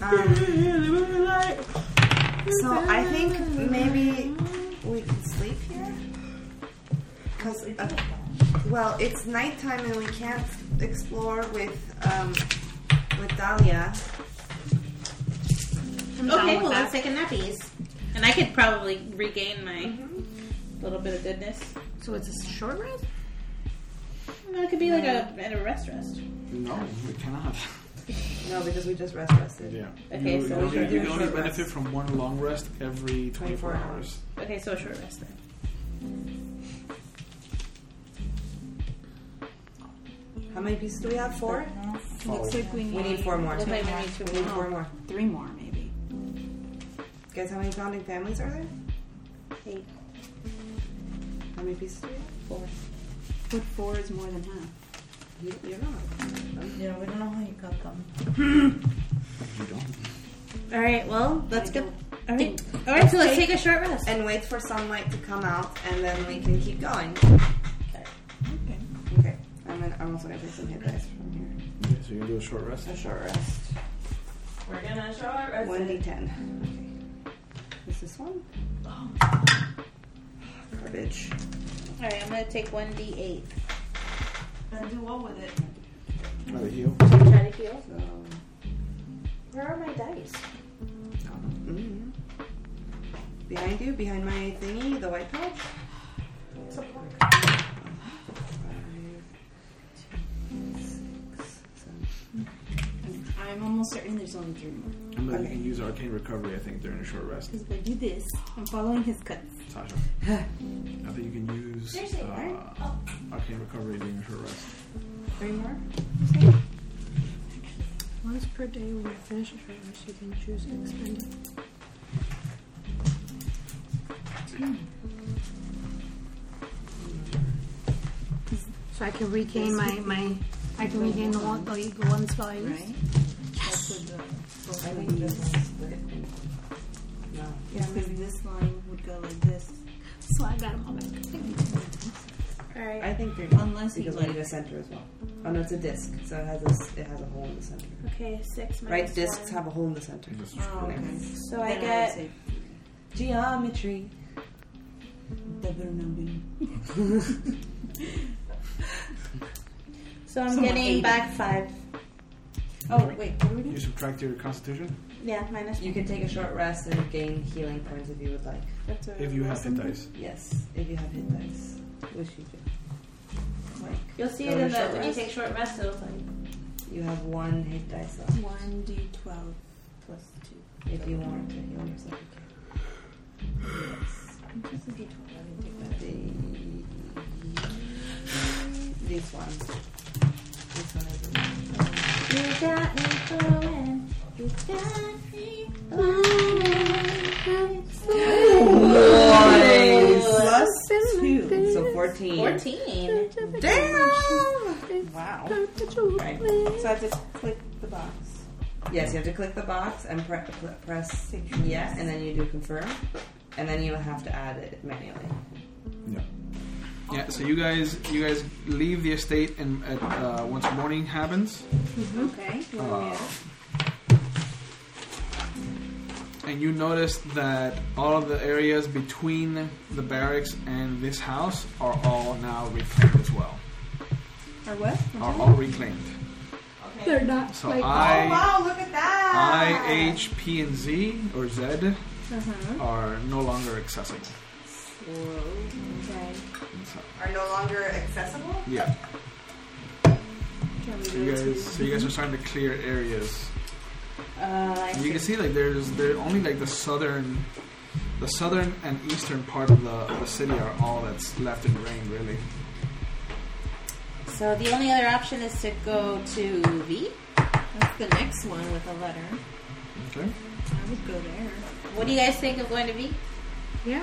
Um, so I think maybe we can sleep here. Cause uh, well, it's nighttime and we can't explore with um with Dahlia.
I'm
Okay,
down
well
with
let's
that.
take a nappies. And I could probably regain my little bit of goodness.
So it's a short rest?
No, it could be like a at a rest rest.
No, we cannot.
No, because we just rest rested.
Yeah.
Okay,
you, you
so we
only,
can
you
do
can
a
only
short
benefit from one long rest every 24 hours.
Okay, so a short rest then.
How many pieces do we have? Four?
Looks like
we need, four more.
Looks like we
need
need two
We need
more.
four more.
Three more, maybe.
Guys, how many founding families are there? Eight. How many pieces do we have? Four.
But four is more than half.
You, you're not.
Yeah, we don't know how you got them.
All right, well, let's get. All right, all
Let's
right. So let's
take-
take a short rest.
And wait for sunlight to come out, and then we can keep going.
Okay.
Okay. I'm, gonna, I'm also going to play some hit dice from here.
Yeah, so you can do a short rest.
A short rest.
We're gonna show our
1d10. Okay. Is this one? Garbage.
All right, I'm gonna take one d8.
And do what with it?
Try to heal.
Try to heal.
Where are my dice?
Mm. Behind you, behind my thingy, the white pouch.
I'm almost certain there's only three more.
I'm gonna use arcane recovery. I think during a short rest.
Because if I do this, I'm following his cuts.
Sasha, I think you can use
Seriously,
uh,
right? Oh.
arcane recovery during a short rest.
Three more?
Once per day when you finish a short rest, you can choose to expend it. Hmm. So I can regain my, my I can regain the one the one spell I used.
Right? That's what the.
I think this one's split. No.
Yeah, because this line would go like this.
So I got them all back.
All right.
I think three more.
Unless he
because we
like.
need a center as well. Oh no, it's a disc, so it has a s it has a hole in the center.
Okay, six minus
Right, discs
one.
have a hole in the center.
Oh, okay.
So I
Then would
get-
say
geometry.
Double numbing.
So I'm
Someone ate
getting
it.
back five.
Oh wait, what are we
You
doing?
subtract your constitution
Yeah, minus.
You can take a short rest and gain healing points if you would like.
That's a
if you have hit dice.
Yes, if you have hit dice, which you do. Like
You'll see
go to
it in the
short
when you
rest,
take short rest. It'll tell you.
You have one hit dice left.
One d twelve plus two.
If you want to heal yourself,
Just a d twelve. I didn't take that.
you can. The- This one. This one is the one.
You got me going. You got me going.
Plus two. So 14.
14.
Damn! Wow.
Right. So I have to click the box.
Yes, you have to click the box and pre- cl- press yes, and then you do confirm. And then you have to add it manually.
Yeah, so you guys you guys leave the estate and at, uh, once morning happens,
Okay. Well,
Uh, and you notice that all of the areas between the barracks and this house are all now reclaimed as well.
Or what?
Are all reclaimed.
They're not
So
like
I-
wow, look at
I, H, P, and Z or Z
Uh-huh.
are no longer accessible.
Okay.
So,
Are no longer accessible?
yeah,
Can we
so
go
you guys
to-
so you guys are starting to clear areas
Uh,
And you can see like there's there only like the southern, the southern and eastern part of the, of the city are all that's left in rain really.
So the only other option is to go to V.
that's the next one with a letter.
Okay.
I would go there.
What do you guys think of going to V?
Yeah.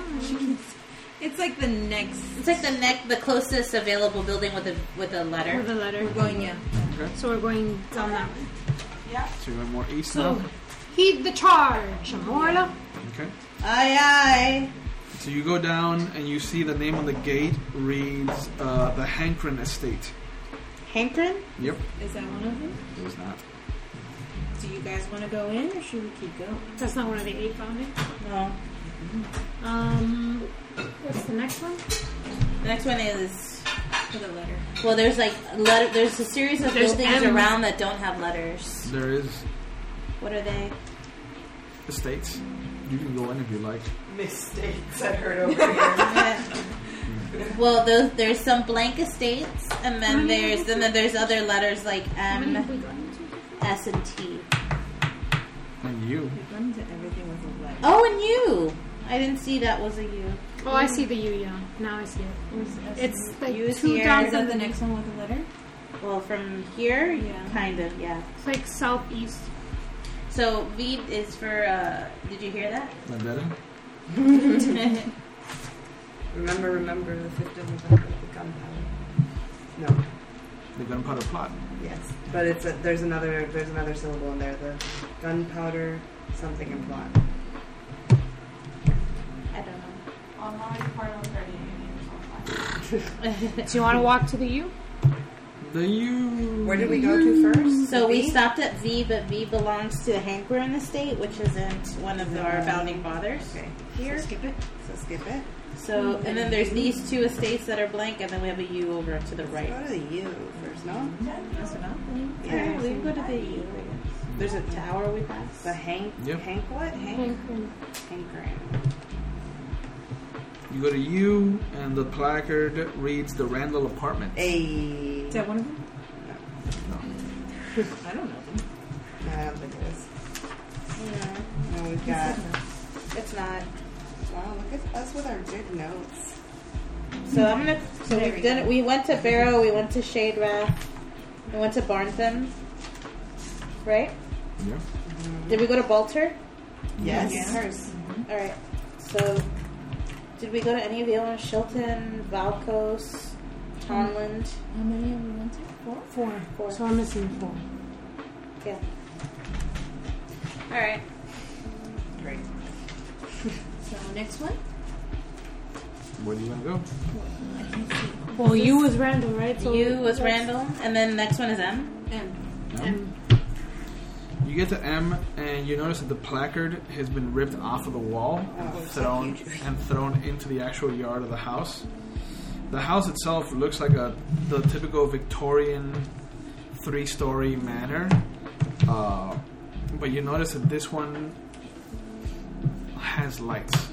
It's like the next.
It's like the neck, the closest available building with a with a letter.
With a letter.
We're going yeah.
Okay.
So we're going down that way.
So you're going more east
So
now.
Oh.
heed the charge, Amorla.
Okay.
Aye aye.
So you go down and you see the name on the gate reads uh, the Hankrin Estate.
Hankrin?
Yep.
Is that one of them?
It was not.
Do you guys want to go in or should we keep going?
That's not one of the eight founding.
No.
Um, what's the next one?
The next one is
With a letter.
well. There's like letter. There's a series of
There's
buildings
M.
around that don't have letters.
There is
What are they?
estates. You can go in if you like.
mistakes I heard over here.
Well, those, there's some blank estates, and then there's and then there's other letters like
Mm-hmm.
M, S, and T.
And you.
everything with a letter.
Oh, and you. I didn't see that was a U.
Oh, I see the U, yeah. Now I see it. It's like
U is
two
here.
down
Is
from
that the next
one with a letter?
Well, from here, yeah, kind of, yeah.
It's like southeast.
So V is for. uh Did you hear that?
Am I better?
Remember, remember the fifth of November, the gunpowder. No,
The gunpowder plot.
yes, but it's a, there's another there's another syllable in there. The gunpowder something and plot.
I don't know.
I'm already part of a
Do you want to walk to the U?
The U.
Where did we go to first?
So we
V?
stopped at V, but V belongs to the Hankburn Estate, which isn't one of our founding fathers. Okay. Here,
skip it. So skip it.
So and then there's these two estates that are blank, and then we have a U over to the right.
Go to the U first, no?
That's enough.
Yeah,
Yeah.
we can go to the U. There's a tower we pass.
The Hank.
Yep.
Hank what? Hank. Hankram.
You go to U, and the placard reads the Randall Apartments.
A. Is
that one of them?
No.
I don't know.
No, I don't think it is.
Yeah.
No, we've got.
It's not.
Wow, look at us with our good notes.
So I'm gonna. So
There
we've
we
done
go.
it. We went to Barrow. We went to Shade Raft. We went to Barntham. Right?
Yeah.
Did we go to Balter?
Yes.
Hers. All right. So, did we go to any of the other ones? Shilton, Valkos, Tonland.
How many have we went to? Four?
Four.
Four.
So I'm missing four.
Yeah. All right.
Great.
So next one?
Where do you want to go?
Well, U was Randall, right?
U was
that's-
Randall, and then next one is M.
M.
You get to M, and you notice that the placard has been ripped off of the wall and
Oh,
thrown and thrown into the actual yard of the house. The house itself looks like a the typical Victorian three-story manor, uh, but you notice that this one has lights.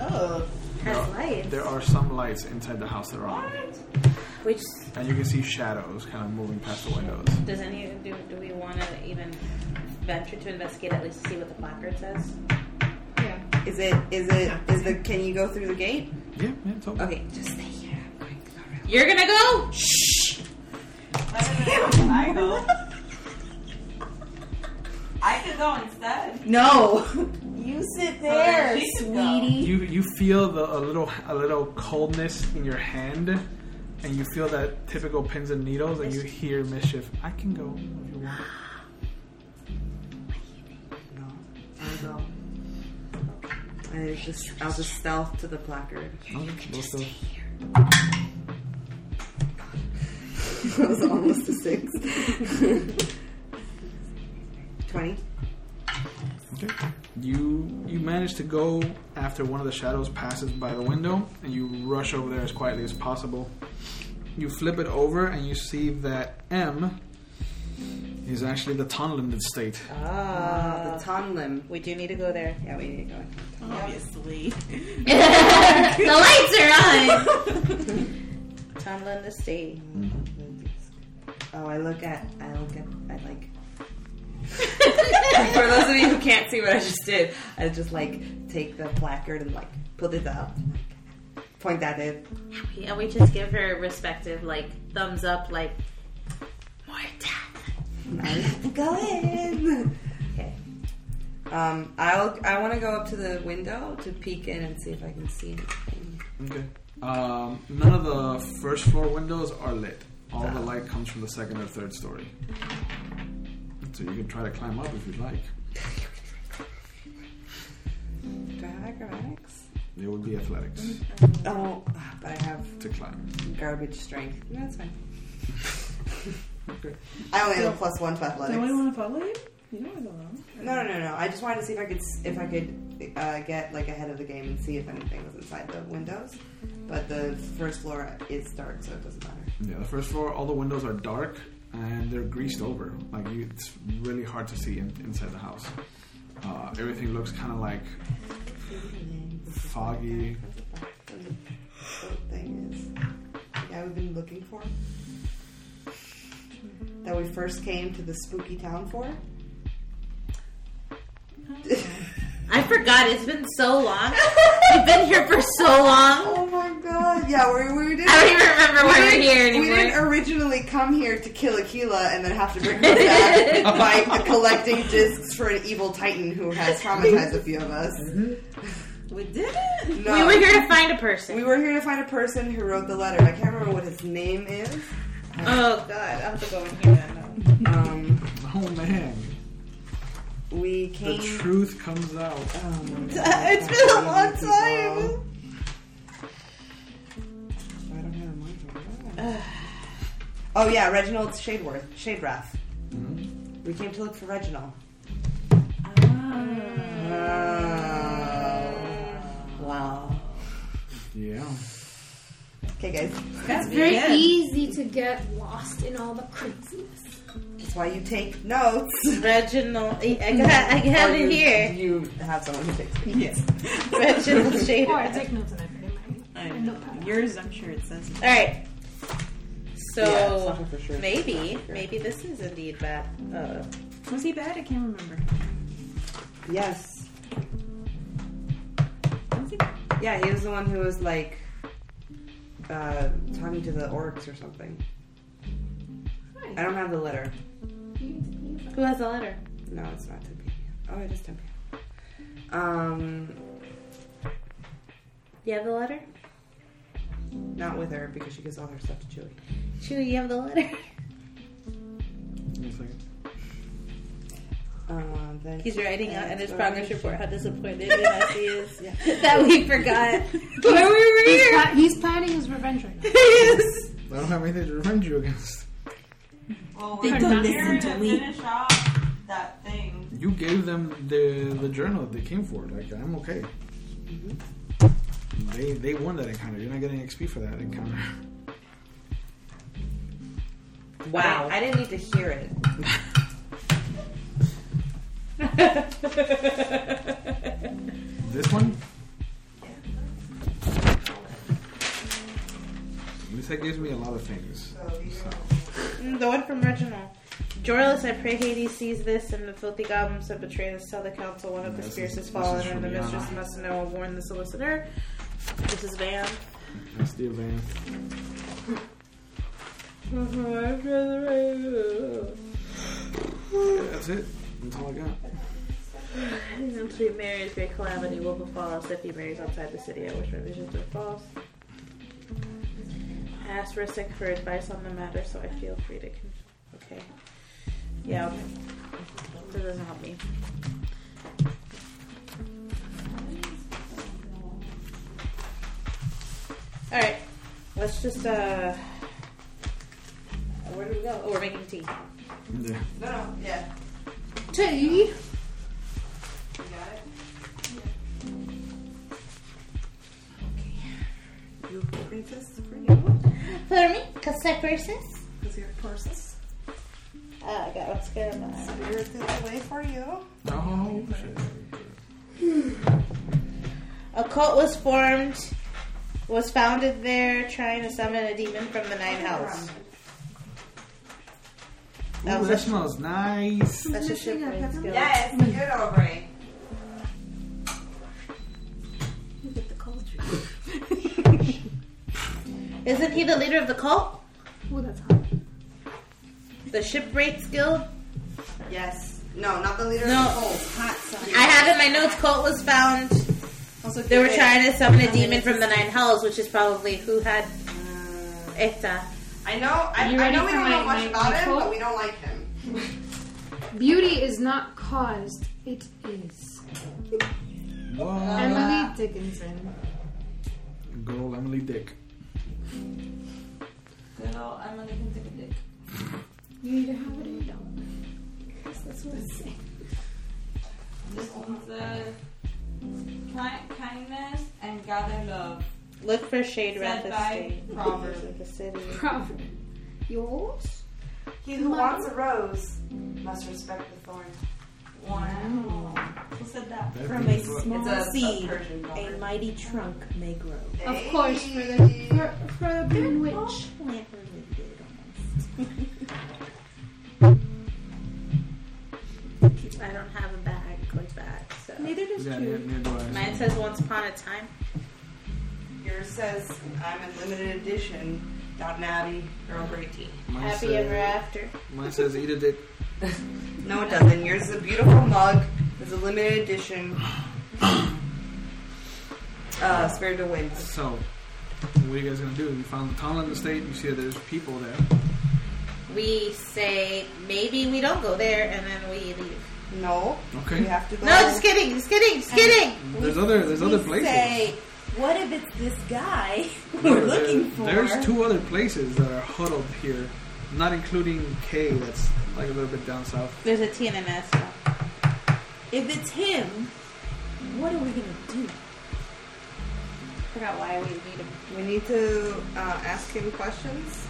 Oh,
There
has
are-
lights.
There are some lights inside the house that are on,
Which
and you can see shadows kind of moving past the windows.
does any do? Do we want to even venture to investigate at least to see what the placard says?
Yeah.
Is it? Is it? Is the? Can you go through the gate?
Yeah, yeah, it's open.
Okay, just stay here.
You're gonna go. Shh.
I go. I could go instead.
No.
You sit
there,
sweetie.
You you feel the, a little a little coldness in your hand, and you feel that typical pins and needles, and you hear mischief. I can go if you want.
I'll go. I just, I'll just stealth to the placard.
You can just stay
here. that was almost a six. Twenty.
Okay. You you manage to go after one of the shadows passes by the window, and you rush over there as quietly as possible. You flip it over, and you see that M is actually the Tonland estate.
Ah, the Tonlim.
We do need to go there.
Yeah, we need to go.
Obviously.
the lights are on. Mm-hmm. Tonland Estate.
Oh, I look at, I look at, I like. For those of you who can't see what I just did, I just like take the placard and like put it up, point at it.
And we just give her respective like thumbs up, like more death.
Go in. Okay. Um, I'll. I want to go up to the window to peek in and see if I can see anything.
Okay. Um, none of the first floor windows are lit. All the light comes from the second or third story. So you can try to climb up if you'd like.
Do I have acrobatics?
It would be athletics
Oh, but I have
to climb.
garbage strength. No, That's fine.
Okay.
I only have a plus one to athletics.
Does anyone want to follow you? You don't want to go alone.
No, no, no, no. I just wanted to see if I could s- if I could uh, get like ahead of the game and see if anything was inside the windows. But the first floor is dark, so it doesn't matter.
Yeah, the first floor, all the windows are dark and they're greased over. Like you, it's really hard to see in, inside the house. Uh, everything looks kind of like foggy.
The thing is, the guy we've been looking for, that we first came to the spooky town for.
I forgot. It's been so long. We've been here for so long.
Oh my god! Yeah, we, we didn't.
I don't even remember why we're
didn't-
here
We
anymore.
didn't originally come here to kill Aquila and then have to bring her back by collecting discs for an evil titan who has traumatized a few of us.
We didn't.
No.
We were here to find a person.
We were here to find a person who wrote the letter. I can't remember what his name is.
Oh
god, I have to go and hear that now.
Um,
oh man,
we
the
came.
truth comes out.
it's been a long time. Oh yeah, Reginald Shadeworth, Shadewrath. We came to look for Reginald. Oh. Wow.
Yeah.
Okay, guys.
It's very easy to get lost in all the craziness.
That's why you take notes.
Reginald, I got, I got
Or
it
you-
here.
You have someone who takes notes.
Yes.
Reginald Shader.
Or Oh, I take notes and I put it in my
I know. Yours, I'm sure it says.
All right.
Yeah,
So
something for sure.
maybe, maybe this is indeed bad. Uh,
Was he bad? I can't remember.
Yes. Yeah, he was the one who was like uh, talking to the orcs or something. I don't have the letter.
Who has the letter?
No, it's not Tempe. Oh, it is Tempe. Um,
You have the letter?
not with her because she gives all her stuff to Chewie.
Chewie, you have the letter?
Um, then
He's writing out in his progress report how disappointed
he
Nancy is that we forgot why we were
He's
here.
pla- he's planning his revenge right now.
yes.
I don't have anything to revenge you against.
Well,
They
we're
don't
not here
listen
to
to me.
finish off that thing.
You gave them the the journal that they came for. Like I'm okay. They they won that encounter. You're not getting XP for that encounter.
Wow. I didn't need to hear it.
This one? This that gives me a lot of things. So.
Mm, The one from Reginald. Jorlis, I pray Hades sees this, and the filthy goblins have betrayed us. Tell the council one of the
This
spirits
is-
has
this
fallen,
is
and the
from
mistress
Yana.
must know. Warn the solicitor. This is Van.
That's the event. Yeah, that's it. That's all I got.
And to be married, great calamity will befall us if he marries outside the city. I wish my visions were false. I asked Ristic for advice on the matter, so I feel free to. Con- okay. Yeah. That doesn't help me. All right. Let's just. uh... Where do we go? Oh, we're making tea.
Yeah.
No, no, yeah.
Tea.
You got it? Okay. You princess for you?
For me, because I purses.
Because you're a princess.
Oh, I got one scared of my
Spirit is away for you.
Oh, shit.
A cult was formed, was founded there, trying to summon a demon from the Nine Hells.
Ooh, that smells nice.
That's a shit brain skill.
Yes, good over it.
You get the culture.
Isn't he the leader of the cult?
Oh, that's hot.
The Shipwrights Guild?
Yes. No, not the leader
No.
of the cult. Hot son.
I have in my notes cult was found.
Also,
They were
good.
trying to summon a demon from the Nine Hells, which is probably who had
Uh,
Eta.
I know. I,
You
I
ready
know we
for
don't know
my-
much
my-
about
my
him,
quote?
but we don't like him.
Beauty is not caused, it is.
Uh,
Emily Dickinson.
Good old Emily Dick.
Good old Emily can take a dick.
You either have it or you don't. Guess That's what I say.
This one's uh, plant kindness and gather love.
Look for Shade Wrath
Said by
Estate.
Proverbs.
Of the city.
Proverb. Yours?
He who wants a rose must respect the thorn.
Wow. said that.
That'd
From
be
a
good.
small
It's a- a
seed,
Persian
a mighty trunk may grow.
Of course, for the for, for a green witch.
I don't have a bag like that. So.
Neither
does
Yeah, neither- neither do I.
Mine says once upon a time.
Yours says I'm in limited edition. Downton Abbey Earl Grey tea.
Mine Happy says- ever
after.
Mine says eat a dick.
No, it doesn't. Yours is a beautiful mug. It's a limited edition. Uh, spiritual wind.
So, what are you guys gonna do? You found the tunnel in the state. You see that there's people there.
We say maybe we don't go there and then we leave.
No.
Okay.
have to
No, just kidding, just kidding, just kidding.
There's other. There's other
We
places.
say, what if it's this guy
There-
we're looking for?
There's two other places that are huddled here, not including K. That's like a little bit down south.
There's a T and an S.
If it's him, what are we gonna do?
forgot why we need him. We need to uh, ask him questions.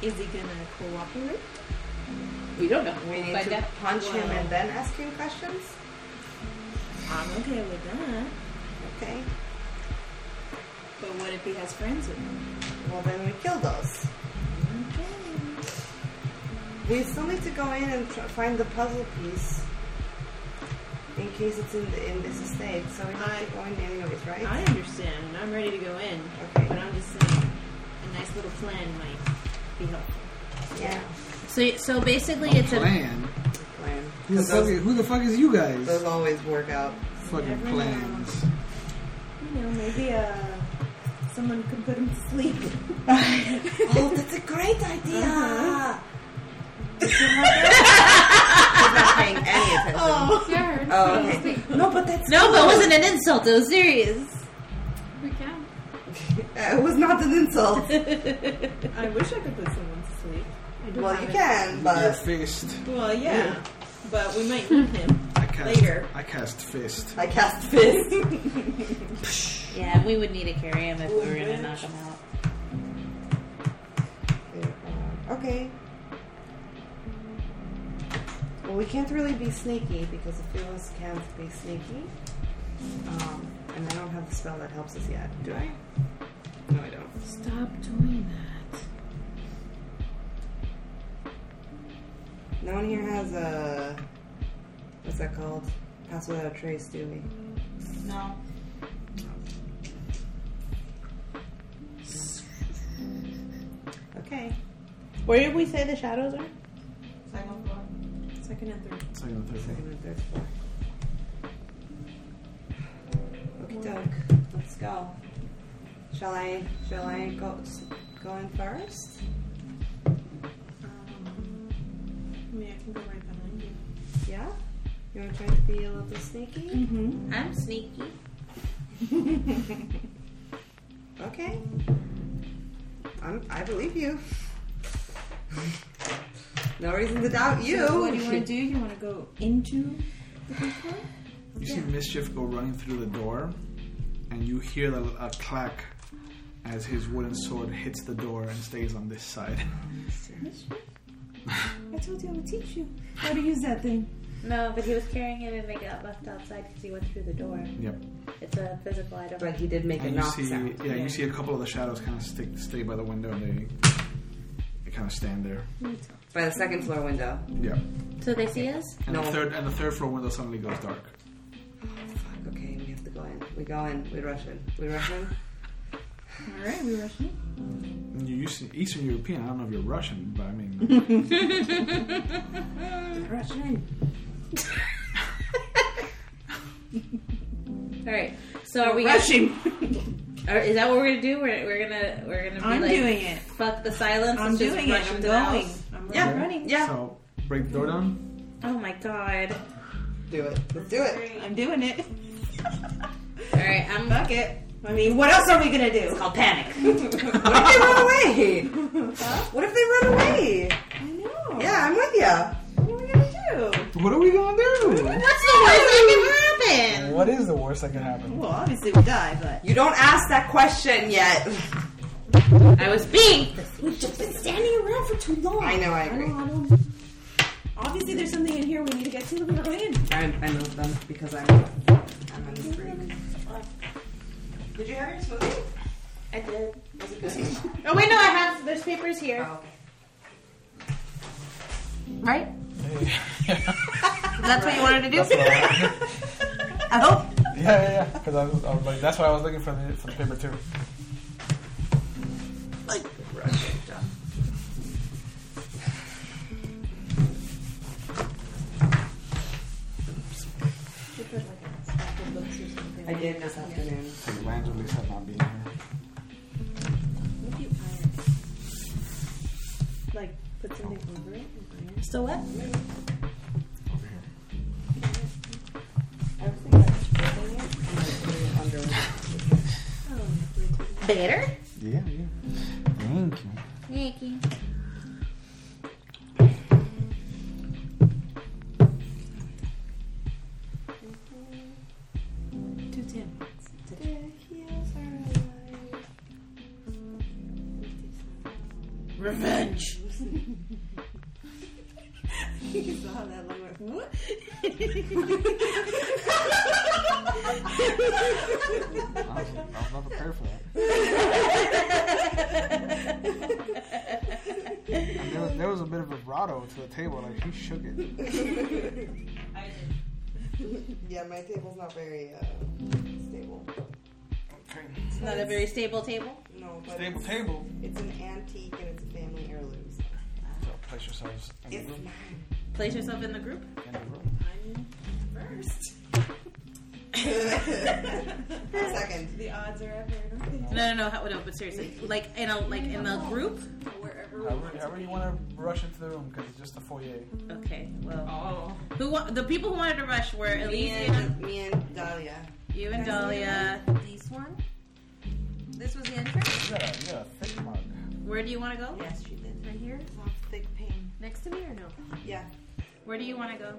Is he gonna cooperate?
We don't know. We need
But
to
that-
punch him
well-
and then ask him questions.
I'm okay with that.
Okay.
But what if he has friends with him?
Well, then we kill those. We still need to go in and tr- find the puzzle piece. In case it's in the, in this estate, so we have to go in anyways, right?
I understand, and I'm ready to go in. Okay. But I'm just saying, a nice little plan might be helpful.
Yeah.
So, so basically,
A
it's
plan.
Plan.
Who the, fuck is, who the fuck is you guys?
Those always work out.
Fucking
Never
plans.
You know, maybe uh, someone could put him to sleep.
oh, that's a great idea. Uh-huh. paying any attention.
Oh,
Oh, okay. No, but that's
no, but it wasn't an insult. It was serious.
We can.
It was not an insult.
I wish I could put someone to sleep. I do
well,
have
you
it.
can,
Your
but
fist.
Well, yeah, but we might need him
I cast.
later.
I cast fist.
I cast fist.
Yeah, we would need to carry him if we were gonna knock him out.
okay. Well, we can't really be sneaky because the few of us can't be sneaky. Um, and I don't have the spell that helps us yet, do I? No, I don't.
Stop doing that.
No one here has a. What's that called? Pass without a trace, do we?
No.
Okay.
Where did we say the shadows are?
Second floor. Second and third.
Second and third floor.
Second and third floor. Okay, Doug, let's go. Shall I? Shall I go? Go in first?
Um, I mean, I can go right behind you.
Yeah. You want to try to be a little sneaky?
Mm-hmm.
I'm sneaky.
Okay. I'm, I believe you. no reason to doubt you.
So what do you want to do? You want to go into the people?
You see Mischief go running through the door, and you hear the, a clack as his wooden sword hits the door and stays on this side.
I told you I would teach you how to use that thing.
No, but he was carrying it and they got left outside because he went through the door.
Yep.
It's a physical item.
But he did make
and
a
you
knock
see,
sound.
yeah, you see a couple of the shadows kind of stick, stay by the window, and they they kind of stand there.
By the second floor window.
Yeah.
So they see us?
And the
No.
third and the third floor window suddenly goes dark.
Fuck, okay, we have to go in. We go in. We rush in. We rush in.
All right, we rush in.
And you used to- Eastern European. I don't know if you're Russian, but I mean,
Rush in.
All right. So are we
Rushing.
Are- is that what we're gonna do? We're, we're gonna we're gonna. Be
I'm
like,
doing it.
Fuck the silence.
I'm
let's just
doing it.
rush
I'm
into the house.
going. I'm running.
Yeah.
so break the door down.
Oh my god.
Do it. Let's do it.
I'm doing it.
All right. I'm.
Fuck it. I mean, what else are we gonna do?
I'll panic.
What if they run away? What if they run away?
I know.
Yeah, I'm with you.
What are we gonna do?
What are we gonna do?
What's the worst that can happen?
What is the worst that can happen?
Well, obviously we die, but
You don't ask that question yet.
I was being.
we've just been standing around for too long.
I know, I agree.
I don't- obviously there's something in here we need to get to. Let me go in.
I, I moved them because I'm I'm a freak.
Did you have your smoothie?
I did. Oh wait, no, I have there's papers here.
Oh,
Right? That's what you wanted to do?
That's what I wanted.
I hope.
Yeah, yeah, yeah. Because I was, I was like, that's why I was looking for the for the paper too.
Like,
I did this afternoon.
Randomly said not being here.
Like, put something over it. and iron.
Still wet? Better?
Yeah, yeah. Thank you.
Thank you.
Two ten.
Revenge.
you can still have that long way. What?
I was, I was not prepared for that. And there, was, there was a bit of vibrato to the table, like she shook it.
yeah, my table's not very uh, stable.
Okay.
It's not a very stable table.
No, but
Stable
it's,
table.
It's an antique and it's a family heirloom. so
So place yourselves in the
It's
room.
Place yourself in the group.
In the room.
First.
Second.
The odds are ever.
No, no, no. How, no, but seriously, like in a like in a group.
Wherever.
However, however you want to rush into the room because it's just a foyer.
Okay. Well.
Oh.
Who wa- the people who wanted to rush were
Me
Elise,
and, me and Dahlia.
you and Dahlia.
This one? This was the entrance?
Yeah, yeah, thick mug.
Where do you want to go?
Yes, she did.
Right here?
Thick pain.
Next to me or no?
Yeah.
Where do you want to go?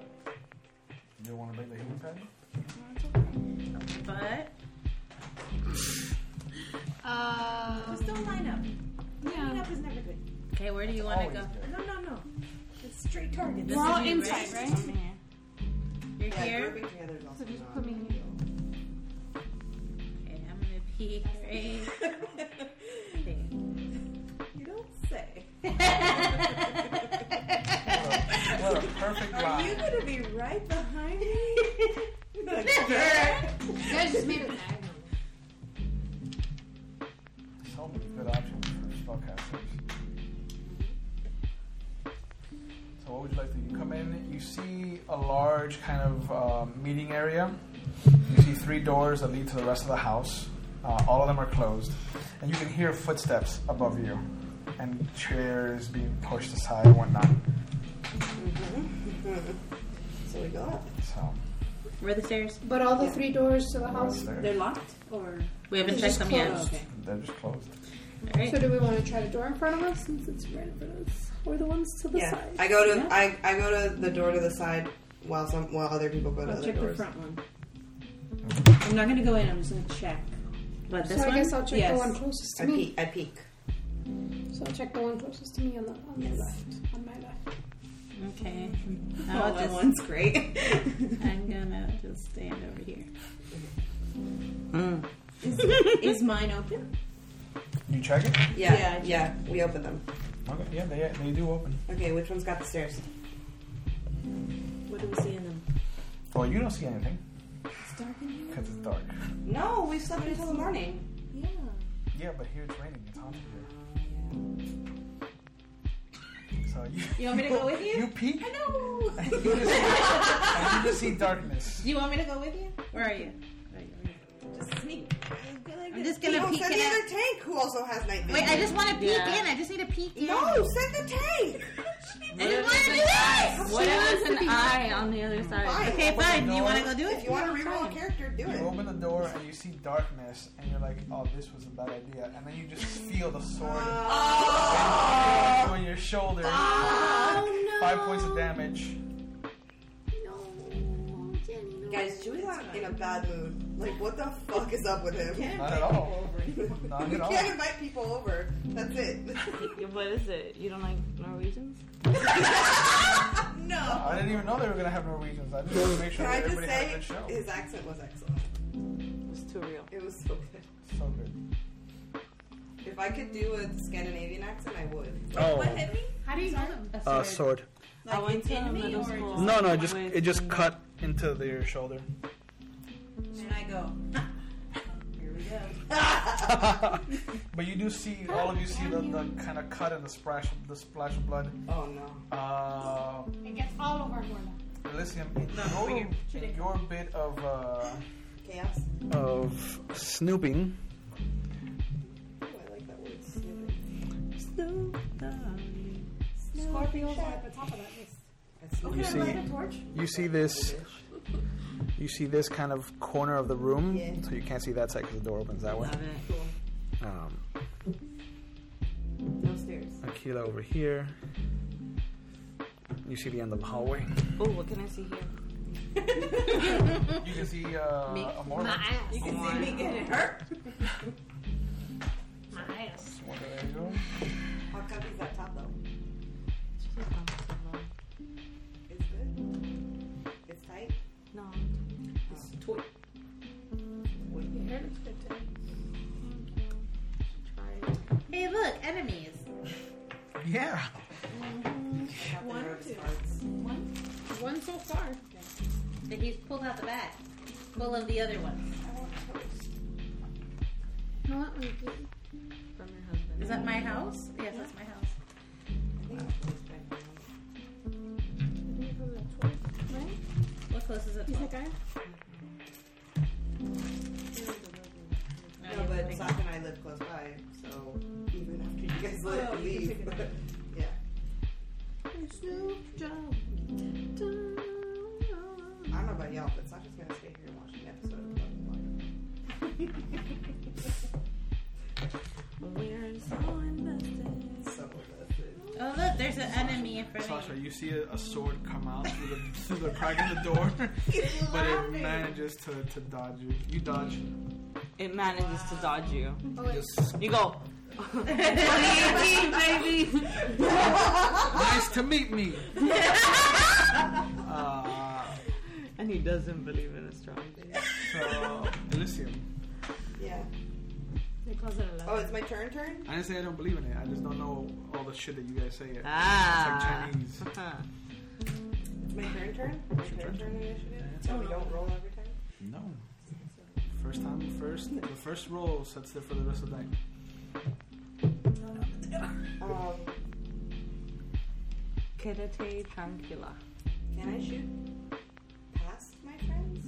You want to make the human patty?
But
Uh,
Just don't line up. Lining
yeah.
up is never good.
okay, where do you want to
Always
go?
good.
No, no, no. It's straight target.
We're all inside, right?
You're
Yeah,
here.
grouping together is also
So just
not-
put me in here.
Okay, I'm gonna pee. Right
You don't say.
there.
What a perfect
Are you
line.
gonna be right behind me?
You guys just made it
So many good options for spellcasters. So what would you like to do? You come in, you see a large kind of uh, meeting area. You see three doors that lead to the rest of the house. Uh, all of them are closed, and you can hear footsteps above you, and chairs being pushed aside and whatnot.
So we go up.
So
Where are the stairs?
But all the three doors to the house,
they're,
locked or
We haven't
It's
checked them
just
yet.
closed.
they're just closed.
All right.
so do we want to try the door in front of us since it's right in front of us? Or the ones to the
Yeah.
side?
I go to I, I go to the door to the side while some while other people go to
I'll
other
Oh, check the
doors.
front one. I'm not gonna go in, I'm just gonna check.
But
so
this
I
one.
guess I'll check the
Yes.
one closest to
I
me.
peek. I peek.
So I'll check the one closest to me on the on the left. On my left.
Okay.
Oh,
I'll
that
just,
one's great.
I'm gonna just stand over here.
is, is mine open?
You check it.
Yeah,
Yeah, I
yeah,
check.
We open them.
Okay. Yeah, they, they do open.
Okay, which one's got the stairs?
What do we see in them?
Well, you don't see anything
It's dark in here.
because it's dark.
No, we slept until the morning.
Yeah.
Yeah, but here it's raining. It's hot in here. So you.
You want me to go with you?
You peek.
I know.
and you just see, and you just see darkness.
Do you want me to go with you? Where are you? Where are you?
Just sneak.
I'm just gonna
no,
peek
send
in.
the
at-
other tank who also has night vision.
Wait, I just want to peek
Yeah.
in. I just need to peek in.
No, send the tank.
I just want to do this.
What if it's an eye on the other side?
Okay, fine. Do you want to go do
If
it?
you want to reroll a character, do
You
it.
open the door and you see darkness, and you're like, "Oh, this was a bad idea." And then you just feel the sword
Oh.
on your shoulder. Five points of damage.
No, Jenny.
Guys, Chewy's not in a bad mood. Like, what the fuck is up with him?
Not at all. Not
we
at all.
can't invite people over. That's it.
What is it? You don't like Norwegians?
no.
I didn't even know they were gonna have Norwegians. I just wanted to make sure
Can I
that
just
everybody had a
say
good show.
his accent was excellent.
It was too real.
It was so good.
So good.
If I could do a Scandinavian accent, I would.
Oh.
What hit me?
How do you call them?
Uh, sword.
Like
I went
in me or
Oh, school.
No, no, it just it just cut into their shoulder.
And I go. Here we go.
But you do see all of you see the, the kind of cut and the splash, the splash of blood.
Oh no!
Uh,
It gets all over Morla.
Elysium, roll your bit of uh,
Chaos.
Of snooping.
Oh,
Scorpios are at the top of that list.
You see, you see this. You see this kind of corner of the room, so you can't see that side because the door opens that way. Um,
Downstairs.
Akila over here. You see the end of the hallway.
Oh, what can I see here?
you can see uh, a Mormon.
You can see me getting hurt.
My ass.
There you go.
How come he's up top though? It's good. It's tight.
No.
It's toy.
Hey, look, enemies.
Yeah.
One, two. One? One so far. And he's pulled out the back. Full of the other ones.
You know what? We do-
From your husband.
Is that my house? Yes, that's my house.
we go to the toilet, right?
What close is it?
He's like, I-
No, but Zach and I live close by, so even after you guys let
Oh, you can
leave,
take it
yeah.
It's no job.
I don't know about y'all, but Sasha's gonna stay here and watch an episode of Love
We're so invested.
So invested.
Oh, look, there's an enemy in front of
Sasha, you see a, a sword come out through the, through the crack in the door, but it manages to, to dodge you. You dodge.
It manages to dodge you.
Yes.
You go. 2018, baby.
nice to meet me. uh,
and he doesn't believe in astrology.
so, Elysium.
Yeah.
They close it
Oh, it's my turn. Turn.
I didn't say I don't believe in it. I just don't know all the shit that you guys say. It.
Ah.
It's like
Chinese.
It's my turn. Turn. My turn. Turn initiative. So we don't roll every time.
No. First time, first the first roll sets it for the rest of the night.
Um,
Quédate tranquila.
can I shoot past my friends?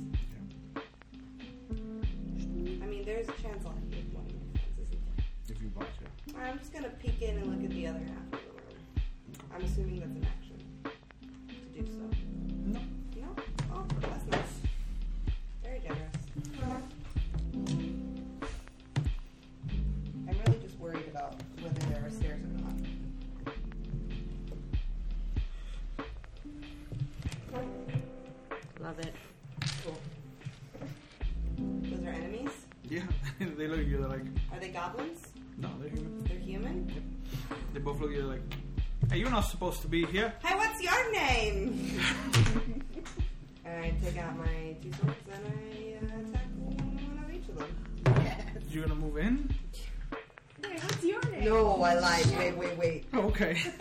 I mean, there's a chance I'll hit one of my friends, isn't there?
If you bought it.
I'm just gonna peek in and look at the other half of the room. I'm assuming that's an action to do so.
No.
No? Oh, that's nice. Very generous. I'm really just worried about whether there are stairs or not.
Love it.
Cool. Those are enemies?
Yeah, they look at you. They're like,
Are they goblins?
no, they're human.
They're human?
They both look at you like, hey, you're not supposed to be here.
Hi, what's your name? and I take out my two swords and I uh, attack one of each of them.
You're gonna move in.
What's your name?
No, I lied. Wait, wait, wait.
Okay.
Sorry,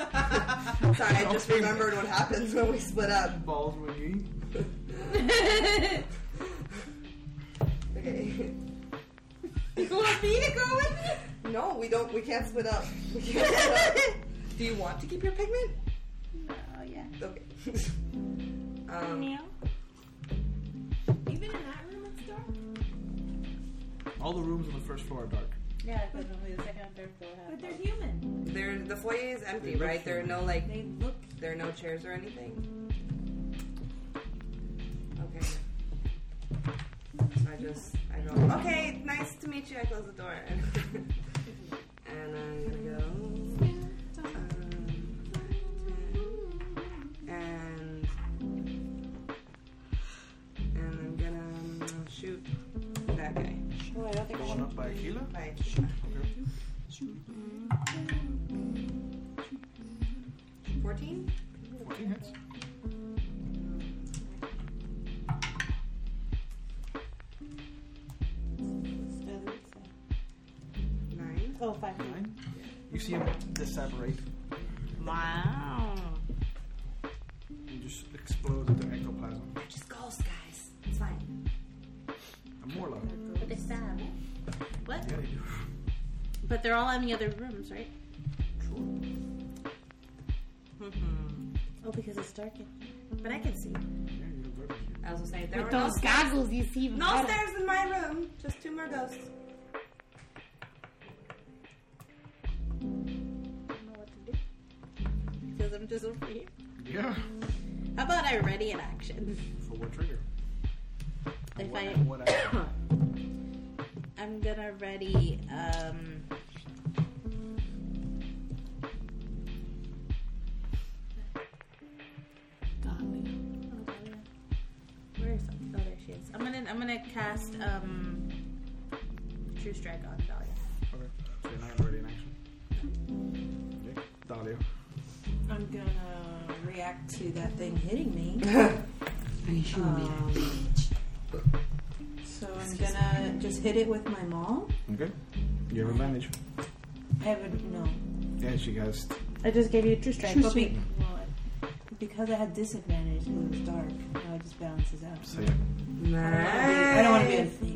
I just remembered what happens when we split up.
Balls McGee.
Okay.
You want me to go with you?
No, we don't. We can't split up. We can't split up. Do you want to keep your pigment?
Oh, yeah.
Okay. um,
Even in that room, it's dark.
All the rooms on the first floor are dark.
Yeah, because only the second and third floor
But
have.
they're human.
there, the foyer is empty,
They look
right? There are no like,
They look.
there are no chairs or anything. Okay. So I just, I go. Okay, nice to meet you. I close the door, and, and I'm gonna go. Um, and and I'm gonna um, shoot that guy. Oh, I don't think
Going up by Aquila.
Right. Fourteen.
Fourteen hits.
five.
Nine. You see him disapparate.
Wow.
He just explodes into ectoplasm.
They're just ghosts, guys. It's fine.
A Morlock.
But they stab. What?
Yeah, they do.
But they're all in the other rooms, right? Oh, because it's dark in here. But I can see.
I was gonna say there
With
were
those
no
goggles, you see. even
No
better.
stairs in my room. Just two more ghosts.
Because I'm just over here.
Yeah.
How about I ready an action?
For what trigger?
If
What-
I,
what
I'm gonna ready. Um, where is oh there she is. I'm gonna I'm gonna cast um, True Strike on Dahlia.
Okay. So you're not already in action. Okay. Dahlia.
I'm gonna react to that thing hitting me. Um, so I'm gonna just hit it with my maul.
Okay. You have advantage.
I would no.
Yeah, she has.
I just gave you a true strike.
True
but be-
strike.
well, because I had disadvantage because it was dark, now it just balances out.
Say
I don't want to be unfair.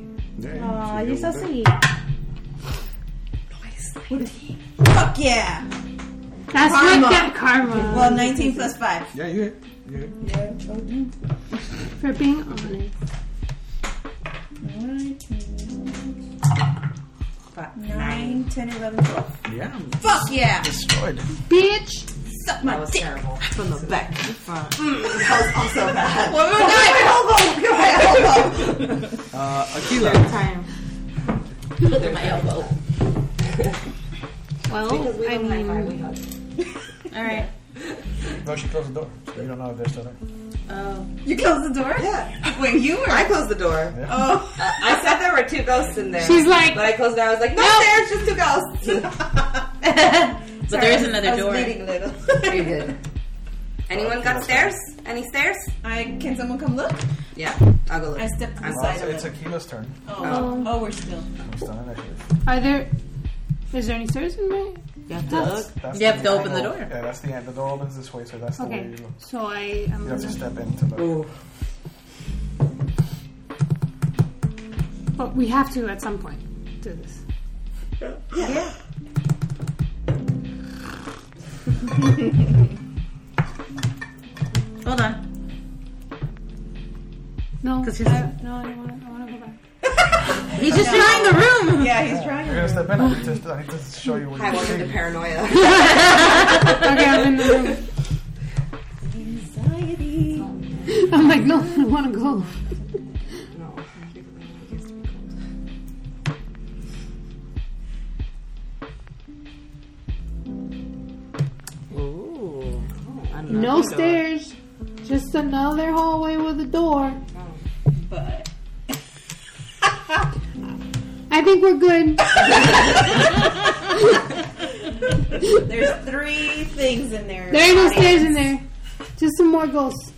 Yeah,
Aw,
you
you're so
feel better.
sweet. Fuck yeah!
That's
karma.
not that karma.
Well, 19 plus 5.
Yeah, you hit. You hit.
Yeah, I'll do.
For being honest.
Five. 9, 10, 11, 12.
Yeah.
Fuck yeah!
Destroyed.
Bitch! Suck my
That was
dick.
terrible.
From the back to the front.
That was also bad.
Well, my elbow! my elbow!
Uh, Aquila.
Time.
Look at my elbow.
Well, I mean,
All right.
No, she closed the door. So you don't know if they're still there.
Oh.
You closed the door?
Yeah.
Wait, you were.
I closed the door.
Oh.
I said there were two ghosts in there.
She's like-
but I closed it. I was like, no, there's just two ghosts.
but there is another
I was
door.
Bleeding a little. Anyone got stairs? Any stairs?
I, can someone come look?
Yeah, I'll go look.
I stepped to the
Well,
side
it's,
of it.
it's Aquila's turn.
Oh. oh, we're still.
I'm still in initiative.
are there? Is there any stairs in my?
You have to
house?
look.
That's
You have
the
to open the
angle.
door.
Yeah, that's the end. The door opens this way, so that's the way
Okay,
you go.
so I am
Oh, You have
gonna.
to step into the.
But we have to at some point do this.
Yeah.
Hold on.
No,
Because
I,
he's-
no, I don't want. I want to go back.
He's just trying the room.
Yeah, he's trying.
You're gonna step in. I need to, I need to show you what
I
you
went into
see.
paranoia.
okay, I'm in the room.
Anxiety.
I'm like, no, I want to go.
no.
Ooh. Another
No
door.
stairs, just another hallway with a door.
But
I think we're good.
there's three things in there.
There ain't no stairs in there. Just some more ghosts.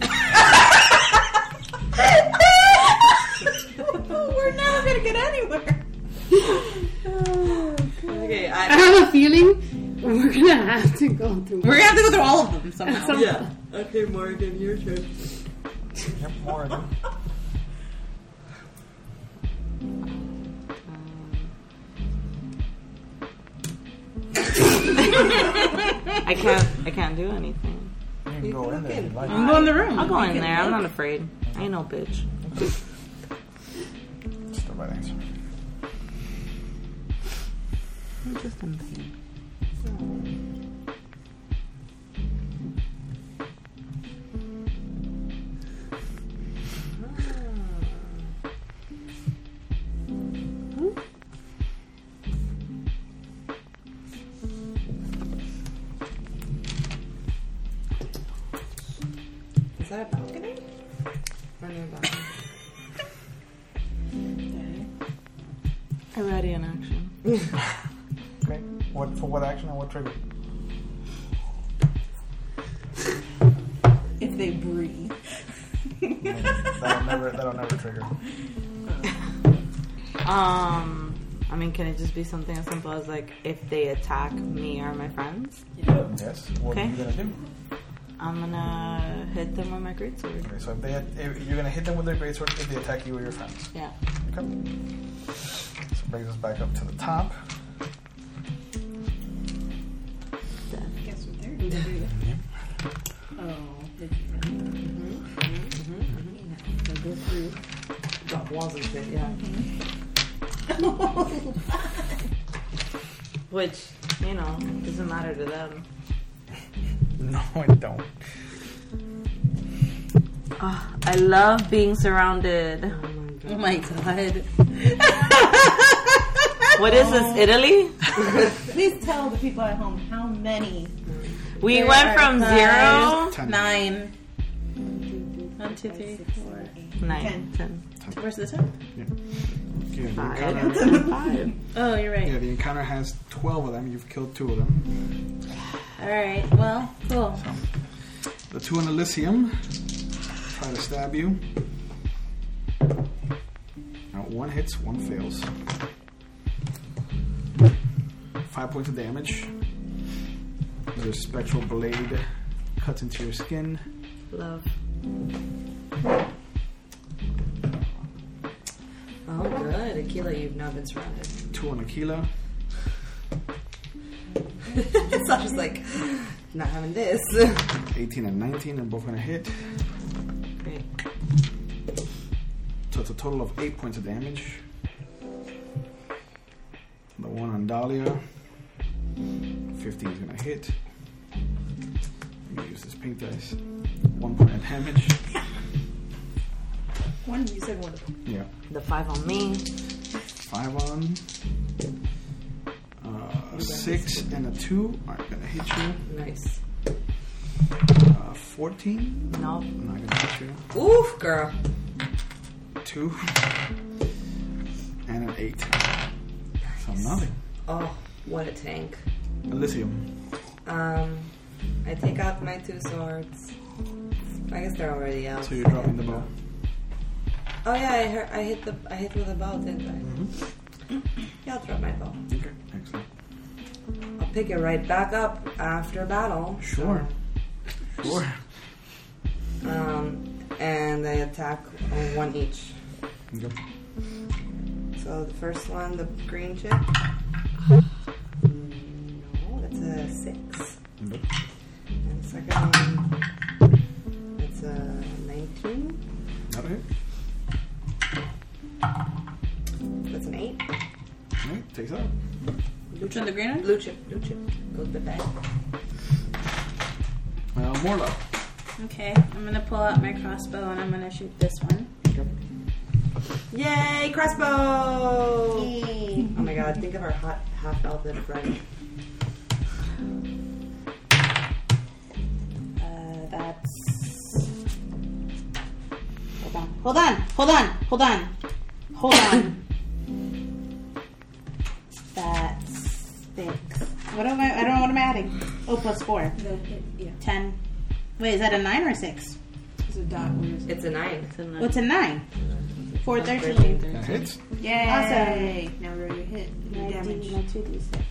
We're never gonna get anywhere.
Okay,
I
I,
have a feeling we're gonna have to go through.
We're gonna have to go through all of them somehow.
Some-
Okay, Morgan, your turn.
Yep, more.
I can't. I can't do anything.
You can go in there if you like.
Mm-hmm.
I'm going in the room.
I'll go
You
in
can
there. I'm
look.
not afraid. I ain't no bitch.
It's the right answer.
I'm just in pain.
Is that a balcony? Or no balcony?
I'm ready in action.
Okay. What for? What action and what trigger?
If they breathe.
That'll never. That'll never trigger.
Um, I mean, can it just be something as simple as like if they attack me or my friends?
Yes. What are you gonna do?
I'm gonna hit them with my greatsword.
Okay, so if they, if you're gonna hit them with their greatsword if they attack you or your friends.
Yeah.
Okay. So brings us back up to the top.
Guess what they're gonna do? Oh.
So go through. Got walls and shit, yeah.
Which, you know, doesn't matter to them.
No, I don't.
Ah, I love being surrounded. Oh my god. what is this, Italy?
Please tell the people at home how many.
We
there
went
are
from
five,
zero-
ten.
Nine. One, two, three, four,
Nine,
ten. Where's the ten?
Yeah, the
Five.
encounter-
Oh, you're right.
Yeah, the encounter has 12 of them. You've killed two of them.
All right. Well, cool.
The two in Elysium try to stab you. Now, one hits, one fails. Five points of damage. Your spectral blade cuts into your skin.
Love.
Oh, good. Akila, you've now been surrounded.
Two on Aquila.
Sasha's like, not having this.
18 and 19 are both going to hit.
Great.
So it's a total of 8 points of damage. The one on Dahlia. 15 is going to hit. I'm going to use this pink dice. 1 point of damage.
One, you said one.
Yeah.
The five on me.
5 on. Uh, 6 and a 2 aren't going to hit you.
Nice.
Uh, 14? Not
No.
going to hit you.
Oof, girl.
two, and an eight. So nothing.
Oh, what a tank.
Elysium.
Um, I take out my two swords. I guess they're already out.
So you're dropping the bow.
Oh yeah, I heard, I hit the I hit with a bow, didn't I? Yeah, I'll drop my bow.
Okay, excellent.
I'll pick it right back up after battle.
Sure. Sure.
Um, and I attack on one each.
Okay.
So the first one, the green chip. No, that's a six.
Nope.
And the second one, that's a nineteen.
Not a hit.
That's an eight.
Alright, takes out.
Which one, the green one?
Blue chip. Blue chip. Go to the bag.
Uh, Morla.
Okay. I'm gonna pull out my crossbow and I'm gonna shoot this one.
Yay, crossbow! Oh my god, think of our hot half elven friend.
Uh, that's. Hold on. Hold on. Hold on. Hold on. Hold on. that's six. What am I? I don't know what I'm adding. Oh, plus four. Ten. Wait, is that a nine or a six?
It's a dot.
It's a nine.
What's a nine? Four thirteen.
thirteen.
That hits.
Yay! Awesome. Now roll your hit. Your damage.
two d six.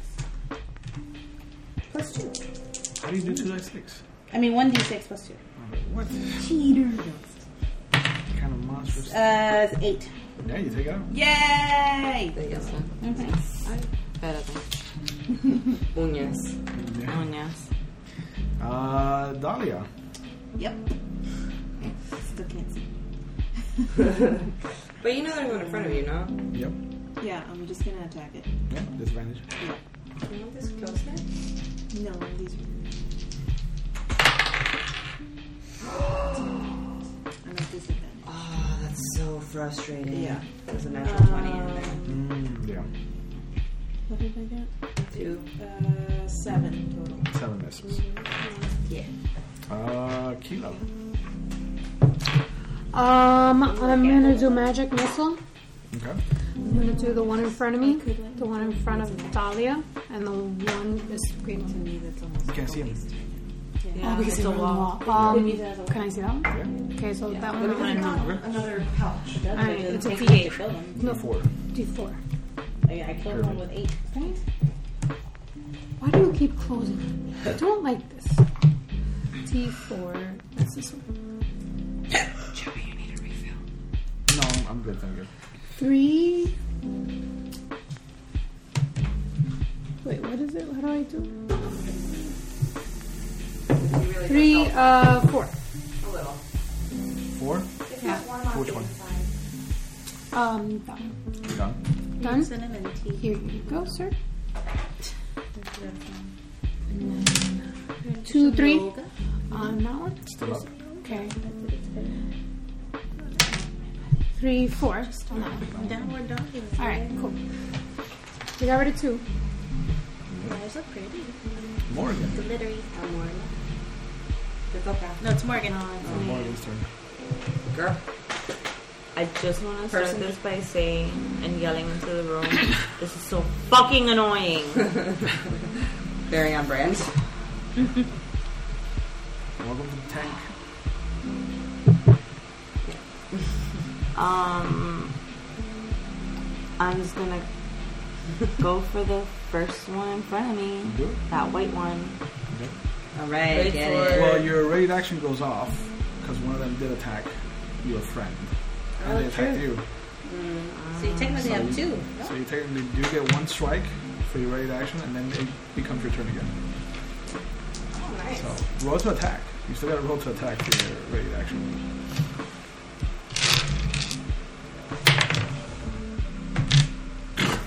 Plus two.
How do you do two dice six?
I mean one d six plus two.
What
Cheater.
kind of monstrous?
Uh, it's eight.
yeah, you take it out.
Yay! Okay.
Mm-hmm. Uñas.
oh,
Yeah. Uh, Dahlia.
Yep. Still can't see.
But you know there's one in front of you, no?
Yep.
Yeah, I'm just gonna attack it.
Yeah, disadvantage.
You want this closer?
No, these are. I'm at disadvantage.
Oh, that's so frustrating.
Yeah.
There's a natural 20 in there.
Mm, yeah.
What did I get?
Two.
Uh, seven total.
Seven misses.
Yeah.
Uh, Kilo.
Um, I'm gonna do magic missile.
Okay.
I'm gonna do the one in front of me, the one in front of Dahlia, and the one is screaming to me that's almost.
You can't see him.
oh, because it's a wall. Um, can I see that one? Okay, so that one.
Another
Alright, it's a
Take it
D8.
to kill them.
No,
Four.
D4.
Oh, I, I killed one with eight.
Why do you keep closing? I don't like this. T4. That's this one. Joey, you need a refill.
No, I'm- I'm good. I'm good.
Three. Wait, what is it? How do I do? Three, uh, four.
A little.
Four.
Yeah.
Which one?
Um, done.
Done.
Done. Cinnamon tea. Here you go, sir. Two, three. On that Uh, one.
Still up.
Okay. Three, four. Still not.
Downward dog.
All right, cool. We got rid of two.
Those look pretty.
Morgan.
Glittery.
Ah.
No, it's Morgan.
Morgan's turn.
Girl. I just want to start
Person.
this by saying and yelling into the room, this is so fucking annoying.
Very on brand.
Welcome to the tank.
um, I'm just gonna go for the first one in front of me.
Do it.
That white one.
All
Ready get for- it.
Well, your raid action goes off because one of them did attack your friend, and
Oh,
they attacked
true.
you.
So you technically
So
have
you-
two.
So you technically do get one strike for your raid action, and then it becomes your turn again.
Oh, nice.
So roll to attack. You still got to roll to attack for your raid action.
I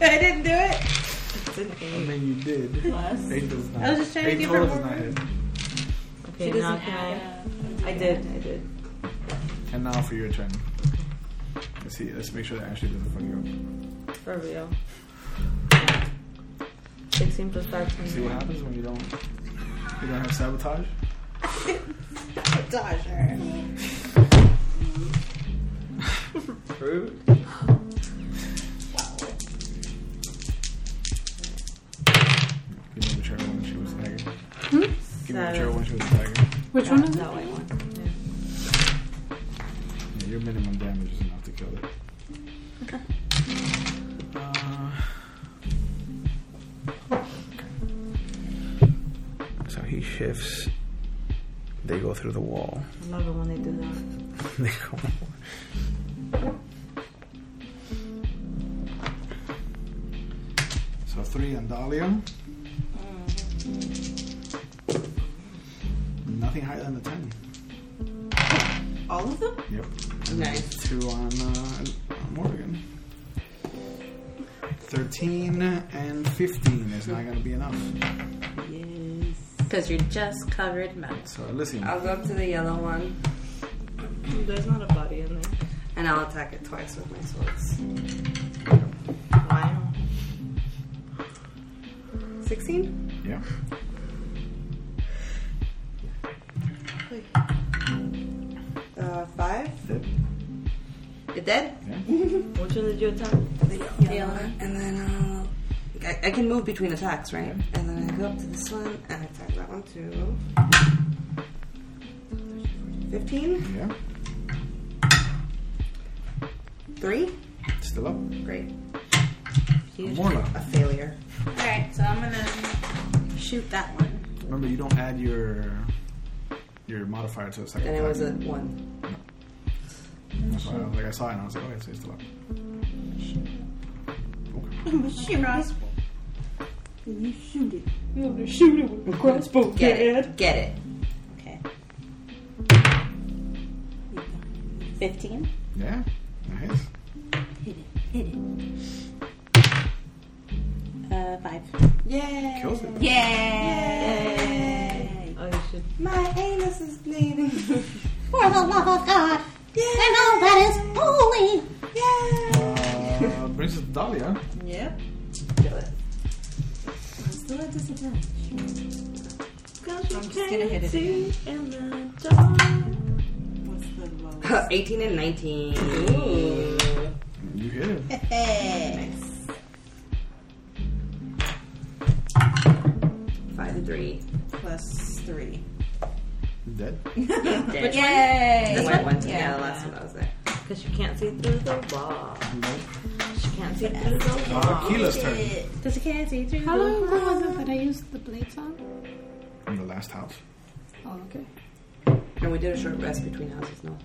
didn't do it.
I mean, you did.
Plus.
Eight does not.
I was just trying to
eight
give her
total
more
does not hit.
Okay, now can I? I did, I did.
And now for your turn. Let's see. Let's make sure that Ashley doesn't fuck you
For real. 16 plus 5,
up. See what
20.
happens when you don't. You don't have sabotage.
Dodger.
Rude. Give me the chair when she was tiger. Give
Hmm?
me the chair when she was tiger.
Which
That-
one is
That white one.
Yeah, your minimum damage is enough to kill it. Uh, so he shifts. They go through the wall.
I love it when they do that.
they go. So three on Dahlia.
Mm.
Nothing higher than a ten.
All of them?
Yep. And nice. Two on, uh, on Morgan. 13 and 15 is not going to be enough.
Because you're just covered metal.
So, Elysium.
I'll go up to the yellow one.
There's not a body in there.
And I'll attack it twice with my swords.
Wow.
16?
Yeah.
Uh, 5?
Yep.
You're dead?
Which one did you attack?
The yellow one. And then uh, I, I can move between attacks, right? And then I go up to this one and I attack that one too. 15?
Yeah.
3?
Still up.
Great.
Morla.
A failure.
Alright, so I'm gonna shoot that one.
Remember, you don't add your your modifier to the second
And it
attack.
was a 1.
That's why I was like, I saw it and I was like, oh, it's it's still up.
Shoot it. You shoot it. You're gonna shoot it with a crossbow,
Get
kid.
it. Get it.
Okay. 15?
Yeah. Nice.
Hit it. Hit it. Uh, five.
Yay!
Kills it.
Yay!
Oh, you should.
My anus is bleeding.
For the love of God! And all that is holy!
Uh, brings us to Dahlia.
Yep.
Kill it.
I'm still at disadvantage. I'm just gonna hit it. again. What's the lowest?
18 and 19.
You hit it.
nice.
5 and 3.
Plus three.
Dead.
Which
Yay!
That's
This
my one.
Yeah.
Yeah, the last one I was there.
Because you can't see through the wall.
No.
She can't
can't see through
Uh, Keela's turn.
Because you can't see through
How
the
long ago was it
fog.
that I used the plates on?
In the last house.
Oh, okay.
No, we did a short rest between houses. No.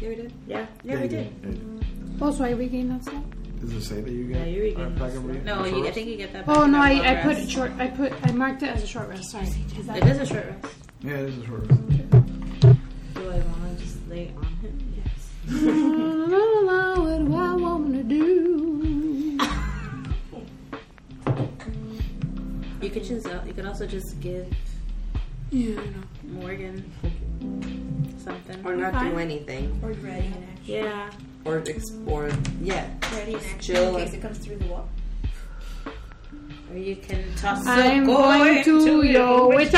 Yeah, we did.
Yeah.
Yeah, we did.
Oh, so I regained that stuff?
Does it say that you get? Yeah, you
regain No, you, I think you get that. Back
Oh
in
no,
that
I,
long
I put
rest.
it short. I put I marked it as a short rest. Sorry, is that
It is a short rest.
Yeah, it is a short rest.
Do I want to just lay on him? Yes.
I don't know what I want to do.
You could choose. uh, You could also just give
Yeah, I know.
Morgan something
Or not do anything.
Or ready in action.
Yeah.
Or explore. Yeah.
Ready in action
Chill.
in case it comes through the wall.
Or you can toss.
I'm going to your witcher.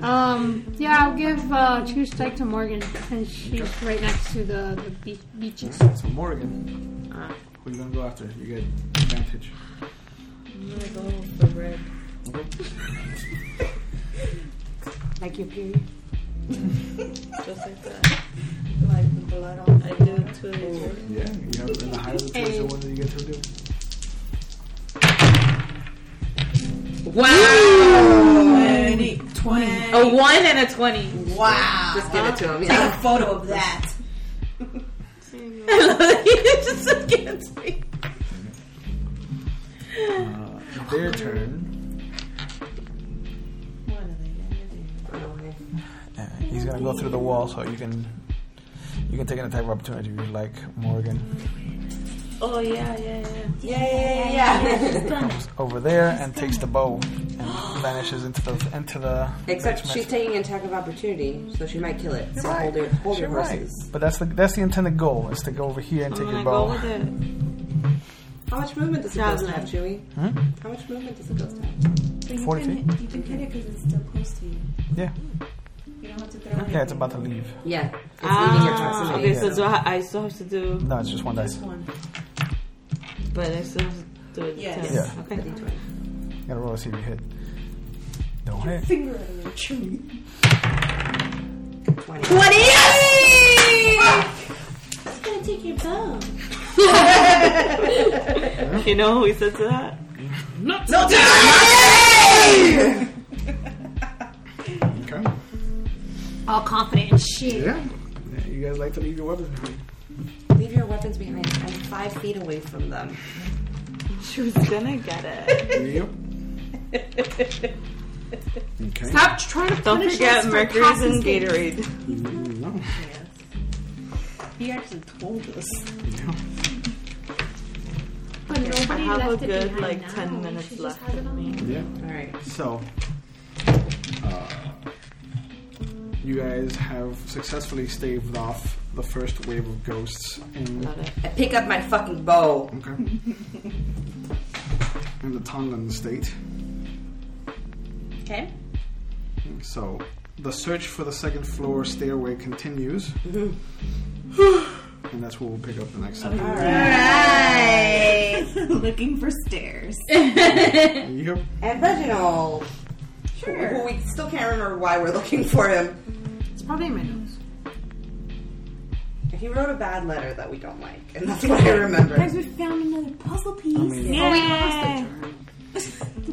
um, yeah, I'll give uh, two strike to Morgan, and she's right next to the the beach, beaches.
So Morgan, who you gonna go after? You get advantage.
I'm gonna go for red.
Like your period.
Just like that.
Like the blood on
I do two
Yeah, you have and the higher the choice, the one that you get to do.
Wow.
20. 20.
A one and a twenty.
Wow.
Just give it to him.
Take a photo of that.
I love that you just look at me.
Uh, their turn. Uh, he's gonna go through the wall, so you can you can take an attack of opportunity if you like, Morgan.
Oh yeah, yeah, yeah.
Yeah, yeah, yeah.
Comes over there and takes the bow and vanishes into the into the.
Except
next
she's taking an attack of opportunity, so she might kill it. So hold your hold your
You're right.
horses.
But that's the that's the intended goal is to go over here and take your bow.
it. How much movement does a
Job
ghost
left.
have, Chewy?
Hmm?
How much movement does a ghost have?
But you
40
can,
feet.
hit- you can hit it because it's still close to you.
Yeah.
You don't have to throw
Yeah, it's about to leave.
Yeah.
Ah,
proximity.
okay, so do I, I still have to do.
No, it's just one dice.
But I still have to do it.
Yes.
twice.
Yeah.
Okay.
Gotta roll to see if you hit. Don't hit.
Finger out of Chewy.
Twenty.
It's gonna take your bow.
You know who he said to that?
Not
Okay.
All confident and shit.
Yeah. yeah. You guys like to leave your weapons behind.
Leave your weapons behind. I'm five feet away from them.
She was gonna get it.
Yep. Okay.
Stop trying to
Don't
punish
forget
us for
Mercury's in
Cass's games.
Gatorade.
Mm, No.
He actually told us.
But
I
nobody
have a
left it
good
behind
like
now.
ten
She
minutes
just
left
has it
of
on.
me.
Yeah.
All right.
So, uh, you guys have successfully staved off the first wave of ghosts in,
I pick up my fucking bow.
okay, in the Tongan state.
Okay.
So, the search for the second floor stairway continues. and that's where we'll pick up the next time.
Alright. Looking for stairs.
Yep.
And Reginald.
Sure.
Who we still can't remember why we're looking for him.
It's probably in my nose.
He wrote a bad letter that we don't like, and that's what I remember.
Guys, we found another puzzle piece.
mean-
Oh, we
Yay.
lost the jar.
I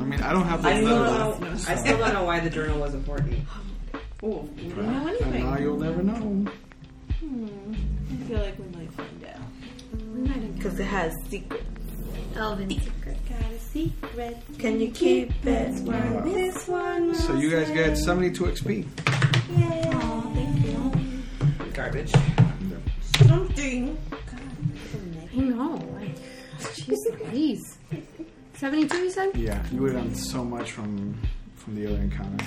mean, I don't have the
I still
letter.
don't know. I still don't know why the journal was important.
Oh, we don't know
And
anything.
now you'll never know.
Hmm. I feel like we might find out.
Because it has secret.
Elvin secret.
Got a secret.
Can you keep it?
Uh,
This one.
so you guys get 72 XP.
Oh, thank you.
Garbage.
Something.
I know. Like, Jesus, please. Seventy-two, you said?
Yeah, you would have done so much from from the other encounter.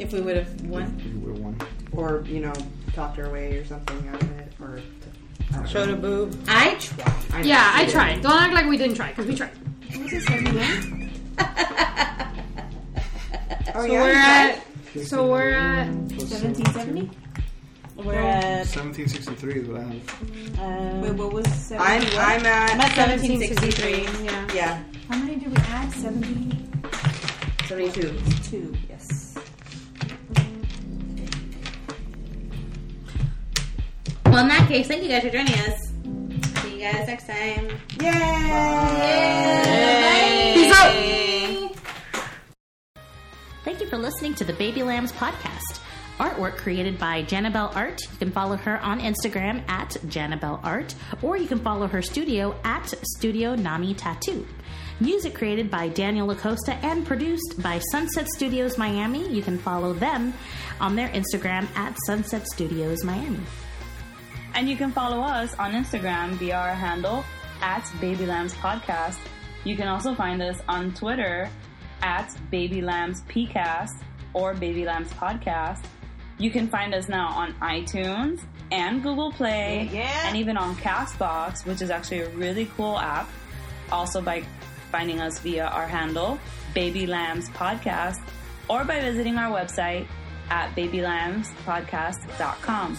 If we would have won,
You would have won.
Or, you know, talked her away or something out of it. Or I don't know.
showed a boob. I tried.
I
Yeah, I
didn't.
tried. Don't act like we didn't try, because we tried.
Oh,
So
yeah,
we're
you
at
So we're at.
1770?
we're at
1763 is what I have.
Wait, what was 70?
I'm, I'm at.
at seventeen sixty three.
Yeah.
Yeah,
How many did we add? 72.
72.
Yes.
Well, in that case, thank you guys for joining us.
you guys next time.
Yay!
Yay!
Peace out.
Thank you for listening to the Baby Lambs podcast. Artwork created by Janabel Art. You can follow her on Instagram at Janabel Art, or you can follow her studio at Studio Nami Tattoo. Music created by Daniel Acosta and produced by Sunset Studios Miami. You can follow them on their Instagram at Sunset Studios Miami.
And you can follow us on Instagram via our handle at Baby Lambs Podcast. You can also find us on Twitter at Baby Lambs PCast or Baby Lambs Podcast. You can find us now on iTunes and Google Play and even on Castbox, which is actually a really cool app. Also by finding us via our handle, Baby Lambs Podcast, or by visiting our website at babylambspodcast.com.